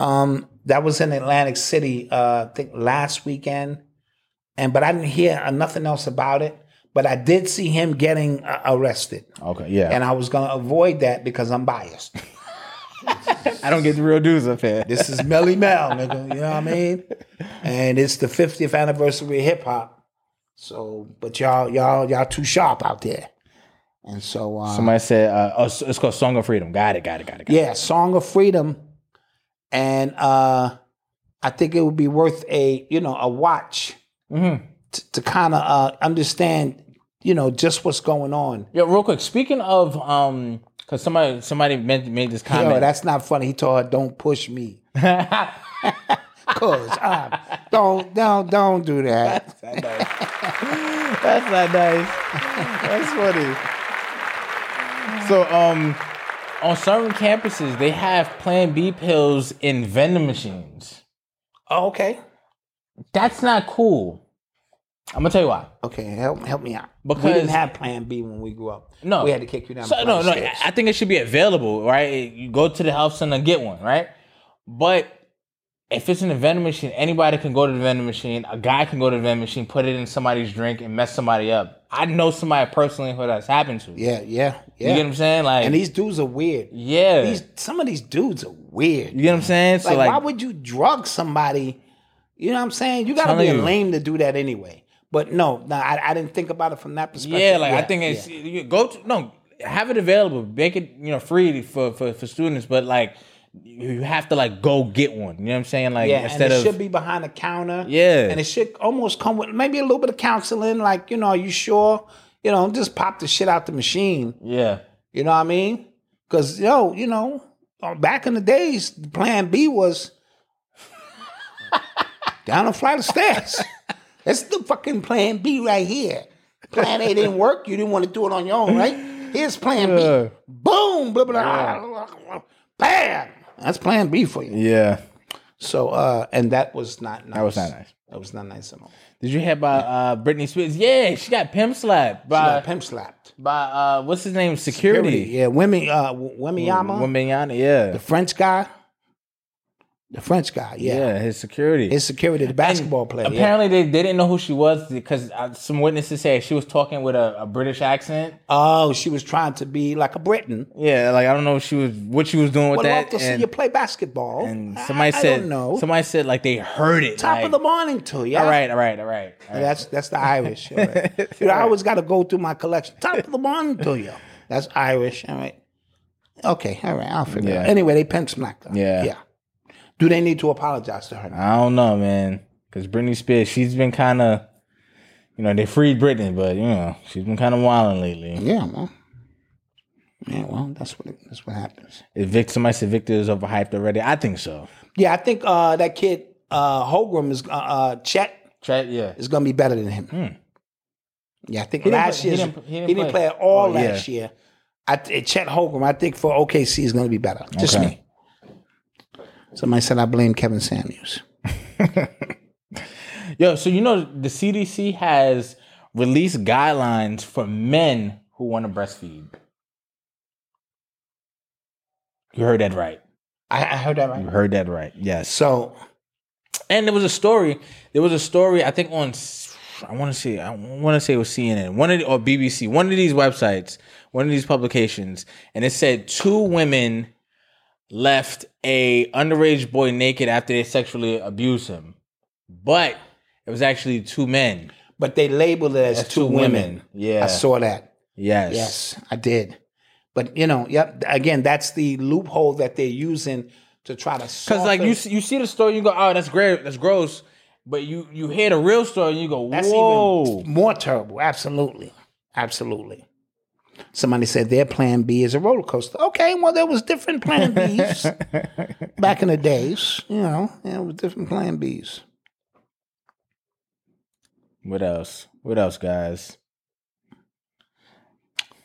S3: Um, that was in Atlantic City, uh, I think last weekend. And but I didn't hear uh, nothing else about it. But I did see him getting uh, arrested,
S2: Okay. Yeah.
S3: and I was gonna avoid that because I'm biased.
S2: I don't get the real dudes up here.
S3: This is Melly Mel, nigga. You know what I mean? And it's the 50th anniversary of hip hop. So, but y'all, y'all, y'all too sharp out there. And so, uh,
S2: Somebody said, uh, "Oh, it's it's called Song of Freedom." Got it. Got it. Got it. Got it.
S3: yeah, Song of Freedom, and uh, I think it would be worth a you know a watch
S2: Mm-hmm.
S3: t- to kind of uh, understand you know just what's going on.
S2: Yo, real quick. Speaking of, um, because somebody somebody made, made this
S3: Yo,
S2: comment.
S3: that's not funny. He told her, "Don't push me." Cause I'm, don't don't don't do that.
S2: that's not nice. That's funny. So, um, on certain campuses, they have Plan B pills in vending machines.
S3: Oh, okay,
S2: That's not cool. I'm gonna tell you why.
S3: okay, help help me out. we
S2: Because-
S3: didn't have Plan B when we grew up.
S2: No,
S3: we had to kick you down.
S2: So,
S3: the
S2: no,
S3: flight
S2: no.
S3: of
S2: I
S3: stairs.
S2: I think it should be available, right? You go to the health center and get one, right? But if it's in the vending machine, anybody can go to the vending machine. A guy can go to the vending machine, put it in somebody's drink, and mess somebody up. I know somebody personally who that's happened to.
S3: yeah, yeah, yeah.
S2: You get what I'm saying? Like,
S3: and these dudes are weird.
S2: yeah,
S3: These some of these dudes are weird.
S2: you get what I'm saying? So
S3: like,
S2: like,
S3: why would you drug somebody? You know what I'm saying? You gotta
S2: Telling
S3: be a
S2: you.
S3: lame to do that anyway. But no, no, I, I didn't think about it from that perspective.
S2: yeah, like I think it's
S3: yeah.
S2: you go to no, have it available, make it you know free for for, for students, but like you have to like go get one. You know what I'm saying? Like
S3: Yeah, and
S2: instead
S3: it
S2: of
S3: should be behind the counter.
S2: Yeah.
S3: and it should almost come with maybe a little bit of counseling. Like you know, are you sure? You know, just pop the shit out the machine.
S2: yeah.
S3: You know what I mean? Because yo, you know, uh, back in the days, Plan B was down a flight of stairs. That's the fucking Plan B right here. Plan A didn't work. You didn't want to do it on your own, right? Here's Plan B. Boom, blah blah, blah blah. Bam. That's Plan B for you.
S2: Yeah,
S3: So, uh, and that was not nice. That
S2: was not nice.
S3: That was not nice at all.
S2: Did you hear about uh, Britney Spears? Yeah, she got pimp slapped
S3: She
S2: by
S3: got pimp slapped.
S2: by uh, what's his name? Security.
S3: Yeah, women, uh, Wemiyama,
S2: Wembanyama, yeah.
S3: the French guy. The French guy, yeah.
S2: Yeah, his security.
S3: His security, the basketball player. yeah.
S2: Apparently, they, they didn't know who she was because uh, some witnesses say she was talking with a, a British accent.
S3: Oh, she was trying to be like a Briton.
S2: Yeah, like I don't know if she was what she was doing with
S3: Well, I love
S2: that.
S3: to see
S2: and,
S3: you play basketball.
S2: and
S3: I-
S2: somebody
S3: I,
S2: said,
S3: don't know.
S2: somebody said like they heard it.
S3: top of
S2: like,
S3: the morning to you.
S2: All right, all right, all right. all right.
S3: That's that's the Irish. all right. You know, I always got to go through my collection. Top of the morning to you. That's Irish. All right. Okay. All right. I'll figure it out.
S2: Yeah.
S3: Anyway, they pimped Smack.
S2: Yeah.
S3: Yeah. Do they need to apologize to her?
S2: I don't know, man. Because Britney Spears, she's been kind of, you know, they freed Britney, but you know, she's been kind of wilding lately.
S3: Yeah. Well. Yeah. Well, that's what it, that's what happens.
S2: If Vic, somebody said Victor is overhyped already. I think so.
S3: Yeah. I think uh, that kid uh, Holgram is uh, uh, Chet
S2: Try, yeah.
S3: is going to be better than him. Yeah, I think
S2: Hmm. He didn't
S3: last
S2: play-
S3: year
S2: he
S3: he
S2: didn't-
S3: didn't,
S2: he didn't play.
S3: play at all
S2: Oh,
S3: last year. I th- Chet Holmgren, I think for OKC is going to be better. Just
S2: Okay.
S3: me. Somebody said I blame Kevin Samuels.
S2: Yo, so you know the CDC has released guidelines for men who want to breastfeed. You heard that right.
S3: I, I heard that right.
S2: You heard that right. Yes.
S3: So
S2: And there was a story. There was a story. I think on s- I want to see. I want to say it was CNN, one of the, or BBC, one of these websites, one of these publications, and it said two women left a underage boy naked after they sexually abused him, but it was actually two men.
S3: but they labeled it as,
S2: As
S3: two,
S2: two
S3: women.
S2: women. Yeah.
S3: I saw that.
S2: Yes.
S3: Yes, I did. But you know, yep. Again, that's the loophole that they're using to try to
S2: Because like you see,
S3: soften-
S2: you see the story, you go, oh, that's great, that's gross. But you you hear the real story, and you go,
S3: That's
S2: whoa.
S3: even more terrible. Absolutely. Absolutely. Somebody said their plan B is a roller coaster. Okay, well, there was different plan Bs back in the days. You know, there was different plan Bs.
S2: what else? What else, guys?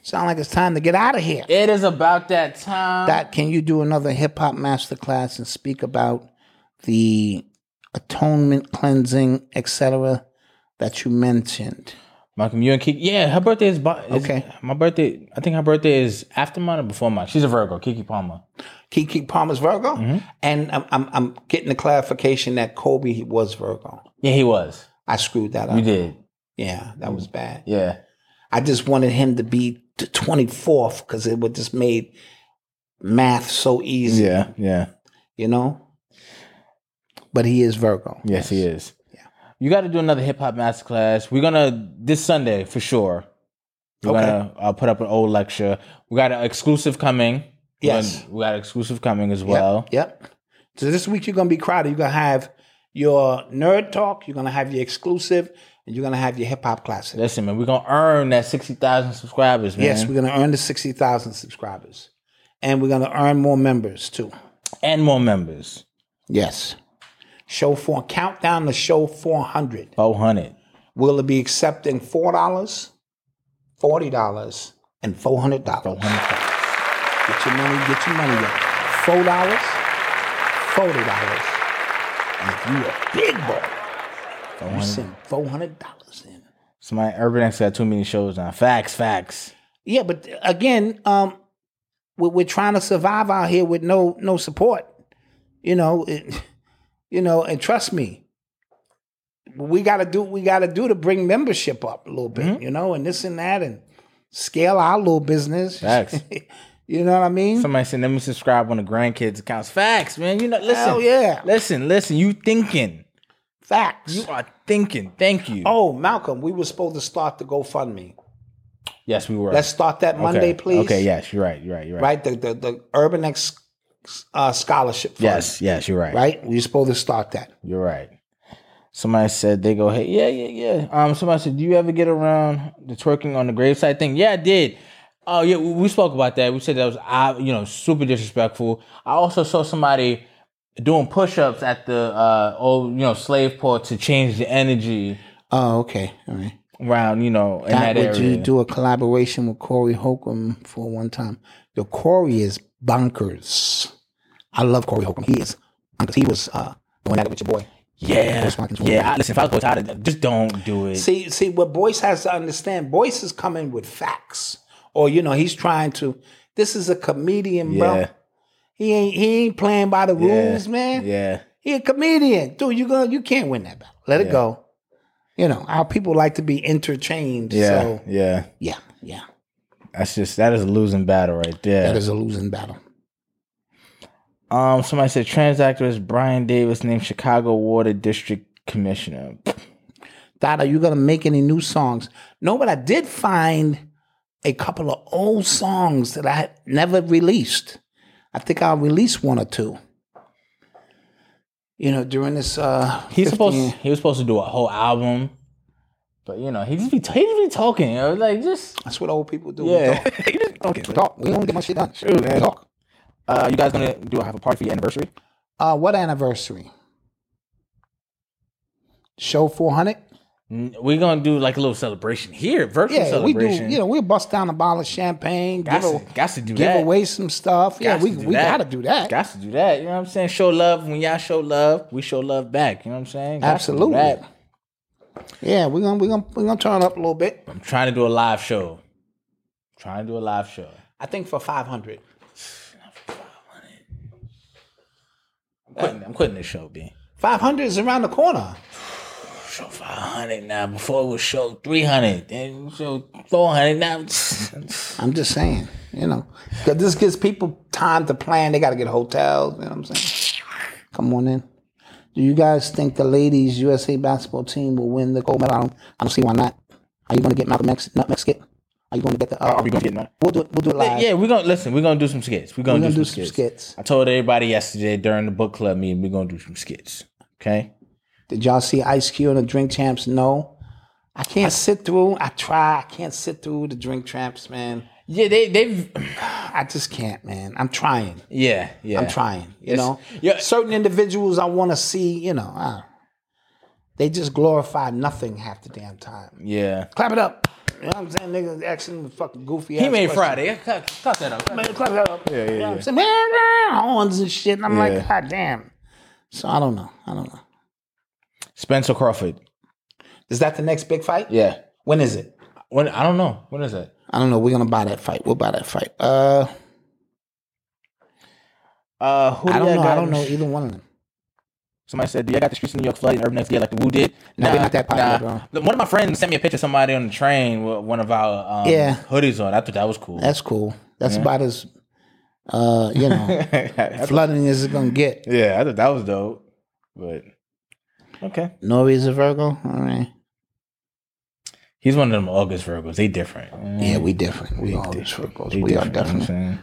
S3: Sound like it's time to get out of here.
S2: It is about that time.
S3: Dot, can you do another hip hop masterclass and speak about the atonement, cleansing, etc. that you mentioned?
S2: Malcolm, you and Kiki. Yeah, her birthday is, bu- is-
S3: Okay.
S2: My birthday. I think her birthday is after mine or before mine. She's a Virgo. Kiki Palmer.
S3: Kiki Palmer's Virgo, and I'm, I'm, I'm getting the clarification that Kobe was Virgo.
S2: Yeah, he was.
S3: I screwed that up.
S2: You did.
S3: Yeah, that
S2: Mm.
S3: was bad.
S2: Yeah.
S3: I just wanted him to be the 24th because it would just made math so easy,
S2: Yeah.
S3: you know? But he is Virgo.
S2: Yes, he is. Yeah. You got to do another hip hop masterclass. We're gonna this Sunday for sure. We're
S3: Okay.
S2: gonna uh, put up an old lecture. We got an exclusive coming. We're
S3: Yes.
S2: gonna- we got an exclusive coming as
S3: Yep,
S2: well.
S3: Yep, So this week you're going to be crowded. You're going to have your nerd talk, you're going to have your exclusive, and you're going to have your hip hop classic.
S2: Listen, man, we're gonna earn that sixty thousand subscribers, man.
S3: Yes, we're going to earn the 60,000 subscribers. And we're going to earn more members too.
S2: and more members.
S3: Yes. Show four, countdown to show 400.
S2: Four hundred.
S3: will it be accepting four dollars, forty dollars, and four hundred dollars? Get your money, get your money up. Four dollars, forty dollars, and if you a big boy, you send four hundred dollars in.
S2: Somebody, Urban X got too many shows now. Facts, facts.
S3: Yeah, but again, um, we're, we're trying to survive out here with no no support. You know, it, you know, and trust me, we gotta do what we gotta do to bring membership up a little bit.
S2: Mm-hmm.
S3: You know, and this and that, and scale our little business.
S2: Facts.
S3: you know what I mean?
S2: Somebody said, "Let me subscribe on the grandkids' accounts." Facts, man. You know, listen.
S3: Hell yeah.
S2: Listen, listen. You thinking?
S3: Facts.
S2: You are thinking. Thank you.
S3: oh, Malcolm, we were supposed to start the GoFundMe.
S2: yes, we were.
S3: Let's start that
S2: Okay.
S3: Monday, please.
S2: Okay, yes, you're right. You're right. You're right.
S3: Right, the the, the Urban X uh, Scholarship Fund.
S2: Yes, yes, you're right.
S3: Right, we were supposed to start that.
S2: You're right. Somebody said they go, hey, yeah, yeah, yeah. Um, somebody said, do you ever get around the twerking on the graveside thing? Yeah, I did. Oh yeah, we, we spoke about that. We said that was, I, you know, super disrespectful. I also saw somebody doing push-ups at the uh, old, you know, slave port to change the energy
S3: Oh, okay, all right.
S2: around, you know, in
S3: That
S2: that,
S3: would
S2: area.
S3: you do a collaboration with Corey Holcomb for one time? The Corey is bonkers. I love Corey Holcomb. He is bonkers. He was uh, doing that with your boy.
S2: yeah,
S3: Chris Watkins.
S2: yeah. I, listen, if I was out of that, just don't do it.
S3: See, see what Boyce has to understand. Boyce is coming with facts, or you know, he's trying to. This is a comedian, bro.
S2: Yeah.
S3: He ain't he ain't playing by the
S2: Yeah.
S3: rules, man.
S2: Yeah.
S3: He a comedian, dude. You gonna you can't win that battle. Let it
S2: Yeah.
S3: go. You know our people like to be interchanged.
S2: Yeah.
S3: So
S2: yeah.
S3: yeah, yeah.
S2: That's just that is a losing battle right there.
S3: That is a losing battle.
S2: Um, somebody said trans activist Brian Davis named Chicago Water District Commissioner.
S3: Dot, are you gonna make any new songs? No, but I did find a couple of old songs that I had never released. I think I'll release one or two. You know, during this uh
S2: He's
S3: 15
S2: supposed he was supposed to do a whole album, but you know he just be he just be talking. You know, like just
S3: that's what old people do. We
S2: yeah.
S3: talk.
S2: He just talking.
S3: We talk. We don't get much shit done.
S2: True, man.
S3: We talk.
S2: Uh, you guys gonna do have a party for your anniversary?
S3: Uh, what anniversary? Show 400?
S2: We're gonna do like a little celebration here, virtual
S3: Yeah, we do.
S2: celebration.
S3: You know, we'll bust down a bottle of champagne, give,
S2: Gots
S3: a,
S2: to- gots to do
S3: give
S2: that.
S3: away some stuff. Yeah,
S2: Gots
S3: we,
S2: to do
S3: we
S2: that.
S3: gotta do that.
S2: Got to do that. You know what I'm saying? Show love when y'all show love, we show love back. You know what I'm saying? Gots to do
S3: Absolutely.
S2: that.
S3: Yeah, we're gonna we're gonna we're gonna turn up a little bit.
S2: I'm trying to do a live show. trying to do a live show.
S3: I think for five hundred.
S2: I'm quitting, I'm quitting this show, B.
S3: Five hundred is around the corner.
S2: Show 500 now. Before it was show 300, then show 400 now.
S3: I'm just saying, you know. Cause this gives people time to plan. They gotta get hotels, you know what I'm saying? Come on in. Do you guys think the ladies USA basketball team will win the gold medal? I don't, I don't see why not. Are you gonna get Malcolm X Nut Mexican? Are you gonna get the uh,
S2: we gonna get nut?
S3: We'll do it we'll do it live.
S2: yeah, we're gonna listen. We're gonna do some skits. We're gonna,
S3: We're
S2: do, some, skits. I told everybody yesterday during the book club meeting, we're gonna do some skits. Okay.
S3: Did y'all see Ice Cube and the Drink Champs? No. I can't sit through. I try. I can't sit through the Drink Champs, man.
S2: Yeah, they they've
S3: I just can't, man. I'm trying.
S2: yeah yeah.
S3: I'm trying. You
S2: It's-
S3: know,
S2: yeah.
S3: certain individuals I want to see. You know, uh, they just glorify nothing half the damn time.
S2: Yeah.
S3: Clap it up. You know what I'm saying? Niggas asking the fucking goofy.
S2: He
S3: ass
S2: made
S3: questions.
S2: Friday. Cut, cut that up.
S3: Man, clap it up.
S2: yeah,
S3: You know what I'm
S2: yeah.
S3: saying? Man, man, Horns and shit. And I'm
S2: Yeah.
S3: like, God damn. So I don't know. I don't know.
S2: Spencer Crawford.
S3: Is that the next big fight?
S2: Yeah.
S3: When is it?
S2: When I don't know. When is that?
S3: I don't know. We're gonna buy that fight. We'll buy that fight. Uh,
S2: Uh, who
S3: I
S2: do
S3: don't
S2: y'all
S3: know.
S2: got
S3: I don't
S2: in-
S3: know either one of them.
S2: Somebody said, "Do y'all got the streets of New York flooded urban next year like the Woo did?"
S3: No, we're not that popular, bro.
S2: Look, One of my friends sent me a picture of somebody on the train with one of our um,
S3: Yeah.
S2: hoodies on. I thought that was cool.
S3: That's cool. That's about as, uh, you know, flooding as it's gonna get.
S2: yeah, I thought that was dope. But okay,
S3: Norby's a Virgo. All right.
S2: he's one of them August Virgos. They different.
S3: Yeah, we different. We all these Virgos. We are different.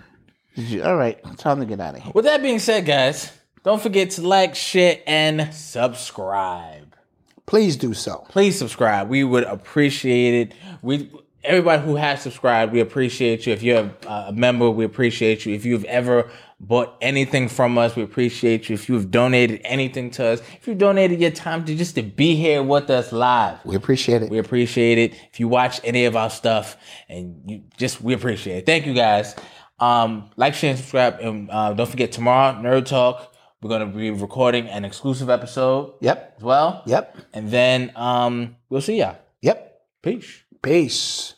S3: All right, time to get out of here.
S2: With that being said, guys, don't forget to like, share, and subscribe.
S3: Please do so.
S2: please subscribe. We would appreciate it. We everybody who has subscribed, we appreciate you. If you're a, a member, we appreciate you. If you've ever bought anything from us, we appreciate you. If you've donated anything to us, if you donated your time to just to be here with us live,
S3: We appreciate
S2: we
S3: it.
S2: appreciate it. If you watch any of our stuff, and you just we appreciate it. Thank you guys. Um, like, share, and subscribe, and uh, don't forget tomorrow Nerd Talk. We're gonna be recording an exclusive episode
S3: Yep.
S2: as well.
S3: Yep.
S2: And then um, we'll see ya.
S3: Yep.
S2: Peace.
S3: Peace.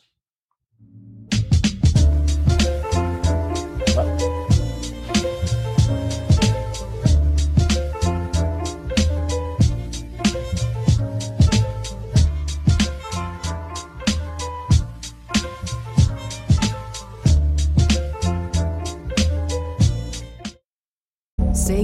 S5: Say